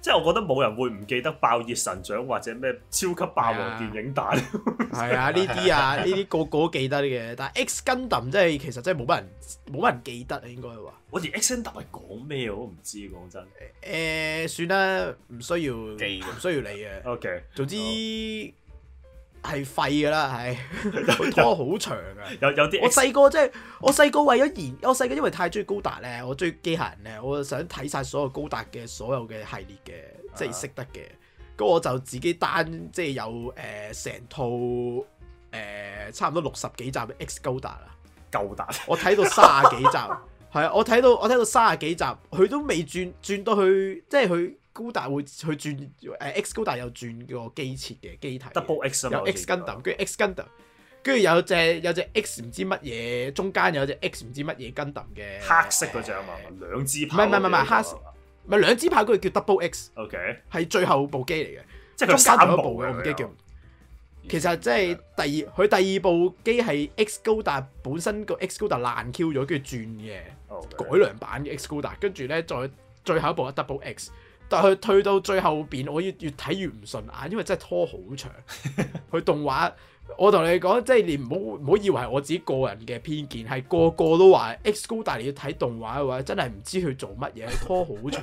Speaker 2: 即係我覺得冇人會唔記得爆熱神掌或者咩超級霸
Speaker 1: 啊
Speaker 2: 王電影彈。
Speaker 1: 係啊呢啲啊呢啲個個都記得嘅，但係 X Gundam 真係其實真係冇乜人冇乜人記得啊應該話，
Speaker 2: <laughs> 我連 X N 特係講咩我都唔知，講真。
Speaker 1: 誒、呃算啦，唔需要唔
Speaker 3: 記㗎
Speaker 1: 需要你嘅。
Speaker 2: O K，
Speaker 1: 總之係廢噶啦，係佢拖好長啊！
Speaker 2: 有有啲
Speaker 1: 我
Speaker 2: X
Speaker 1: 細個真係，我細個為咗研，我細個因為太中意高達咧，我中意機械人咧，我想睇晒所有高達嘅所有嘅系列嘅，即
Speaker 2: 啊
Speaker 1: 係識得嘅。咁我就自己單即係有誒成、套誒、呃差唔多六十幾集嘅 X 高達啦，<laughs>
Speaker 2: 夠達，
Speaker 1: 我睇到三十幾集，係啊，我睇到我睇到三十幾集，佢都未轉轉到去，即係佢高達會去轉誒 X 高達有轉個機設嘅機體嘅。
Speaker 2: Double X 啊嘛
Speaker 1: 有
Speaker 2: 好似
Speaker 1: X Gundam，跟住 X Gundam，跟住有隻有隻 X 唔知乜嘢，中間有隻 X 唔知乜嘢 Gundam 嘅
Speaker 2: 黑色嗰只啊嘛，兩支炮。啊
Speaker 1: 唔係唔係唔係黑色。唔係兩支炮嗰個叫 Double X，
Speaker 2: O K，
Speaker 1: 係最後部機嚟嘅，
Speaker 2: 即係
Speaker 1: 中間仲有
Speaker 2: 佢三啊
Speaker 1: 一部嘅，我唔記得叫。其實即係
Speaker 3: 嗯
Speaker 1: 第二，佢第二部機係 X 高達本身個 X 高達爛 Q 咗，跟住轉嘅。改良版嘅 X 高達，跟住咧再最後一部係 Double X，但係佢退到最後邊，我越越睇越唔順眼，因為真係拖好長。佢動畫，我同你講，即係你唔好唔好以為係我自己個人嘅偏見，係個個都話 X 高達你要睇動畫嘅話，真係唔知佢做乜嘢，拖好長。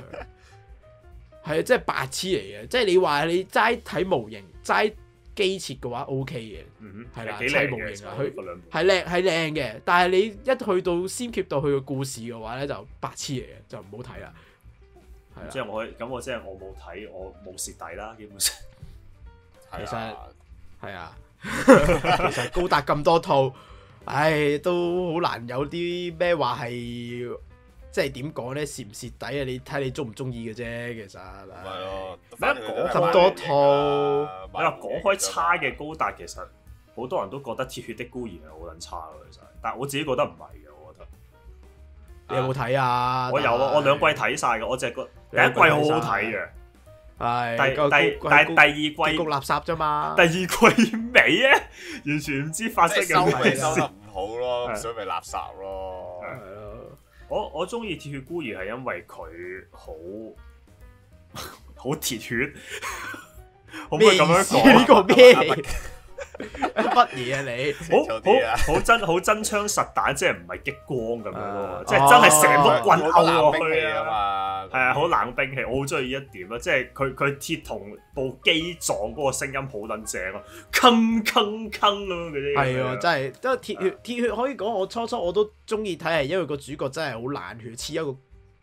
Speaker 1: 係啊，真係白痴嚟嘅，即係你話你齋睇模型、齋機設嘅話 OK 嘅。
Speaker 2: 嗯哼，
Speaker 1: 係啦
Speaker 2: 幾
Speaker 1: 砌
Speaker 2: 靚
Speaker 1: 模型
Speaker 2: 嘅
Speaker 1: 啊
Speaker 2: 其實
Speaker 1: 佢
Speaker 2: 嗰兩部。
Speaker 1: 係靚係靚嘅，但係你一去到先揭到佢嘅故事嘅話咧，就白痴嚟嘅，就唔好睇啦。係啦
Speaker 2: 即係我可以咁我即係我冇睇，我冇蝕底啦，基本上。
Speaker 3: 係
Speaker 1: 其實
Speaker 3: 啊
Speaker 1: 係啊，其實高達咁多套，唉，都好難有啲咩話係，即係點講咧？蝕唔蝕底啊？你睇你中唔中意嘅啫，其實。
Speaker 3: 咪咯，
Speaker 2: 咩
Speaker 3: 反正佢都係
Speaker 1: 咁
Speaker 3: 買
Speaker 1: 多
Speaker 3: 嘢
Speaker 1: 套
Speaker 3: 㗎
Speaker 2: 你話
Speaker 3: 買
Speaker 2: 講
Speaker 3: 嘢
Speaker 2: 開
Speaker 3: 㗎
Speaker 2: 差
Speaker 3: 嘛
Speaker 2: 嘅高達，其實好多人都覺得《鐵血的孤兒》係好撚差嘅，其實，但係我自己覺得唔係嘅，我覺得。
Speaker 1: 你有冇睇啊？
Speaker 2: 我有啊，我兩季睇晒嘅，我淨係覺第一
Speaker 1: 兩
Speaker 2: 季
Speaker 1: 季
Speaker 2: 好
Speaker 1: 睇晒
Speaker 2: 好睇嘅，
Speaker 1: 係
Speaker 2: 第
Speaker 1: 個
Speaker 2: 第
Speaker 1: 高
Speaker 2: 但
Speaker 1: 高
Speaker 2: 係第
Speaker 1: 結
Speaker 2: 二
Speaker 1: 局
Speaker 2: 季
Speaker 1: 垃圾啫嘛。
Speaker 2: 第二季尾咧，完全唔知發生
Speaker 3: 即
Speaker 2: 緊
Speaker 3: 係收
Speaker 2: 咩
Speaker 1: 係
Speaker 3: 尾
Speaker 2: 事
Speaker 3: 收得唔好咯，
Speaker 2: 係
Speaker 3: 咁所以咪垃圾咯。
Speaker 2: 係
Speaker 1: 係咯
Speaker 2: 我我中意鐵血孤兒係因為佢好 <laughs> 好鐵血， <laughs> 可唔可
Speaker 1: 咩
Speaker 2: 以
Speaker 1: 意
Speaker 2: 咁樣
Speaker 1: 思？啊
Speaker 2: 講啊
Speaker 1: 呢？個咩
Speaker 2: <laughs>
Speaker 1: 嚟？乜嘢啊你？
Speaker 2: 好
Speaker 3: 清楚啲啊
Speaker 2: 好好真好真槍實彈，即係唔係激光咁樣
Speaker 1: 啊
Speaker 2: 咯，即係真係成
Speaker 1: 碌
Speaker 2: 碌棍
Speaker 3: 哦好
Speaker 2: 摳
Speaker 3: 多冷
Speaker 2: 落
Speaker 3: 兵
Speaker 2: 去
Speaker 3: 器啊
Speaker 2: 啊！
Speaker 3: 嘛，
Speaker 2: 係啊，好冷兵器，我好中意呢一點咯，即係佢佢鐵同部機撞嗰個聲音好撚正咯，鏗鏗鏗咁樣嗰啲。
Speaker 1: 係
Speaker 2: 啊，
Speaker 1: 喎，真係，即係鐵血，鐵血可以講我初初我都中意睇，係因為個主角真係好冷血，似一個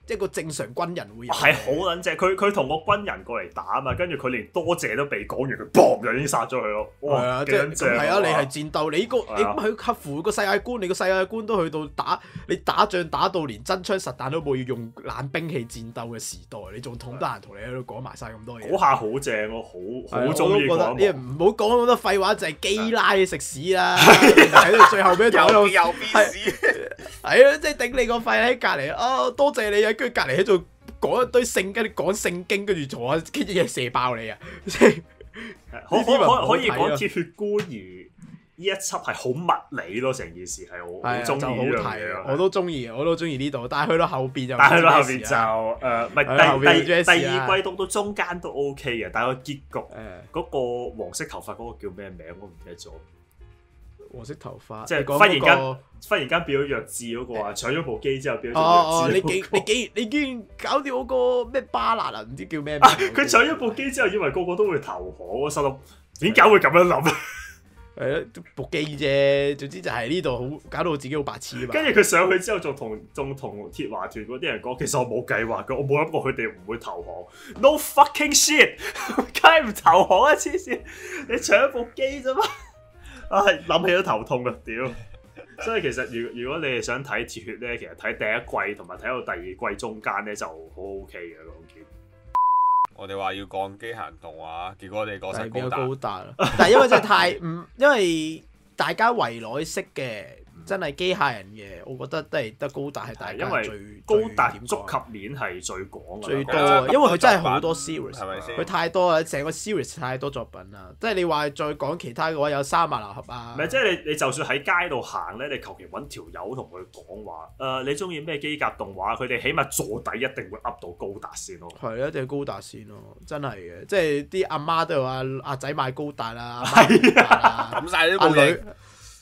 Speaker 1: 一個正常軍人會有。
Speaker 2: 哦係啊好撚正。佢佢同個軍人過嚟打啊嘛，跟住佢連多謝都未講完，佢砰就已經殺咗佢咯。
Speaker 1: 係
Speaker 2: 哇，
Speaker 1: 啊，
Speaker 2: 幾
Speaker 1: 即
Speaker 2: 撚
Speaker 1: 係
Speaker 2: 正
Speaker 1: 咁
Speaker 2: 啊！
Speaker 1: 係啊！你係戰鬥，你個
Speaker 2: 係啊
Speaker 1: 你咁去合乎個世界觀，你個世界觀都去到打你打仗打到連真槍實彈都冇，要用冷兵器戰鬥嘅時代，你仲統得閒同你喺度講埋晒咁多嘢啊
Speaker 2: 嗰。下好正咯，好好中意
Speaker 1: 我都
Speaker 2: 嗰
Speaker 1: 覺
Speaker 2: 一
Speaker 1: 得
Speaker 2: 幕。
Speaker 1: 呢唔好講咁多廢話，就係基拉食屎啦！啊喺到最後尾
Speaker 3: 有
Speaker 1: 仲喺度
Speaker 3: 邊有邊屎，
Speaker 1: 係啊，即係頂你個肺喺隔離啊！多謝你啊，跟住隔離喺度講一堆聖經，講聖經，跟住坐下，跟住嘢射爆
Speaker 2: <laughs>
Speaker 1: 你啊！即係呢啲咪唔
Speaker 2: 可可
Speaker 1: 好
Speaker 2: 可以
Speaker 1: 睇
Speaker 2: 講
Speaker 1: 啊
Speaker 2: 《鐵血孤兒》呢一輯係好物理咯，成件事係我好
Speaker 1: 係啊
Speaker 2: 中
Speaker 1: 就
Speaker 2: 意
Speaker 1: 好
Speaker 2: 呢樣嘢
Speaker 1: 睇，
Speaker 2: 啊。
Speaker 1: 我都中意，我都中意呢度，但係去到後邊就
Speaker 2: 但係去到後邊
Speaker 1: 邊
Speaker 2: 就誒，唔
Speaker 1: 啊係啦後
Speaker 2: 係
Speaker 1: 面
Speaker 2: 第第
Speaker 1: 就
Speaker 2: 第
Speaker 1: Jesse 啦
Speaker 2: 二季到到中間都 OK 嘅，但係個結局
Speaker 1: 誒
Speaker 2: 嗰個黃色頭髮嗰個叫咩名我唔記得咗，
Speaker 1: 黃色頭髮，
Speaker 2: 即係
Speaker 1: 你講
Speaker 2: 忽然
Speaker 1: 嗰
Speaker 2: 間
Speaker 1: 個
Speaker 2: 忽然間變咗弱智嗰個啊，搶咗部機之後變咗
Speaker 1: 哦哦，
Speaker 2: 弱智
Speaker 1: 你
Speaker 2: <laughs> 嗰
Speaker 1: 幾
Speaker 2: 個
Speaker 1: 你幾你竟然搞掉我個咩巴拿啊？唔知叫咩名
Speaker 2: 啊 <laughs> 佢搶咗部機之後，以為個個都會投降，我心諗點解會咁樣諗？啊
Speaker 1: 係咯，部機啫，總之就係呢度好搞到自己好白痴啊嘛。
Speaker 2: 跟住佢上去之後，仲同仲同鐵華團嗰啲人講，其實我冇計劃嘅，我冇諗過佢哋唔會投降。No fucking shit，梗 <laughs> 係唔投降啊！黐線，你搶部機啫嘛！啊，諗起都頭痛啊！屌，所以其實如如果你係想睇鐵血咧，其實睇第一季同埋睇到第二季中間咧就好 OK 嘅嗰件。
Speaker 3: 我哋話要講機械人動畫，結果你講晒
Speaker 1: 係比較
Speaker 3: 高達，
Speaker 1: 高達啊， <laughs> 但係因為真係太唔，因為大家圍內式嘅，真係機械人嘅，我覺得都係得高達係大
Speaker 2: 係因
Speaker 1: 家
Speaker 2: 為
Speaker 1: 最
Speaker 2: 高達
Speaker 1: 最點講
Speaker 2: 觸及面係最廣㗎啦
Speaker 1: 最多
Speaker 3: 啊
Speaker 1: 啊，因為佢真係好多
Speaker 3: 係
Speaker 1: series，
Speaker 3: 咪先
Speaker 1: 佢？太多啦，成個 series 太多作品啦。即係你話再講其他嘅話，有三萬流合啊
Speaker 2: 唔，係，即係你你就算喺街度行咧，你求其揾條友同佢講話，誒、你中意咩機甲動畫？佢哋起碼坐底一定會噏到高達先咯。
Speaker 1: 係一定要高達先咯，真係嘅。即係啲阿媽都話阿仔買高達啦，阿媽
Speaker 2: 啊
Speaker 1: 買高達啊啦
Speaker 3: 抌晒都
Speaker 1: 阿
Speaker 3: 冇嘢
Speaker 1: 女。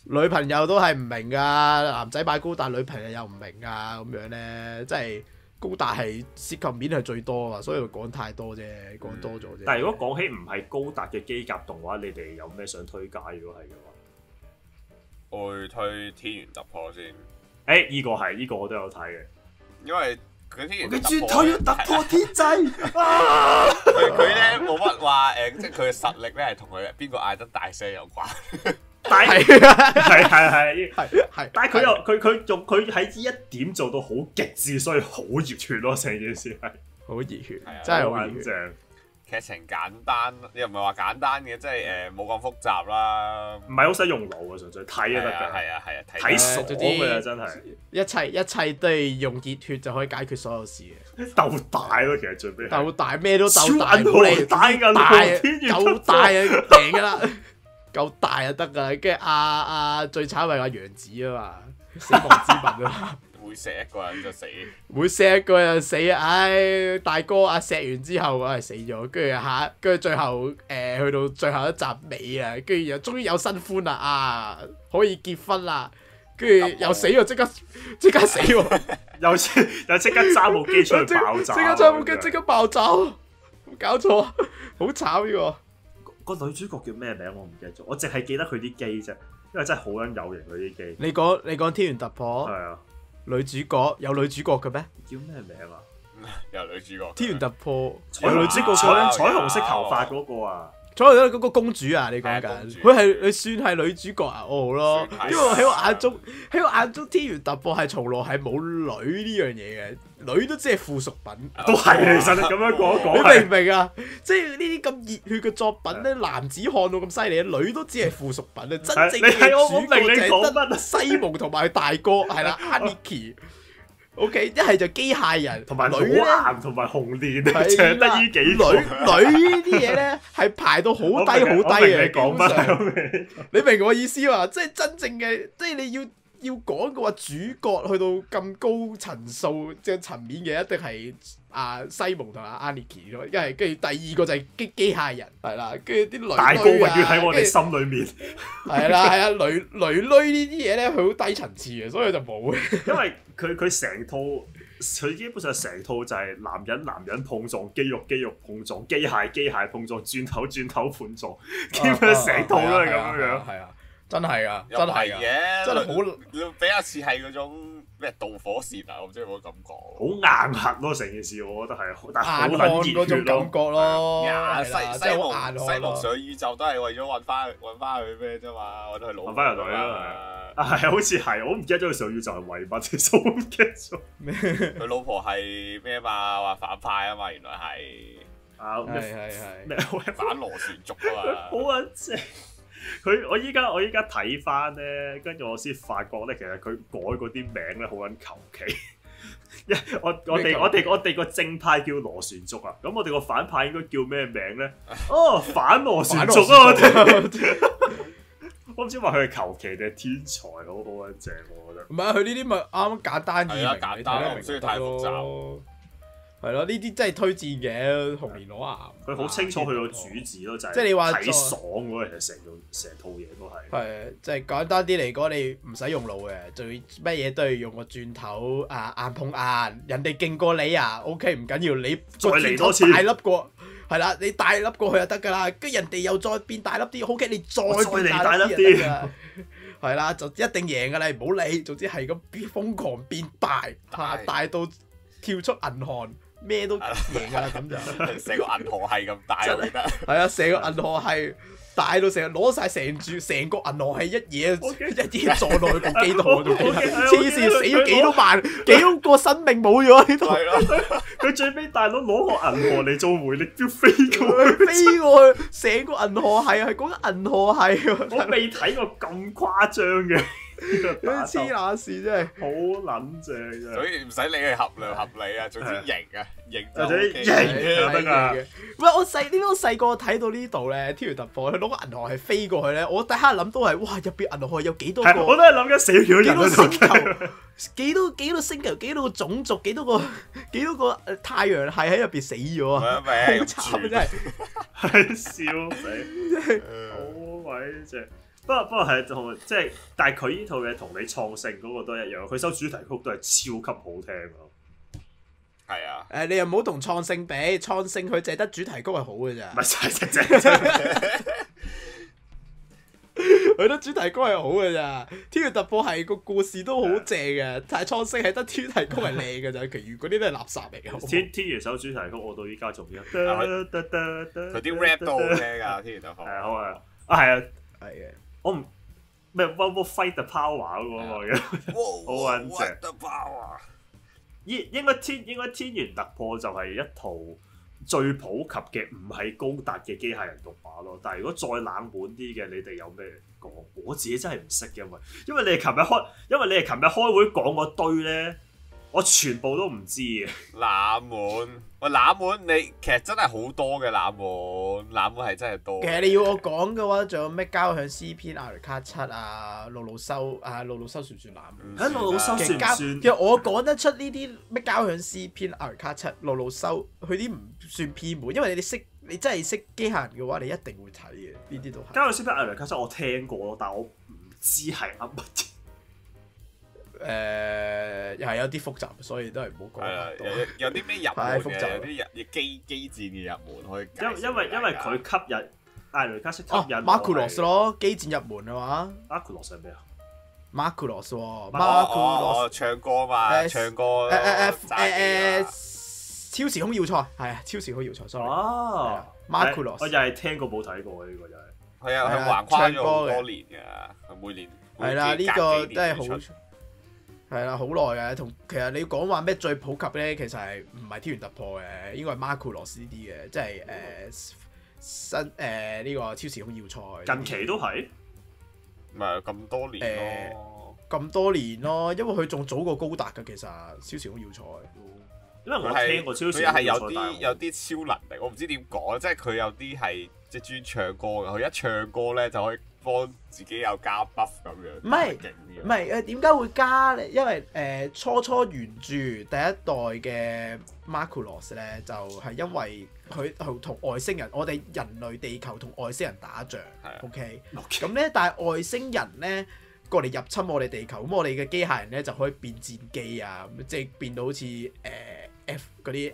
Speaker 1: 女朋友都係唔明噶，男仔買高達，女朋友又唔明噶，咁樣咧，即係高達係涉及面係最多啊，所以佢講太多啫，講多咗啫。
Speaker 2: 嗯但係如果講起唔係高達嘅機甲動畫，你哋有咩想推介？如果係嘅話，
Speaker 3: 我會推天元突破先，
Speaker 2: 誒、依、個係依、個我都有睇嘅。
Speaker 3: 因為佢天元
Speaker 2: 佢
Speaker 3: 突
Speaker 2: 轉
Speaker 3: 破
Speaker 2: 頭要
Speaker 3: 呢
Speaker 2: 突破天際啊！
Speaker 3: 佢佢咧冇乜話誒，即係佢嘅實力咧係同佢邊個嗌得大聲有關。 <laughs>
Speaker 2: 但係
Speaker 1: <laughs> 係啊
Speaker 2: 係係係，
Speaker 1: 係係，
Speaker 2: 但係佢又佢佢用佢喺呢一點做到好極致，所以好熱血咯，成件事係
Speaker 1: 好熱血
Speaker 3: 係啊，
Speaker 1: 真係
Speaker 2: 好
Speaker 1: 好
Speaker 2: 撚
Speaker 1: 熱血。
Speaker 2: 正。
Speaker 3: 劇情簡單，又唔係話簡單嘅，即係誒冇咁複雜啦。
Speaker 2: 唔係好使用腦啊，純粹睇就
Speaker 3: 係
Speaker 2: 得
Speaker 3: 啊
Speaker 2: 㗎。
Speaker 3: 係啊係啊，
Speaker 2: 睇
Speaker 3: 睇
Speaker 2: 傻
Speaker 1: 總
Speaker 2: 嘅
Speaker 1: 之
Speaker 2: 真係
Speaker 1: 一切一切都係用熱血就可以解決所有事嘅，
Speaker 2: 鬥大咯，其實最尾係
Speaker 1: 鬥大咩都鬥
Speaker 2: 超
Speaker 1: 大，
Speaker 2: 銀
Speaker 1: 唔好理
Speaker 2: 河大銀
Speaker 1: 大
Speaker 2: 河天元突
Speaker 1: 夠
Speaker 2: 破
Speaker 1: 大啊，贏噶啦，夠大就得噶啦。跟住阿阿最慘係阿楊子啊嘛，死亡之吻啊嘛。
Speaker 3: 會射一個人就死。 <laughs>
Speaker 1: 每錫一個人死，唉、大哥啊錫完之後，唉、死咗，跟住下，跟住最後誒、去到最後一集尾啊，跟住又終於有新歡啦啊，可以結婚啦，跟住又死喎，即刻即刻死喎，
Speaker 2: <laughs> 又即又即刻揸部機出去爆
Speaker 1: <laughs>
Speaker 2: 炸，啊
Speaker 1: 即刻真冇即刻爆炸，冇搞錯，好慘呢個。
Speaker 2: 個女主角叫咩名我唔記得咗，我淨係記得佢啲機啫，因為真係好撚有型佢啲機。
Speaker 1: 你講你講天元突破
Speaker 2: 係啊，
Speaker 1: 女主角有女主角嘅咩？
Speaker 2: 叫咩名啊？
Speaker 3: 唔又係女主角。
Speaker 1: 天
Speaker 3: <laughs>
Speaker 1: 元突破，
Speaker 2: 彩女主角
Speaker 3: 彩
Speaker 2: 彩
Speaker 3: 虹
Speaker 2: 彩虹色頭髮嗰個啊，
Speaker 1: 所以咧嗰個公主啊，你講
Speaker 3: 係公主
Speaker 1: 緊，佢係你算係女主角啊，我好咯，
Speaker 3: 算係
Speaker 1: 因為喺我眼中，喺我眼中天元突破係從來係冇女呢樣嘢嘅，女都只係附屬品。
Speaker 2: 都係其實你咁樣講一
Speaker 1: 你
Speaker 2: 講
Speaker 1: 明唔
Speaker 2: 係
Speaker 1: 明啊？即係呢啲咁熱血嘅作品咧，男子漢到咁犀利，女都只係附屬品啊！真正嘅
Speaker 2: 你係我我
Speaker 1: 主
Speaker 2: 明
Speaker 1: 角
Speaker 2: 你
Speaker 1: 就
Speaker 2: 講
Speaker 1: 係
Speaker 2: 乜
Speaker 1: 得
Speaker 2: 啊哦
Speaker 1: 西蒙同埋大哥，係
Speaker 2: <laughs>
Speaker 1: 啦，Aniki。OK，一係就機械人，
Speaker 2: 同埋老
Speaker 1: 女咧
Speaker 2: 岩同埋紅蓮，
Speaker 1: 係
Speaker 2: 淨係得
Speaker 1: 啦
Speaker 2: 呢
Speaker 1: 女
Speaker 2: 幾個。
Speaker 1: 女呢啲嘢咧係排到好低
Speaker 2: <laughs> 我
Speaker 1: 好
Speaker 2: 明
Speaker 1: 低
Speaker 2: 我明
Speaker 1: 嘅，
Speaker 2: 你講
Speaker 1: 基本上
Speaker 2: 乜？
Speaker 1: 你明我意思嘛？即係真正嘅，即係你要要講嘅話，主角去到咁高層數即係層面嘅，一定係啊西蒙同阿 Aniki 咯。因為跟住第二個就係機機械人，係啦，跟住啲女
Speaker 2: <laughs> 大哥
Speaker 1: 女
Speaker 2: 永
Speaker 1: 啊
Speaker 2: 遠喺我哋
Speaker 1: 跟住
Speaker 2: 心裏面，
Speaker 1: 係啦係啊，女女女呢啲嘢咧，佢好低層次嘅，所以就冇嘅。
Speaker 2: 因為佢佢成套佢基本上成套就係男人男人碰撞，肌肉肌肉碰撞，機械機械碰撞，轉頭轉頭碰撞，基
Speaker 1: <laughs>
Speaker 2: 本上成套都係咁樣樣。
Speaker 1: 係啊，真係啊，
Speaker 3: 又
Speaker 1: 真
Speaker 3: 唔
Speaker 1: 係
Speaker 3: 係
Speaker 1: 啊，
Speaker 3: 嘅，
Speaker 1: 真係好
Speaker 3: 好比較似係嗰種咩導火線啊，我唔知有冇咁講。
Speaker 2: 好硬核咯，成件事我覺得係，但係好
Speaker 1: 硬
Speaker 2: 撚
Speaker 1: 漢
Speaker 2: 熱
Speaker 1: 嗰
Speaker 2: 血
Speaker 1: 種感
Speaker 2: 咯。
Speaker 1: 覺咯，
Speaker 3: 呀
Speaker 1: 哦係
Speaker 3: 西
Speaker 1: 啦，
Speaker 3: 西
Speaker 1: 真係好
Speaker 3: 蒙
Speaker 1: 硬
Speaker 3: 西
Speaker 1: 漢
Speaker 3: 蒙
Speaker 1: 咯。
Speaker 3: 上宇宙都係為咗揾翻揾翻佢咩啫嘛，揾佢老
Speaker 2: 搵返佢女啊啊，係好似係，我唔記得咗佢上宇宙係為乜，其實我唔記得咗。
Speaker 3: 佢老婆係咩嘛？話反派啊嘛，原來係
Speaker 2: 啊，
Speaker 1: 係係係。
Speaker 2: 咩咩
Speaker 3: 反螺旋族啊嘛。
Speaker 2: 好啊！即係佢，我依家我依家睇翻咧，跟住我先發覺咧，其實佢改嗰啲名咧好撚求其。 <laughs> 一我我
Speaker 1: 咩
Speaker 2: 哋
Speaker 1: 求
Speaker 2: 我哋我哋個正派叫螺旋族啊，咁我哋個反派應該叫咩名咧？
Speaker 1: 啊
Speaker 2: 哦，反螺旋族啊！我哋
Speaker 1: <laughs>
Speaker 2: 我唔知話佢係求其定係天才，好好撚正，我覺得。
Speaker 1: 唔係啊佢呢啲咪啱啱簡單易
Speaker 3: 係
Speaker 1: 明
Speaker 3: 啊，簡單
Speaker 1: 你睇得明
Speaker 3: 唔需要太複雜
Speaker 1: 就得咯。係咯，呢啲真係推薦嘅，紅蓮攞癌。
Speaker 2: 佢好清楚佢個主旨咯，就係
Speaker 1: 即係你話
Speaker 2: 睇
Speaker 1: 再
Speaker 2: 爽嗰個，其實成套成套嘢都係。
Speaker 1: 係，即係簡單啲嚟講，你唔使用腦嘅，最乜嘢都要用個轉頭啊，硬碰硬，人哋勁過你啊，OK 唔緊要，你
Speaker 2: 再
Speaker 1: 個
Speaker 2: 嚟
Speaker 1: 轉
Speaker 2: 多
Speaker 1: 頭
Speaker 2: 次
Speaker 1: 大粒過，係啦，你大粒過去就得㗎啦，跟住人哋又再變大粒啲，OK 你再
Speaker 2: 我再
Speaker 1: 變
Speaker 2: 嚟
Speaker 1: 大
Speaker 2: 大
Speaker 1: 粒
Speaker 2: 粒
Speaker 1: 啲
Speaker 2: 啲
Speaker 1: 就得㗎啦，係啦，就一定贏㗎啦，唔好理，總之係咁變瘋狂變大，嚇
Speaker 3: 大
Speaker 1: 大到跳出銀行咩都贏㗎啦咁就。
Speaker 2: <laughs>
Speaker 3: 成個銀河系咁大，我記得。
Speaker 1: <laughs> 係啊，成個銀河係大到成攞晒成住成個銀河係一嘢
Speaker 2: OK
Speaker 1: 一嘢撞落去部機度， <laughs> 我仲記得
Speaker 2: OK，係啊
Speaker 1: 黐線死咗幾多 <laughs> 萬幾個生命冇咗呢度，
Speaker 3: 係咯，
Speaker 2: 佢最尾大佬攞個銀河嚟做回力鏢飛過去。
Speaker 1: 飛過去成個銀河係係講緊銀河啊 <laughs> 係，
Speaker 2: 我未睇過咁誇張嘅呢個打
Speaker 1: 黐
Speaker 2: 鬥，
Speaker 1: 乸線真係。
Speaker 2: 好撚正啊
Speaker 3: 所
Speaker 2: 嘅。
Speaker 3: 以唔使理佢合量合理啊，總之型啊，型就
Speaker 2: 或者
Speaker 3: OK
Speaker 2: 型
Speaker 1: 係
Speaker 2: 得㗎
Speaker 1: 嘅唔係我細呢我細個睇到呢度咧，天元突破佢攞個銀河係飛過去咧，我第一下諗到係哇入邊銀河係有幾多
Speaker 2: 係，
Speaker 1: 個
Speaker 2: 我。都係諗緊死咗
Speaker 1: 幾
Speaker 2: 人
Speaker 1: 多
Speaker 2: 喺
Speaker 1: 星
Speaker 2: 度
Speaker 1: 球
Speaker 2: 睇。？
Speaker 1: 幾多幾多星球？幾多個種族？幾多個 <laughs> 幾多個呃太陽系喺入邊死咗啊！
Speaker 3: 咪
Speaker 1: 好
Speaker 3: 咪咁
Speaker 1: 慘啊！
Speaker 3: 住
Speaker 1: 真係
Speaker 2: <laughs> 係笑死，好
Speaker 3: 誒
Speaker 2: 鬼正。不過不過係同即係，但係佢呢套嘢同你創聖嗰個都一樣，佢首主題曲都係超級好聽啊！
Speaker 3: 係啊，
Speaker 1: 誒，你又唔好同創聖比，創聖佢淨係得主題曲係好嘅
Speaker 2: 唔
Speaker 1: 咋，
Speaker 2: 係真係正正，
Speaker 1: <laughs>
Speaker 3: <laughs>
Speaker 1: 佢得主題曲係好嘅咋。天元突破係個故事都好正嘅，但係創聖係得主題曲係靚嘅咋， <laughs> 其餘嗰啲都係垃圾嚟嘅。好唔好
Speaker 2: 天天元首主題曲我到依家仲記得。
Speaker 3: 佢佢
Speaker 2: 佢
Speaker 3: 啲 rap 都好聽㗎，天然就好。
Speaker 2: 係啊，好啊，啊係啊。
Speaker 1: 係嘅，
Speaker 2: 我唔咩 One More Fight the Power 嗰個
Speaker 3: 啊
Speaker 2: 嘅，好
Speaker 3: 好
Speaker 2: 穩陣
Speaker 3: 得爆啊！
Speaker 2: 應應該天應該天元突破就係一套最普及嘅唔係高達嘅機械人動畫咯。但係如果再冷門啲嘅，你哋有咩講？我自己真係唔識嘅，因為因為你哋琴日開，因為你哋琴日開會講嗰堆咧，我全部都唔知嘅。
Speaker 3: 冷門，喂冷門，你其實真係好多嘅冷門，冷門係真係多。
Speaker 1: 其實你要我講嘅話，仲有咩交響詩篇、阿雷卡七啊、路路修啊、路路修算唔算冷門？
Speaker 3: 唔
Speaker 2: 喺
Speaker 3: 算啦
Speaker 2: 路路修
Speaker 1: 其
Speaker 2: 算
Speaker 1: 實
Speaker 2: 唔
Speaker 1: 交
Speaker 2: 算
Speaker 1: 其實我講得出呢啲咩交響詩篇、阿雷卡七、路路修，佢啲唔算偏門，因為你哋識，你真係識機械人嘅話，你一定會睇嘅，呢啲都係。
Speaker 2: 交響詩篇艾雷卡西我聽過咯，但係我唔知係噏乜嘢。
Speaker 1: 誒、又係有啲複雜，所以都係唔好講
Speaker 3: 係啦
Speaker 1: 太，多
Speaker 3: 有。有啲咩入
Speaker 1: 太
Speaker 3: 門
Speaker 1: 複雜
Speaker 3: 嘅，
Speaker 1: 啦
Speaker 3: 有啲入機機戰嘅入門可以介紹
Speaker 2: 因因為因為佢吸引艾雷卡西吸
Speaker 1: 哦
Speaker 2: 引
Speaker 1: 馬庫羅斯咯，機戰入門啊
Speaker 2: 我係，馬庫羅斯係咩啊？
Speaker 1: 嘛，馬庫羅斯喎，
Speaker 3: 大家
Speaker 1: 馬庫
Speaker 3: 哦哦
Speaker 1: 羅
Speaker 3: 哦唱歌嘛，
Speaker 1: 誒
Speaker 3: 唱歌
Speaker 1: 誒誒誒
Speaker 3: 揸機啊
Speaker 1: 誒超時空要塞係啊，超時空要塞，sorry。
Speaker 2: 哦
Speaker 1: Marculus
Speaker 2: 我又係聽過冇睇過呢個又係。
Speaker 3: 係啊，
Speaker 1: 係
Speaker 3: 佢
Speaker 1: 啊
Speaker 3: 橫跨
Speaker 1: 唱
Speaker 3: 咗
Speaker 1: 歌
Speaker 3: 好
Speaker 1: 嘅
Speaker 3: 多年㗎，佢每年
Speaker 1: 係啦，呢個
Speaker 3: 個
Speaker 1: 真係好係啦，好耐嘅。啊同其實你講話咩最普及咧，其實係唔係天元突破嘅，應該係馬庫羅斯啲嘅，即係誒、新誒呢、個超時空要塞。
Speaker 2: 近期都係，
Speaker 3: 唔係咁多年咯。
Speaker 1: 咁多年咯，因為佢仲早過高達嘅，其實超時空要塞。
Speaker 2: 因為
Speaker 3: 佢
Speaker 2: 我
Speaker 3: 係
Speaker 2: 聽過超時
Speaker 3: 佢又係有
Speaker 2: 空要塞但係
Speaker 3: 啲
Speaker 2: 我
Speaker 3: 有啲超能力，我唔知點講，即係佢有啲係即係專唱歌嘅，佢一唱歌咧就可以幫自己有加 buff 咁樣，
Speaker 1: 唔係
Speaker 3: 勁啊嘅
Speaker 1: 唔係誒點解會加咧？因為誒、呃初初原著第一代嘅 Marculus 咧，就係、因為佢同同外星人，我哋人類地球同外星人打仗
Speaker 3: 係啊
Speaker 1: ，OK。
Speaker 2: OK
Speaker 1: 咁咧，但係外星人咧過嚟入侵我哋地球，咁我哋嘅機械人咧就可以變戰機啊，咁即係變到好似誒、呃 F 嗰啲誒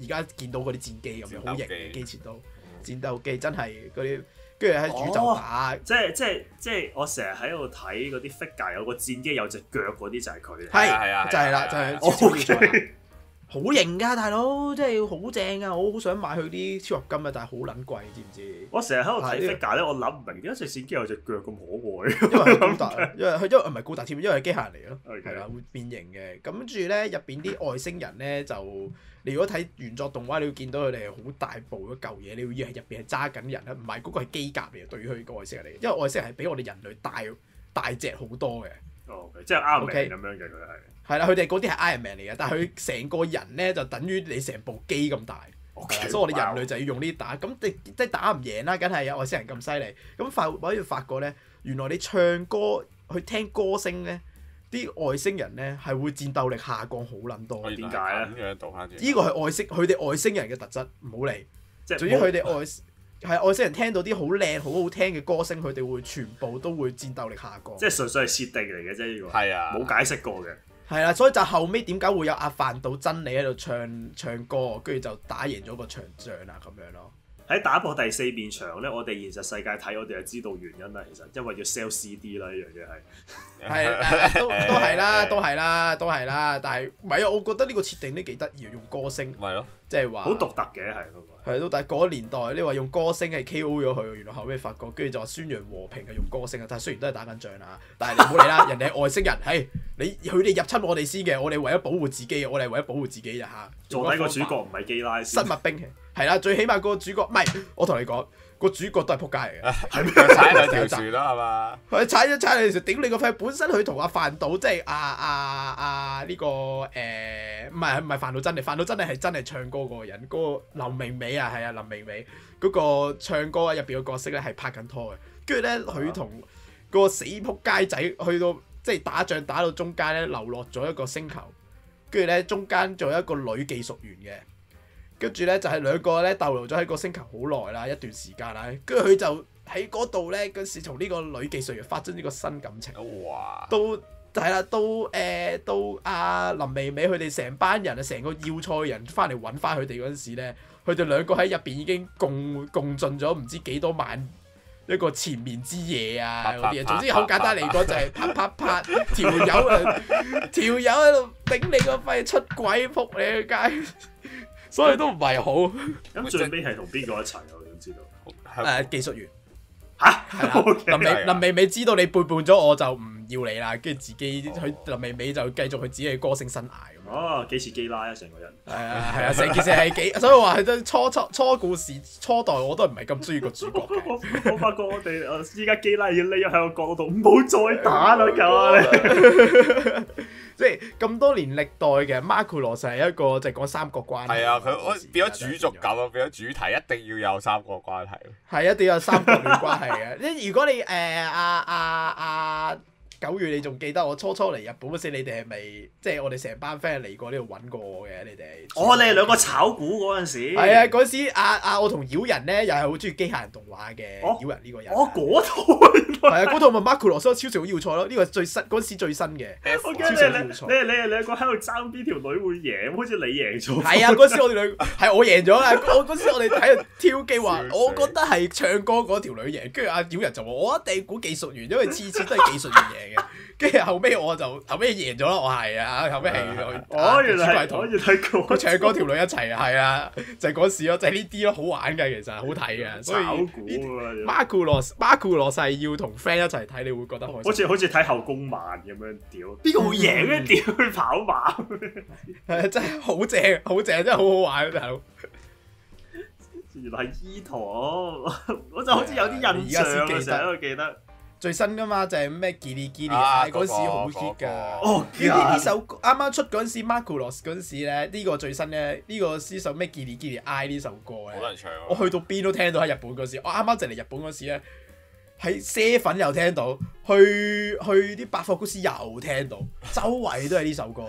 Speaker 1: 而家見到嗰啲戰機咁樣，好型
Speaker 3: 戰鬥
Speaker 1: 嘅
Speaker 3: 機
Speaker 1: 機前都戰鬥機真係嗰啲，跟住喺宇宙
Speaker 2: 哦
Speaker 1: 打，
Speaker 2: 即係即係即係，我成日喺度睇嗰啲 figure 有個戰機有隻腳嗰啲就係佢嚟。
Speaker 1: 係
Speaker 3: 係啊係啊
Speaker 1: 就係啦，就
Speaker 3: 係啊
Speaker 1: 係超級
Speaker 2: O K？
Speaker 1: 好型噶，大佬，真係好正噶，我好想買佢啲超合金啊，但係好撚貴，知唔知
Speaker 2: 我成日喺度睇
Speaker 1: 係呢
Speaker 2: figure 咧，我諗唔明點解隻戰機有隻腳
Speaker 1: 因為係
Speaker 2: 咁可愛。 <laughs>
Speaker 1: 高達，啊因為佢因為唔係高達添，因為係機械人嚟咯，
Speaker 2: OK
Speaker 1: 係啦，會變形嘅。咁跟住咧，入邊啲外星人咧就，你如果睇原作動畫，你會見到佢哋係好大部嗰嚿嘢，你會以為入邊係揸緊人啦，啊唔係嗰個係機甲嚟嘅，對於佢個外星人嚟嘅，因為外星人係比我哋人類大大隻好多嘅。
Speaker 2: 哦，OK，即係啱
Speaker 1: OK
Speaker 2: 明咁樣嘅佢係。
Speaker 1: 係啦，佢哋嗰啲係 Iron Man 嚟嘅，但係佢成個人咧就等於你成部機咁大。
Speaker 2: O
Speaker 1: 係
Speaker 2: K，
Speaker 1: 啦所以我哋人類就要用呢啲打，咁你即係打唔贏啦，梗係有外星人咁犀利。咁發我要發覺咧，原來你唱歌去聽歌聲咧，啲外星人咧係會戰鬥力下降好撚多。
Speaker 3: 我
Speaker 1: 呢
Speaker 2: 點
Speaker 3: 原來
Speaker 2: 解
Speaker 3: 係咁樣倒翻轉。
Speaker 1: 個係外星佢哋外星人嘅特質，唔好理。
Speaker 2: 即係
Speaker 1: 總之佢哋外係外星人聽到啲好靚好好聽嘅歌聲，佢哋會全部都會戰鬥力下降。
Speaker 2: 即係純粹係設定嚟嘅啫，呢個
Speaker 3: 係啊，
Speaker 2: 冇解釋過嘅。
Speaker 1: 係啦，所以就後尾點解會有阿范到真理喺度唱唱歌，跟住就打贏咗個場仗啦咁樣咯。
Speaker 2: 喺打破第四面牆咧，我哋現實世界睇，我哋就知道原因啦。其實因為要 sell CD 啦，呢樣
Speaker 3: 啊
Speaker 2: 嘢係。
Speaker 1: 係
Speaker 3: <laughs>
Speaker 1: 誒
Speaker 2: <laughs>
Speaker 1: 都都係啦，都係啦，都係啦。但係唔係啊？我覺得呢個設定都幾得意，用歌聲
Speaker 3: 咪咯，
Speaker 1: 即係話
Speaker 2: 好獨特嘅係嗰個。
Speaker 1: 係咯。但係嗰年代你話用歌聲係 K.O. 咗佢，原來後尾發覺，跟住就話宣揚和平係用歌聲啊。但係雖然都係打緊仗啦，但係你唔好理
Speaker 2: <laughs>
Speaker 1: 啦，人哋係外星人，係你佢哋入侵我哋先嘅，我哋為咗保護自己，我哋係為咗保護自己咋嚇。
Speaker 2: 坐底個主
Speaker 1: 用個
Speaker 2: 角唔係基拉
Speaker 1: 方
Speaker 2: 先，
Speaker 1: 法生物兵係啦，最起碼個主角唔係我同你講，個主角都係撲街嚟嘅。
Speaker 3: 又踩兩條船啦，係嘛？
Speaker 1: 佢踩咗踩你條船，頂你個肺！本身佢同阿范島即係阿阿阿呢個誒，唔係唔係范島真理，范島真理係真係唱歌嗰個人，嗰、個林明美啊，係啊林明美嗰、個唱歌啊入邊個角色咧係拍緊拖嘅，跟住咧佢同個死仆街仔去到即係打仗打到中間咧流落咗一個星球，跟住咧中間仲有一個女技術員嘅。跟住咧就係、兩個咧逗留咗喺個星球好耐啦，一段時間啦。跟住佢就喺嗰度咧，嗰時同呢個女技術員發生呢個新感情，
Speaker 3: 哇！
Speaker 1: 都係啦，都誒、呃到阿、林微微佢哋成班人啊，成個要塞人翻嚟揾翻佢哋嗰陣時咧，佢哋兩個喺入邊已經共共進咗唔知幾多晚。一個前面之夜啊嗰啲嘢，總之好簡單嚟講就係啪啪啪條友 <laughs> 啊，條友喺度頂你個肺出軌撲你個街，所以都唔係好。
Speaker 2: 咁最尾係同邊個一齊啊？我想知道。
Speaker 1: 誒、
Speaker 3: 係
Speaker 1: 技術 <laughs> 員係
Speaker 2: 嚇
Speaker 1: 啦，
Speaker 2: ，OK，
Speaker 1: 林
Speaker 3: 係
Speaker 1: 美
Speaker 3: 啊
Speaker 1: 林美美知道你背叛咗我就唔要你啦，跟住自己佢林美美就繼續佢自己嘅歌星生涯咁樣。
Speaker 2: 哦，幾似基拉啊，成個人。
Speaker 1: 係啊係啊，成件事係幾，所以話佢都初初初故事初代我都唔係咁中意個主角
Speaker 2: 我 <laughs>
Speaker 1: 嘅。
Speaker 2: 我發覺我哋我依家基拉已經匿咗喺個角度，唔好再打啦，夠啊你！
Speaker 1: <laughs> 即係咁多年歷代嘅 Marco 羅實係一個就係講三角關係。
Speaker 3: 係啊，佢我變咗主軸
Speaker 1: 咁。
Speaker 3: 咁啊，變咗主題，一定要有三個
Speaker 1: <laughs>
Speaker 3: 關係。
Speaker 1: 係一定有三角戀關係嘅。即係如果你誒啊阿阿阿啊九月，你仲記得我初初嚟日本嗰時，你哋係咪即係我哋成班 friend 嚟過呢度揾過我嘅？你哋
Speaker 2: 我哦哋兩個炒股嗰陣時，
Speaker 1: 係啊！嗰時阿阿我同妖人咧，又係好中意機械人動畫嘅
Speaker 2: 哦
Speaker 1: 妖人呢個人。啊
Speaker 2: 我嗰套
Speaker 1: 係啊，嗰套咪 Marco 羅所超時好要塞咯，呢個係最新嗰時最新
Speaker 2: <laughs>
Speaker 1: 嘅。
Speaker 2: 我
Speaker 1: 超
Speaker 2: 驚
Speaker 1: 級
Speaker 2: 你
Speaker 1: 超錯
Speaker 2: 哋你哋你哋兩個喺度爭邊條女會贏，好似你贏咗。
Speaker 1: 係啊，嗰時我哋兩係我贏咗啦。我嗰時我哋喺度挑機話，
Speaker 2: <laughs>
Speaker 1: 我覺得
Speaker 2: <laughs>
Speaker 1: 係唱歌嗰條女贏，跟住阿妖人就話我一定估技術員，因為次次都係技術員贏嘅。跟住後尾我就後尾贏咗啦，我係啊，後尾係去
Speaker 2: 哦，原
Speaker 1: 來
Speaker 2: 來係，哦原來係
Speaker 1: 佢
Speaker 2: 嗰
Speaker 1: 唱歌條女一齊係啊，就係嗰時咯，就係呢啲咯，好玩嘅其實，好睇
Speaker 2: <laughs>
Speaker 1: 嘅，所以
Speaker 2: 炒股
Speaker 1: 呢
Speaker 2: 啊嘛，
Speaker 1: 馬庫羅馬庫羅係要同 friend 一齊睇，你會覺得開
Speaker 2: 好
Speaker 1: 心。
Speaker 2: 似好似睇後宮漫咁樣，屌邊個 <laughs> 會贏咧？屌去跑馬，
Speaker 1: 係 <laughs> 真係好正，好正，真係好好玩啊，大佬。
Speaker 2: 原來係伊陀，我就好似有啲印象
Speaker 1: 而家
Speaker 2: 啊，
Speaker 1: 先記得
Speaker 2: 成日都記得。
Speaker 1: 最新噶嘛，就係咩《吉利吉利》
Speaker 3: 啊
Speaker 1: 啊，嗰時好 hit
Speaker 3: 嗰個
Speaker 1: 㗎。
Speaker 2: 哦，
Speaker 1: 呢呢呢首歌啱啱出嗰陣時 m a r c u l o s 嗰陣時咧，呢、個最新咧，呢、個呢首咩《吉利吉利 I》呢首歌
Speaker 3: 好多
Speaker 1: 咧，
Speaker 3: 人唱啊。
Speaker 1: 我去到邊都聽到喺日本嗰時，我啱啱就嚟日本嗰時咧，喺啡粉又聽到，去去啲百貨公司又聽到，周圍都係呢首歌，
Speaker 3: 啊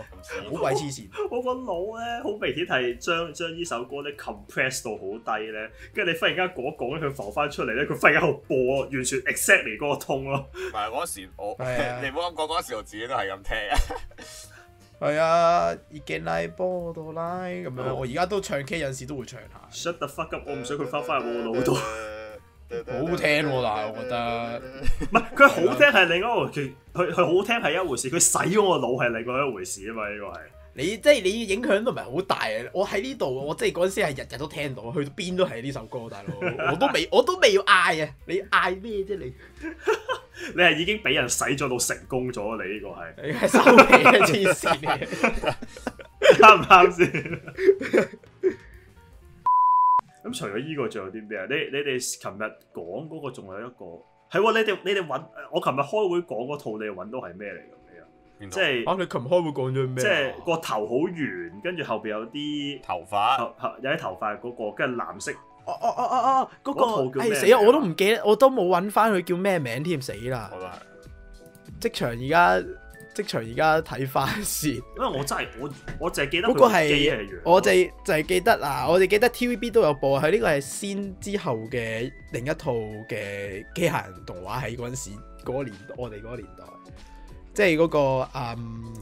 Speaker 1: 好鬼黐線。
Speaker 2: 我個腦咧，好明顯係將將呢首歌咧 compress 到好低咧，跟住你忽然間講一講咧，佢浮翻出嚟咧，佢忽然間喺度播，完全 exactly 嗰個通咯。
Speaker 3: 唔係嗰時我，
Speaker 1: 係啊
Speaker 3: <laughs> 你唔好咁講嗰時我自己都係咁聽啊。
Speaker 1: 係啊，熱嘅拉波到拉咁
Speaker 3: 啊
Speaker 1: 樣，我而家都唱 K 有陣時都會唱下。
Speaker 2: Shut the fuck up！我唔想佢翻返入
Speaker 3: <laughs>
Speaker 2: 我腦度。唔
Speaker 1: 好好聽喎但係我覺得
Speaker 2: 係佢好聽係另一回事，佢佢好聽係一回事，佢洗咗我腦係另外一回事啊嘛！呢個係
Speaker 1: 你即係你影響都唔係好大啊！我喺呢度，我即係嗰陣時係日日都聽到，去到邊都係呢首歌，大
Speaker 2: <laughs>
Speaker 1: 佬，我都未我都未要嗌啊！你嗌咩啫你？
Speaker 2: 你係已經俾人洗咗到成功咗，啊你呢個係
Speaker 1: 你係收皮啊！黐線
Speaker 2: <laughs>
Speaker 1: 嘅，
Speaker 2: 啱唔啱先？
Speaker 1: <laughs>
Speaker 2: 咁除咗呢個，仲有啲咩啊？你你哋琴日講嗰個仲有一個係喎，你哋你哋揾我琴日開會講嗰套，你哋揾到係咩嚟㗎？你啊
Speaker 3: 邊度
Speaker 2: 即係
Speaker 1: 啊！你琴日開會講咗咩？啊
Speaker 2: 即係個頭好圓，跟住後邊有啲
Speaker 3: 頭髮，
Speaker 2: 頭頭有啲頭髮嗰個，跟住藍色
Speaker 1: 哦哦哦哦哦，
Speaker 2: 嗰
Speaker 1: 嗰
Speaker 2: 套
Speaker 1: 個
Speaker 2: 叫咩
Speaker 1: 哎
Speaker 2: 名啊
Speaker 1: 死啊！我都唔記得，我都冇揾翻佢叫咩名添，死啦
Speaker 3: 我！都係。
Speaker 1: 職場而家職場而家睇翻先。
Speaker 2: 因為我真係我我淨係記得
Speaker 1: 嗰
Speaker 2: 佢
Speaker 1: 個
Speaker 2: 個機
Speaker 1: 係
Speaker 2: 係樣
Speaker 1: 我哋就係記得啦，我哋記得 TVB 都有播，佢呢個係先之後嘅另一套嘅機械人動畫喺嗰陣時嗰、個年代，我哋嗰個年代，即係嗰、個嗯，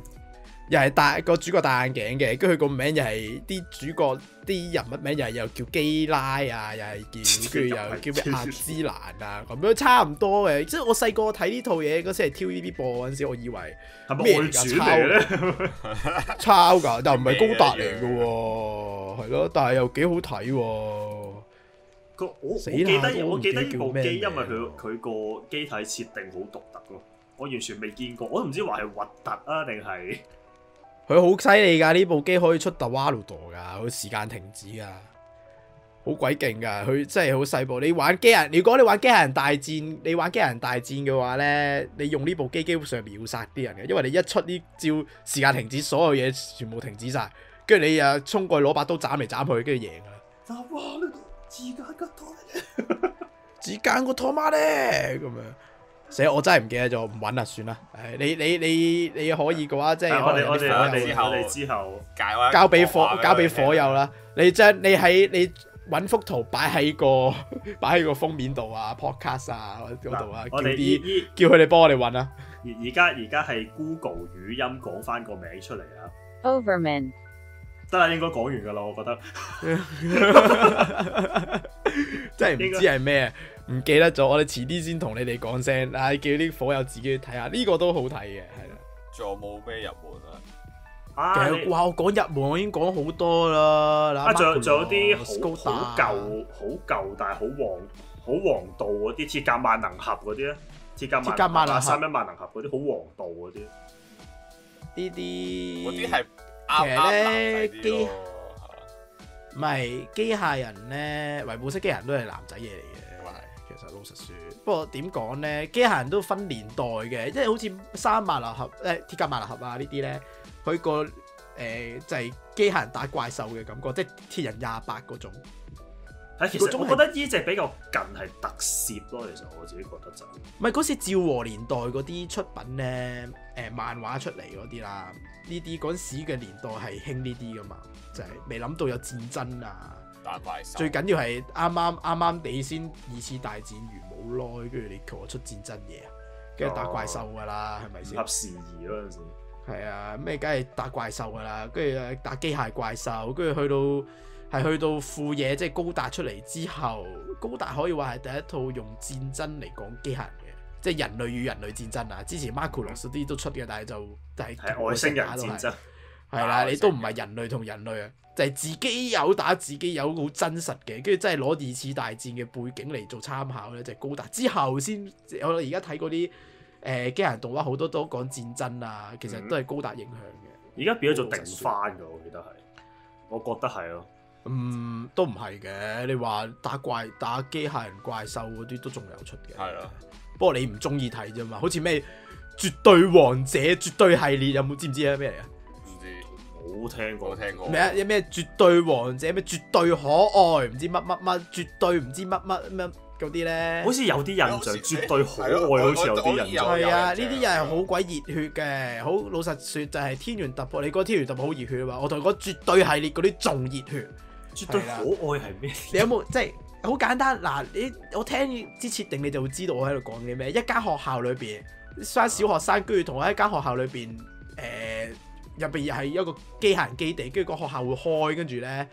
Speaker 1: 又係戴個主角戴眼鏡嘅，跟住佢個名又係啲主角啲人物名又係又叫基拉啊，又係
Speaker 2: <laughs>
Speaker 1: 叫跟住又叫咩阿茲蘭啊，咁樣差唔多嘅。即係我細個睇呢套嘢嗰時係 TVB 播嗰陣時，我以為。
Speaker 2: 係咪
Speaker 1: 咩
Speaker 2: 外
Speaker 1: 嚟㗎
Speaker 2: 傳嚟咧？
Speaker 1: 抄㗎，但唔係高達嚟嘅喎，係咯，但係又幾好睇喎。
Speaker 2: 個我我
Speaker 1: 死
Speaker 2: 記
Speaker 1: 啦
Speaker 2: 得
Speaker 1: 我
Speaker 2: 我
Speaker 1: 唔
Speaker 2: 記
Speaker 1: 記
Speaker 2: 得
Speaker 1: 得
Speaker 2: 呢部
Speaker 1: 叫咩
Speaker 2: 機，因為
Speaker 1: 名
Speaker 2: 佢佢個機體設定好獨特咯，我完全未見過，我都唔知話係核突啊定 <laughs> 係
Speaker 1: 佢好犀利㗎，呢部機可以出 The w a l d o 㗎，佢時間停止㗎，好鬼勁㗎，佢真係好細部。你玩機械人，如果你玩機械人大戰，你玩機械人大戰嘅話呢，你用呢部機基本上秒殺啲人嘅，因為你一出呢招時間停止，所有嘢全部停止晒，跟住你又衝過去攞把刀斬嚟斬去，跟住贏㗎啦。
Speaker 2: 哇呢個自間吉多
Speaker 1: 只間個拖媽咧咁樣。死！我真係唔記得咗，唔揾啦，算啦。唉，你你你你可以嘅話，即係
Speaker 2: 我
Speaker 1: 可能
Speaker 2: 哋啊
Speaker 1: 有
Speaker 2: 我哋
Speaker 1: 啲火友
Speaker 2: 我哋
Speaker 3: 後
Speaker 2: 我哋之後
Speaker 3: 解
Speaker 1: 交俾火交俾火友。啦。你將你喺你揾幅圖擺喺個 <laughs> 擺喺個封面度啊，podcast 啊嗰度啊，
Speaker 2: 嗱
Speaker 1: 叫
Speaker 2: 我哋
Speaker 1: 啲
Speaker 2: 依
Speaker 1: 叫佢哋幫我哋
Speaker 2: <laughs>
Speaker 1: 揾啊。
Speaker 2: 依而而家而家係 Google 語音講翻個名出嚟啊！
Speaker 4: Overman.
Speaker 2: 得啦，應該講完㗎啦，我覺得。
Speaker 1: 真係唔知係咩，啊唔記得咗。我哋遲啲先同你哋講聲，唉，叫啲火友自己去睇下，呢個都好睇嘅，係啦。
Speaker 3: 仲有冇咩入門啊？
Speaker 1: 其
Speaker 2: 啊，
Speaker 1: 實
Speaker 2: 你
Speaker 1: 哇，我講入門我已經講好多啦。
Speaker 2: 啊，
Speaker 1: 嗱
Speaker 2: 仲有
Speaker 1: Marco
Speaker 2: 仲有
Speaker 1: Scoda
Speaker 2: 啲好好舊好舊但係好黃好黃道嗰啲鐵甲萬能俠嗰啲咧，鐵甲
Speaker 1: 鐵甲萬
Speaker 2: 萬
Speaker 1: 能
Speaker 2: 能
Speaker 1: 俠
Speaker 2: 俠三一萬能俠嗰啲好黃道嗰啲。
Speaker 1: 呢啲
Speaker 3: 嗰啲係啱啱男仔啲咯。
Speaker 1: 唔係機械人咧，維護式機械人都係男仔嘢嚟
Speaker 3: 咁啊
Speaker 1: 嘅。其實老實説，不過點講咧，機械人都分年代嘅，即係好似三萬能俠、誒、鐵甲萬能俠啊呢啲咧，佢個誒就係、機械人打怪獸嘅感覺，即係鐵人廿八嗰種。
Speaker 2: 係，其
Speaker 1: 嗰
Speaker 2: 實
Speaker 1: 種
Speaker 2: 我
Speaker 1: 係
Speaker 2: 覺得呢只比較近係特攝咯。其實我自己覺得就
Speaker 1: 唔係嗰時昭和年代嗰啲出品咧，誒、漫畫出嚟嗰啲啦，呢啲嗰陣時嘅年代係興呢啲噶嘛，就係、未諗到有戰爭啊。
Speaker 3: 打怪獸
Speaker 1: 最緊要係啱啱啱啱地先二次大戰完冇耐，跟住你求我出戰爭嘢，跟住打怪獸㗎啦，係咪
Speaker 2: 唔
Speaker 1: 先
Speaker 2: 合？時宜嗰陣時。
Speaker 1: 係啊，咩梗係打怪獸㗎啦，跟住誒打機械怪獸，跟住去到係去到副嘢，即係高達出嚟之後，高達可以話係第一套用戰爭嚟講機械人嘅即係人類與人類戰爭啊。之前 Marco 羅斯啲都出嘅，但係就但係
Speaker 2: 係外星人戰爭，
Speaker 1: 係啦，你都唔係人類同人類啊，就係、自己有打自己有好真實嘅，跟住真係攞二次大戰嘅背景嚟做參考咧，就係高達之後先。我而家睇嗰啲誒機械人動畫好多都講戰爭啊，其實都係高達影響嘅。
Speaker 2: 而家變咗做定番㗎，我記得係，我覺得係咯。
Speaker 1: 嗯，都唔係嘅。你話打怪、打機械人怪獸嗰啲都仲有出嘅。
Speaker 3: 係咯。啊
Speaker 1: 不過你唔中意睇啫嘛，好似咩絕對王者、絕對系列有冇知唔知啊？咩嚟啊？
Speaker 3: 唔知
Speaker 2: 冇聽過，
Speaker 3: 冇聽過
Speaker 1: 咩啊？有咩絕對王者、咩絕對可愛，唔知乜乜乜，絕對唔知乜乜乜嗰啲咧
Speaker 2: 好。似有啲印象，
Speaker 3: 好似
Speaker 2: 絕對可愛，好似有啲印象。
Speaker 3: 我我我
Speaker 1: 係啊，呢
Speaker 3: 有印象
Speaker 1: 啲又係好鬼熱血嘅，好老實説就係天元突破。你嗰個天元突破好熱血啊嘛，我同你講絕對系列嗰啲仲熱血。
Speaker 2: 絕對可愛係咩？
Speaker 1: 你有冇即係好簡單嗱？你我聽啲設定你就會知道我喺度講啲咩。一間學校裏邊，一班小學生居然同我喺間學校裏邊，誒入邊係一個機械人基地，跟住個學校會開，跟住咧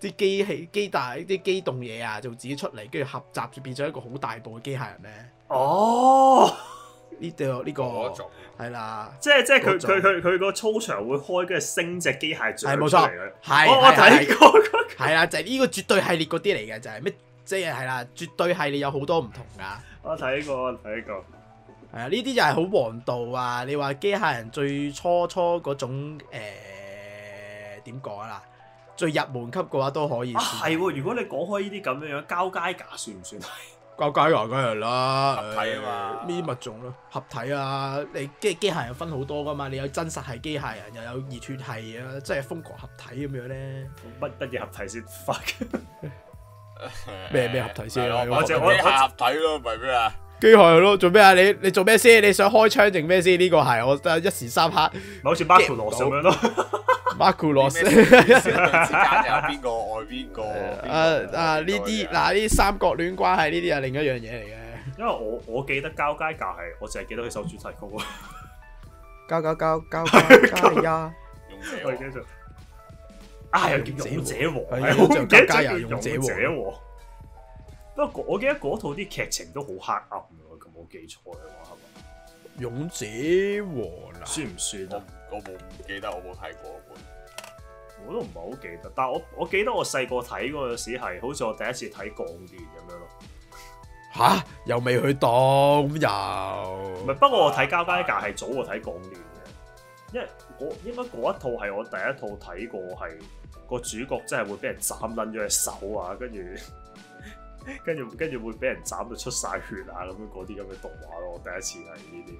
Speaker 1: 啲機器、機大、啲機動嘢啊，就自己出嚟，跟住合集就變咗一個好大部嘅機械人咧。
Speaker 2: 哦，
Speaker 1: 呢度呢個
Speaker 3: 嗰種
Speaker 1: 係啦，
Speaker 2: 即係即係佢
Speaker 1: 嗰種
Speaker 2: 佢佢佢個操場會開，跟住升隻機械
Speaker 1: 係
Speaker 2: 長
Speaker 1: 冇
Speaker 2: 出
Speaker 1: 錯
Speaker 2: 嚟嘅。
Speaker 1: 係
Speaker 2: 我我
Speaker 1: 係係
Speaker 2: 睇過嗰
Speaker 1: 係啦，就係呢個絕對系列嗰啲嚟嘅，就係咩？即係係啦，絕對系列有好多唔同㗎。
Speaker 2: 我睇過，我睇過。
Speaker 1: 係啊，呢啲就係好王道啊！你話機械人最初初嗰種誒點講啊啦，最入門級嘅話都可以 <laughs>
Speaker 2: 啊，
Speaker 1: 算。
Speaker 2: 係喎！如果你講開呢啲咁樣樣，交街架算唔算？ <laughs>
Speaker 1: 怪怪人梗係啦，
Speaker 3: 合體啊嘛
Speaker 1: 誒呢啲物種咯，合體啊！你機機械人分好多噶嘛，你有真實係機械人，又有熱血係啊，即係瘋狂合體咁樣咧。
Speaker 2: 乜乜嘢合體先 fuck？
Speaker 1: 咩咩合體先
Speaker 3: 係咯
Speaker 1: 我
Speaker 3: 我
Speaker 1: 就
Speaker 3: 就
Speaker 2: 我
Speaker 3: 我合體咯，唔係咩啊？
Speaker 1: 機械人咯，做咩啊？你你做咩先？你想開槍定咩先？呢、個係我得一時三
Speaker 3: <laughs>
Speaker 1: 刻
Speaker 2: 咪好似馬庫羅咁樣咯。 <laughs>
Speaker 1: 馬庫羅
Speaker 3: 啲咩小小隊之間有邊個愛邊個？邊
Speaker 1: <laughs>
Speaker 3: 個
Speaker 1: 啊啊！呢啲
Speaker 3: 邊個
Speaker 1: 嗱呢啲三角戀關係呢啲係另一樣嘢嚟嘅。
Speaker 2: 因為我我記得交街架係，我淨係記得佢首主題曲啊。
Speaker 1: 交交交交交加呀！
Speaker 3: 勇者
Speaker 2: 我
Speaker 3: 王
Speaker 2: 記得啊，又叫勇者王，
Speaker 1: 係
Speaker 2: 啊我唔記得
Speaker 1: 就加
Speaker 2: 咗
Speaker 1: 入
Speaker 2: 叫
Speaker 1: 勇
Speaker 2: 勇
Speaker 1: 者
Speaker 2: 者
Speaker 1: 王
Speaker 2: 王。不過我記得嗰套啲劇情都好黑暗喎，咁我記錯嘅話係咪？
Speaker 1: <laughs> 勇者和啦，
Speaker 2: 算唔算啊？
Speaker 3: 我我冇唔記得，我冇睇過嗰本。
Speaker 2: 我都唔係好記得，但係我我記得我細個睇嗰陣時係，好似我第一次睇鋼電咁樣咯。
Speaker 1: 吓又未去到咁
Speaker 2: 唔
Speaker 1: 又
Speaker 2: 係，不過我睇《交街架》係早我睇《港聯》嘅，因為我應該嗰一套係我第一套睇過係個主角真係會俾人斬撚咗隻手啊，跟住 <laughs> 跟住跟住會俾人斬到出晒血啊咁樣嗰啲咁嘅動畫咯，我第一次係呢啲。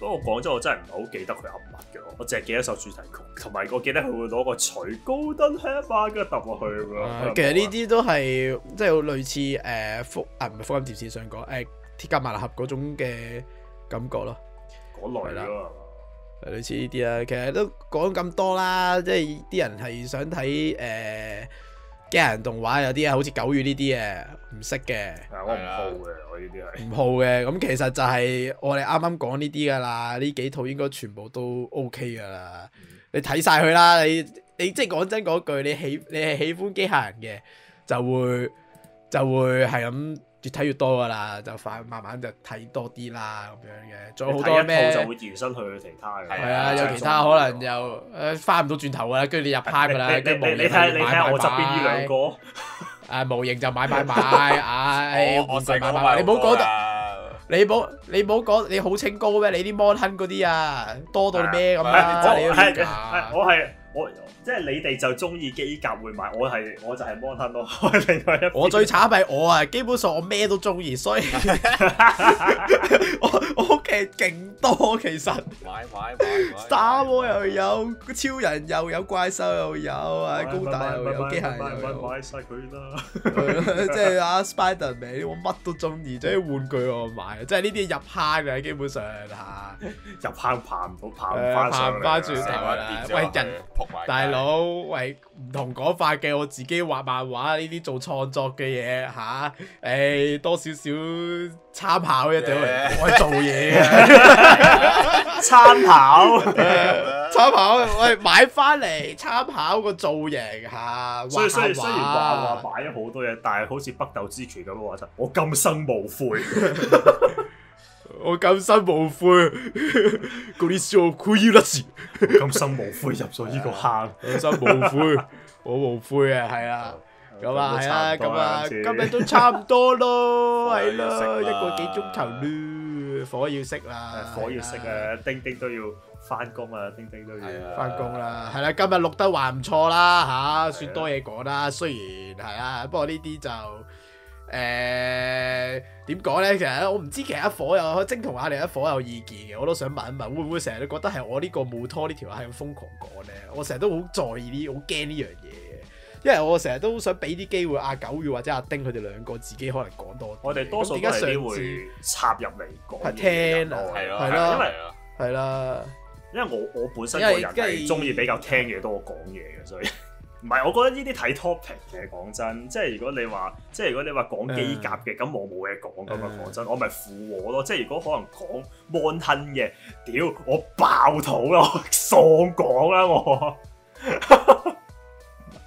Speaker 2: 不過我講真，我真係唔係好記得佢噏乜嘅，我淨係記得首主題曲，同埋我記得佢會攞個錘高登 h a 跟住揼落去咁
Speaker 1: 啊
Speaker 2: 樣。
Speaker 1: 其實呢啲都係即係類似誒福啊唔係福音戰士想講誒鐵甲萬能俠嗰種嘅感覺咯。
Speaker 2: 嗰類
Speaker 1: 係
Speaker 2: 咯，
Speaker 1: 類似呢啲啦，其實都講咁多啦，即係啲人係想睇誒、呃、機械人動畫，有啲好似九月呢啲嘅唔識嘅，
Speaker 2: 係我唔好嘅，我呢啲係。
Speaker 1: 唔好嘅，咁其實就係我哋啱啱講呢啲噶啦，呢幾套應該全部都 OK 噶啦，你睇晒佢啦，你你即係講真嗰句，你喜你係喜歡機械人嘅，就會就會係咁越睇越多噶啦，就快慢慢就睇多啲啦咁樣嘅，仲有好多
Speaker 2: 睇
Speaker 1: 咩
Speaker 2: 一套？就會延伸去其他嘅，
Speaker 1: 係啊，
Speaker 3: 係
Speaker 1: 有
Speaker 3: 啊
Speaker 1: 其他可能又誒翻唔到轉頭噶啦，跟住你入坑噶啦，
Speaker 2: 你
Speaker 1: 跟
Speaker 2: 你
Speaker 1: 住
Speaker 2: 你
Speaker 1: 模
Speaker 2: 你
Speaker 1: 型
Speaker 2: 睇
Speaker 1: 就要買
Speaker 2: 下你睇
Speaker 1: 買
Speaker 2: 下
Speaker 1: 買
Speaker 2: 我側邊呢兩個，
Speaker 1: 啊模型就買買買，唉
Speaker 3: 我我
Speaker 1: 玩具
Speaker 3: 細
Speaker 1: 買
Speaker 3: 個
Speaker 1: 買
Speaker 3: 都
Speaker 1: 買，你唔好講得，
Speaker 3: 得。
Speaker 1: 你唔好你唔好講你好清高咩？你啲 mon 亨嗰啲啊多到咩咁
Speaker 3: 係
Speaker 1: 啊？
Speaker 3: 啊
Speaker 1: 你
Speaker 2: 我
Speaker 1: 都
Speaker 2: 係
Speaker 1: 要
Speaker 2: 係
Speaker 1: 㗎
Speaker 2: 我係我即係你哋就中意機甲會買，我係我就係摩吞咯，我係另外一
Speaker 1: 我最慘係我啊，基本上我咩都中意，
Speaker 2: <laughs>
Speaker 1: 所以 <laughs> 我我屋企勁多其實
Speaker 3: 買買買買。
Speaker 1: Star War 又有超人又有怪獸又有
Speaker 2: 哎
Speaker 1: 啊高達又有機械人又
Speaker 2: 買
Speaker 1: 有。
Speaker 2: 買曬佢啦，
Speaker 1: <laughs> 即係啊 Spiderman，我乜都中意，即係玩具我買，即係呢啲入坑嘅基本上啊嚇。
Speaker 2: 入坑爬唔到，爬唔
Speaker 1: 誒
Speaker 2: 翻
Speaker 1: 爬
Speaker 2: 上嚟
Speaker 1: 唔
Speaker 2: 啊，
Speaker 1: 返轉頭
Speaker 3: 成個跌咗
Speaker 1: 喂
Speaker 3: 落去
Speaker 1: 人，
Speaker 3: 仆埋街
Speaker 1: 大佬，喂唔同講法嘅，我自己畫漫畫呢啲做創作嘅嘢吓，誒多少少參考嘅屌你，
Speaker 3: Yeah
Speaker 1: 我係做嘢嘅，
Speaker 2: 參考。
Speaker 1: 參考喂買翻嚟參考個造型嚇，
Speaker 2: 所以
Speaker 1: 畫
Speaker 2: 雖然
Speaker 1: 下
Speaker 2: 雖然話話
Speaker 1: 畫。
Speaker 2: 買咗好多嘢，但係好似北鬥之拳咁樣話就我今生無悔，
Speaker 1: 我今生無悔，嗰啲笑苦要甩事。
Speaker 2: <laughs> 咁心無悔入咗呢個坑。
Speaker 1: 我心無悔，我無悔啊，係啊。咁啊，係啊，咁啊，今日都差唔多咯，係咯，一個幾鐘頭咯，火要熄啦，
Speaker 2: 火要熄啊，叮叮都要翻工啊，叮叮都要
Speaker 3: 係啊
Speaker 1: 翻工啦，係啦，今日錄得還唔錯啦吓，算多嘢講啦，雖然係啊，不過呢啲就誒點講咧？其實我唔知其他火友，精同阿另一火有意見嘅，我都想問一問，會唔會成日都覺得係我呢個冇拖呢條友係咁瘋狂講咧？我成日都好在意呢，好驚呢樣嘢嘅。因為我成日都想俾啲機會阿九月或者阿丁佢哋兩個自己可能講多啲，
Speaker 2: 我哋多數
Speaker 1: 咁
Speaker 2: 都
Speaker 1: 點解
Speaker 2: 係
Speaker 1: 上
Speaker 2: 啲
Speaker 1: 次
Speaker 2: 會插入嚟講
Speaker 1: 係
Speaker 2: 嘢
Speaker 1: 聽
Speaker 2: 嘅
Speaker 1: 啊
Speaker 2: 人
Speaker 3: 係咯，
Speaker 1: 係咯係
Speaker 2: 因為 <laughs>
Speaker 3: 係咯，係咯
Speaker 1: 啦，
Speaker 2: 因為我我本身
Speaker 1: 因
Speaker 2: 個
Speaker 1: 為
Speaker 2: 人
Speaker 1: 因為
Speaker 2: 係中意比較聽嘢多過講嘢嘅，
Speaker 1: <laughs>
Speaker 2: 所以唔係我覺得呢啲睇 topic 嘅講真，即係如果你話即係如果你話講機甲嘅，咁我冇嘢講咁啊
Speaker 1: 嗯
Speaker 2: 講真，我咪附和咯。即係如果可能講 mon 吞嘅，屌我爆肚啦，我喪講啦我。 <laughs>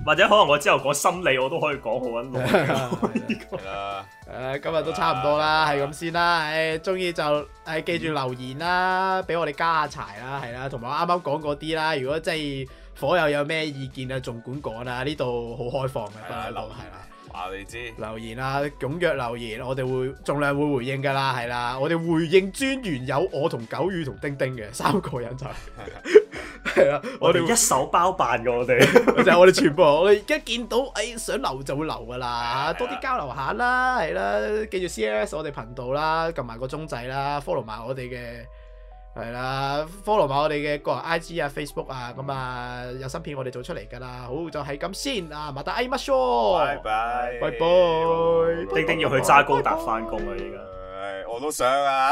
Speaker 2: 或者可能我之後講心理我都可以講好撚
Speaker 1: <laughs>
Speaker 2: 耐嘅，
Speaker 1: 啊
Speaker 2: 我呢個
Speaker 3: 係啦，
Speaker 1: 誒、今日都差唔多啦，係咁先啦。誒、中意就誒、記住留言啦，俾我哋加下柴啦，係啦，同埋我啱啱講嗰啲啦。如果真係火友有咩意見啊，仲管講啦，呢度好開放嘅，不
Speaker 3: 係啦
Speaker 1: 嬲都
Speaker 3: 留言
Speaker 1: 係啦。
Speaker 3: 話你知，
Speaker 1: 留言啦，踴躍留言，我哋會盡量會回應㗎啦，係啦，我哋回應專員有我同九宇同丁丁嘅三個人 <laughs> 就係係啦，
Speaker 2: 我
Speaker 1: 我
Speaker 2: 哋
Speaker 1: 哋
Speaker 2: 一手包辦
Speaker 1: <laughs>
Speaker 2: 嘅我哋。
Speaker 1: 就係我哋全部，我哋而家見到，誒、哎想留就會留噶啦，
Speaker 3: 係啦
Speaker 1: 多啲交流下啦，係啦，記住 CLS 我哋頻道啦，撳埋個鐘仔啦，follow 埋我哋嘅，係啦，follow 埋我哋嘅個人 IG 啊、Facebook 啊，咁啊有新片我哋做出嚟噶啦，好就係咁先啊，また會いましょ
Speaker 3: 拜
Speaker 1: う，
Speaker 3: 拜，
Speaker 1: 拜拜
Speaker 2: 丁丁要去揸高達翻工啊！依家。
Speaker 3: 誒我都想啊。